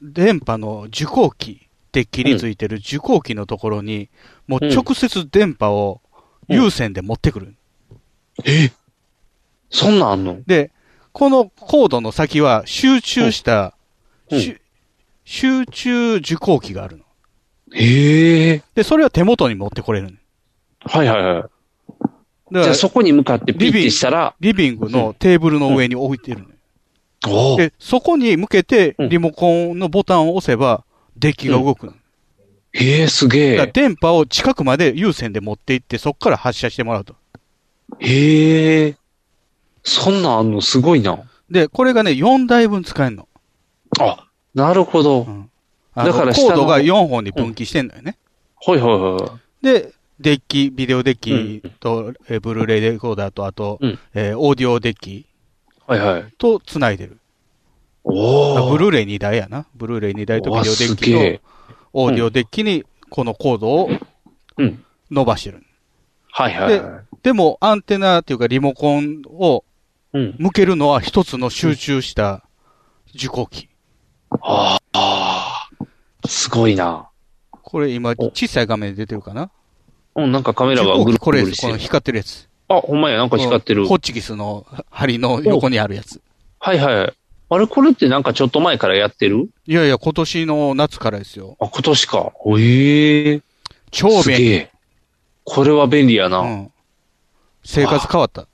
電波の受光器、デッキについてる受光器のところに、もう直接電波を有線で持ってくる。えそんなんあんので、このコードの先は集中した、しゅ集中受光器があるの。へえ。で、それは手元に持ってこれるの。はいはいはだい。からじゃあそこに向かってピッてしたら、リビングのテーブルの上に置いてるの。おで、そこに向けてリモコンのボタンを押せば、デッキが動くの。へえ、すげだからえ。電波を近くまで有線で持っていって、そこから発射してもらうと。へえ。そんなんあんのすごいな。で、これがね、4台分使えるの。あ、なるほど。あのだからコ下ーのドが4本に分岐してんのよね。はいはいはで、デッキ、ビデオデッキと、えーブルーレイレコーダーと、あと、えーオーディオデッキい。はいはい。と繋いでる。おブルーレイ2台やな。ブルーレイ2台とうわビデオデッすげキえと、オーディオデッキにこのコードを伸ばしてる。はいはいでは、でもアンテナっていうかリモコンをうん向けるのは一つの集中した受光器。ああ、すごいな。これ今、小さい画面で出てるかなうん、なんかカメラ受が光ぐる器こぐれるです。しこのてる。光ってるやつ。あ、ほんまや、なんか光ってる。ホッチキスの針の横にあるやつ。はいはい。あれ、これってなんかちょっと前からやってるいやいや、今年の夏からですよ。あ、今年か。ええ超便利すげえ。これは便利やな。生活変わった。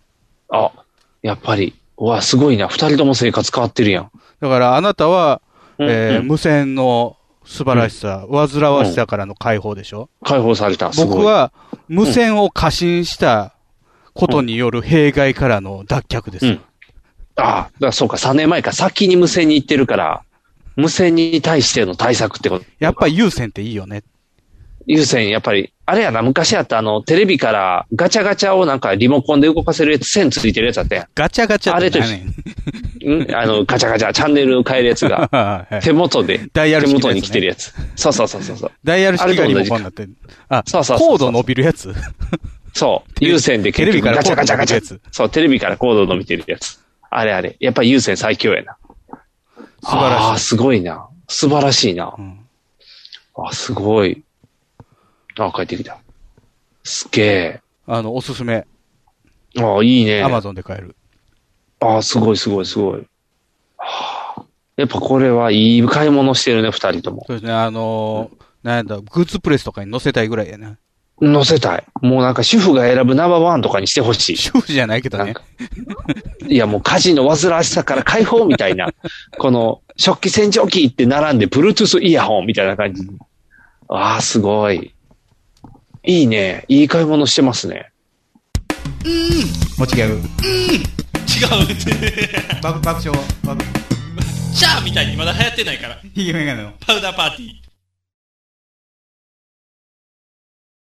あ、やっぱり。うわ、すごいな。二人とも生活変わってるやん。だからあなたは、うんえーうん無線の素晴らしさ、煩わしさからの解放でしょ、解放された。すごい僕、は無線を過信したことによる弊害からの脱却です。うん。ああ、だからそうか、3年前か。先に無線に行ってるから、無線に対しての対策ってこと。やっぱり有線っていいよね。優先、やっぱり、あれやな、昔やったあの、テレビからガチャガチャをなんかリモコンで動かせるやつ、線ついてるやつあったやん。ガチャガチャあれと一何緒。んあの、ガチャガチャ、チャンネル変えるやつが、 はい手元で、ダイヤル手式のやつね元に来てるやつ。そうそうそうそうそう。ダイヤル式がリモコンあれと同じになってる。あ、そうそうそうそうコード伸びるやつ。 そう。優先で結テレビか局らガチャガチャガチコード伸ャ。そう、テレビからコード伸びてるやつ。あれあれ。やっぱり優先最強やな。素晴らしいああ、すごいな。素晴らしいな。あ、すごい。あ、帰ってきた。すげえ。あの、おすすめ。ああ、いいね。アマゾンで買える。ああ、すごいすごいすごい。はあやっぱこれはいい買い物してるね、二人とも。そうですね、あのーなんだ、グッズプレスとかに載せたいぐらいやな。 載せたい。もうなんか主婦が選ぶナンバーワンとかにしてほしい。主婦じゃないけどね。いやもう家事の煩わしさから解放みたいな。 この食器洗浄機って並んで Bluetooth イヤホンみたいな感じ。ああ、すごい。いいね。いい買い物してますね。もちギャグ違うって爆爆笑爆シャーみたいにまだ流行ってないからひげメガネのパウダーパーティー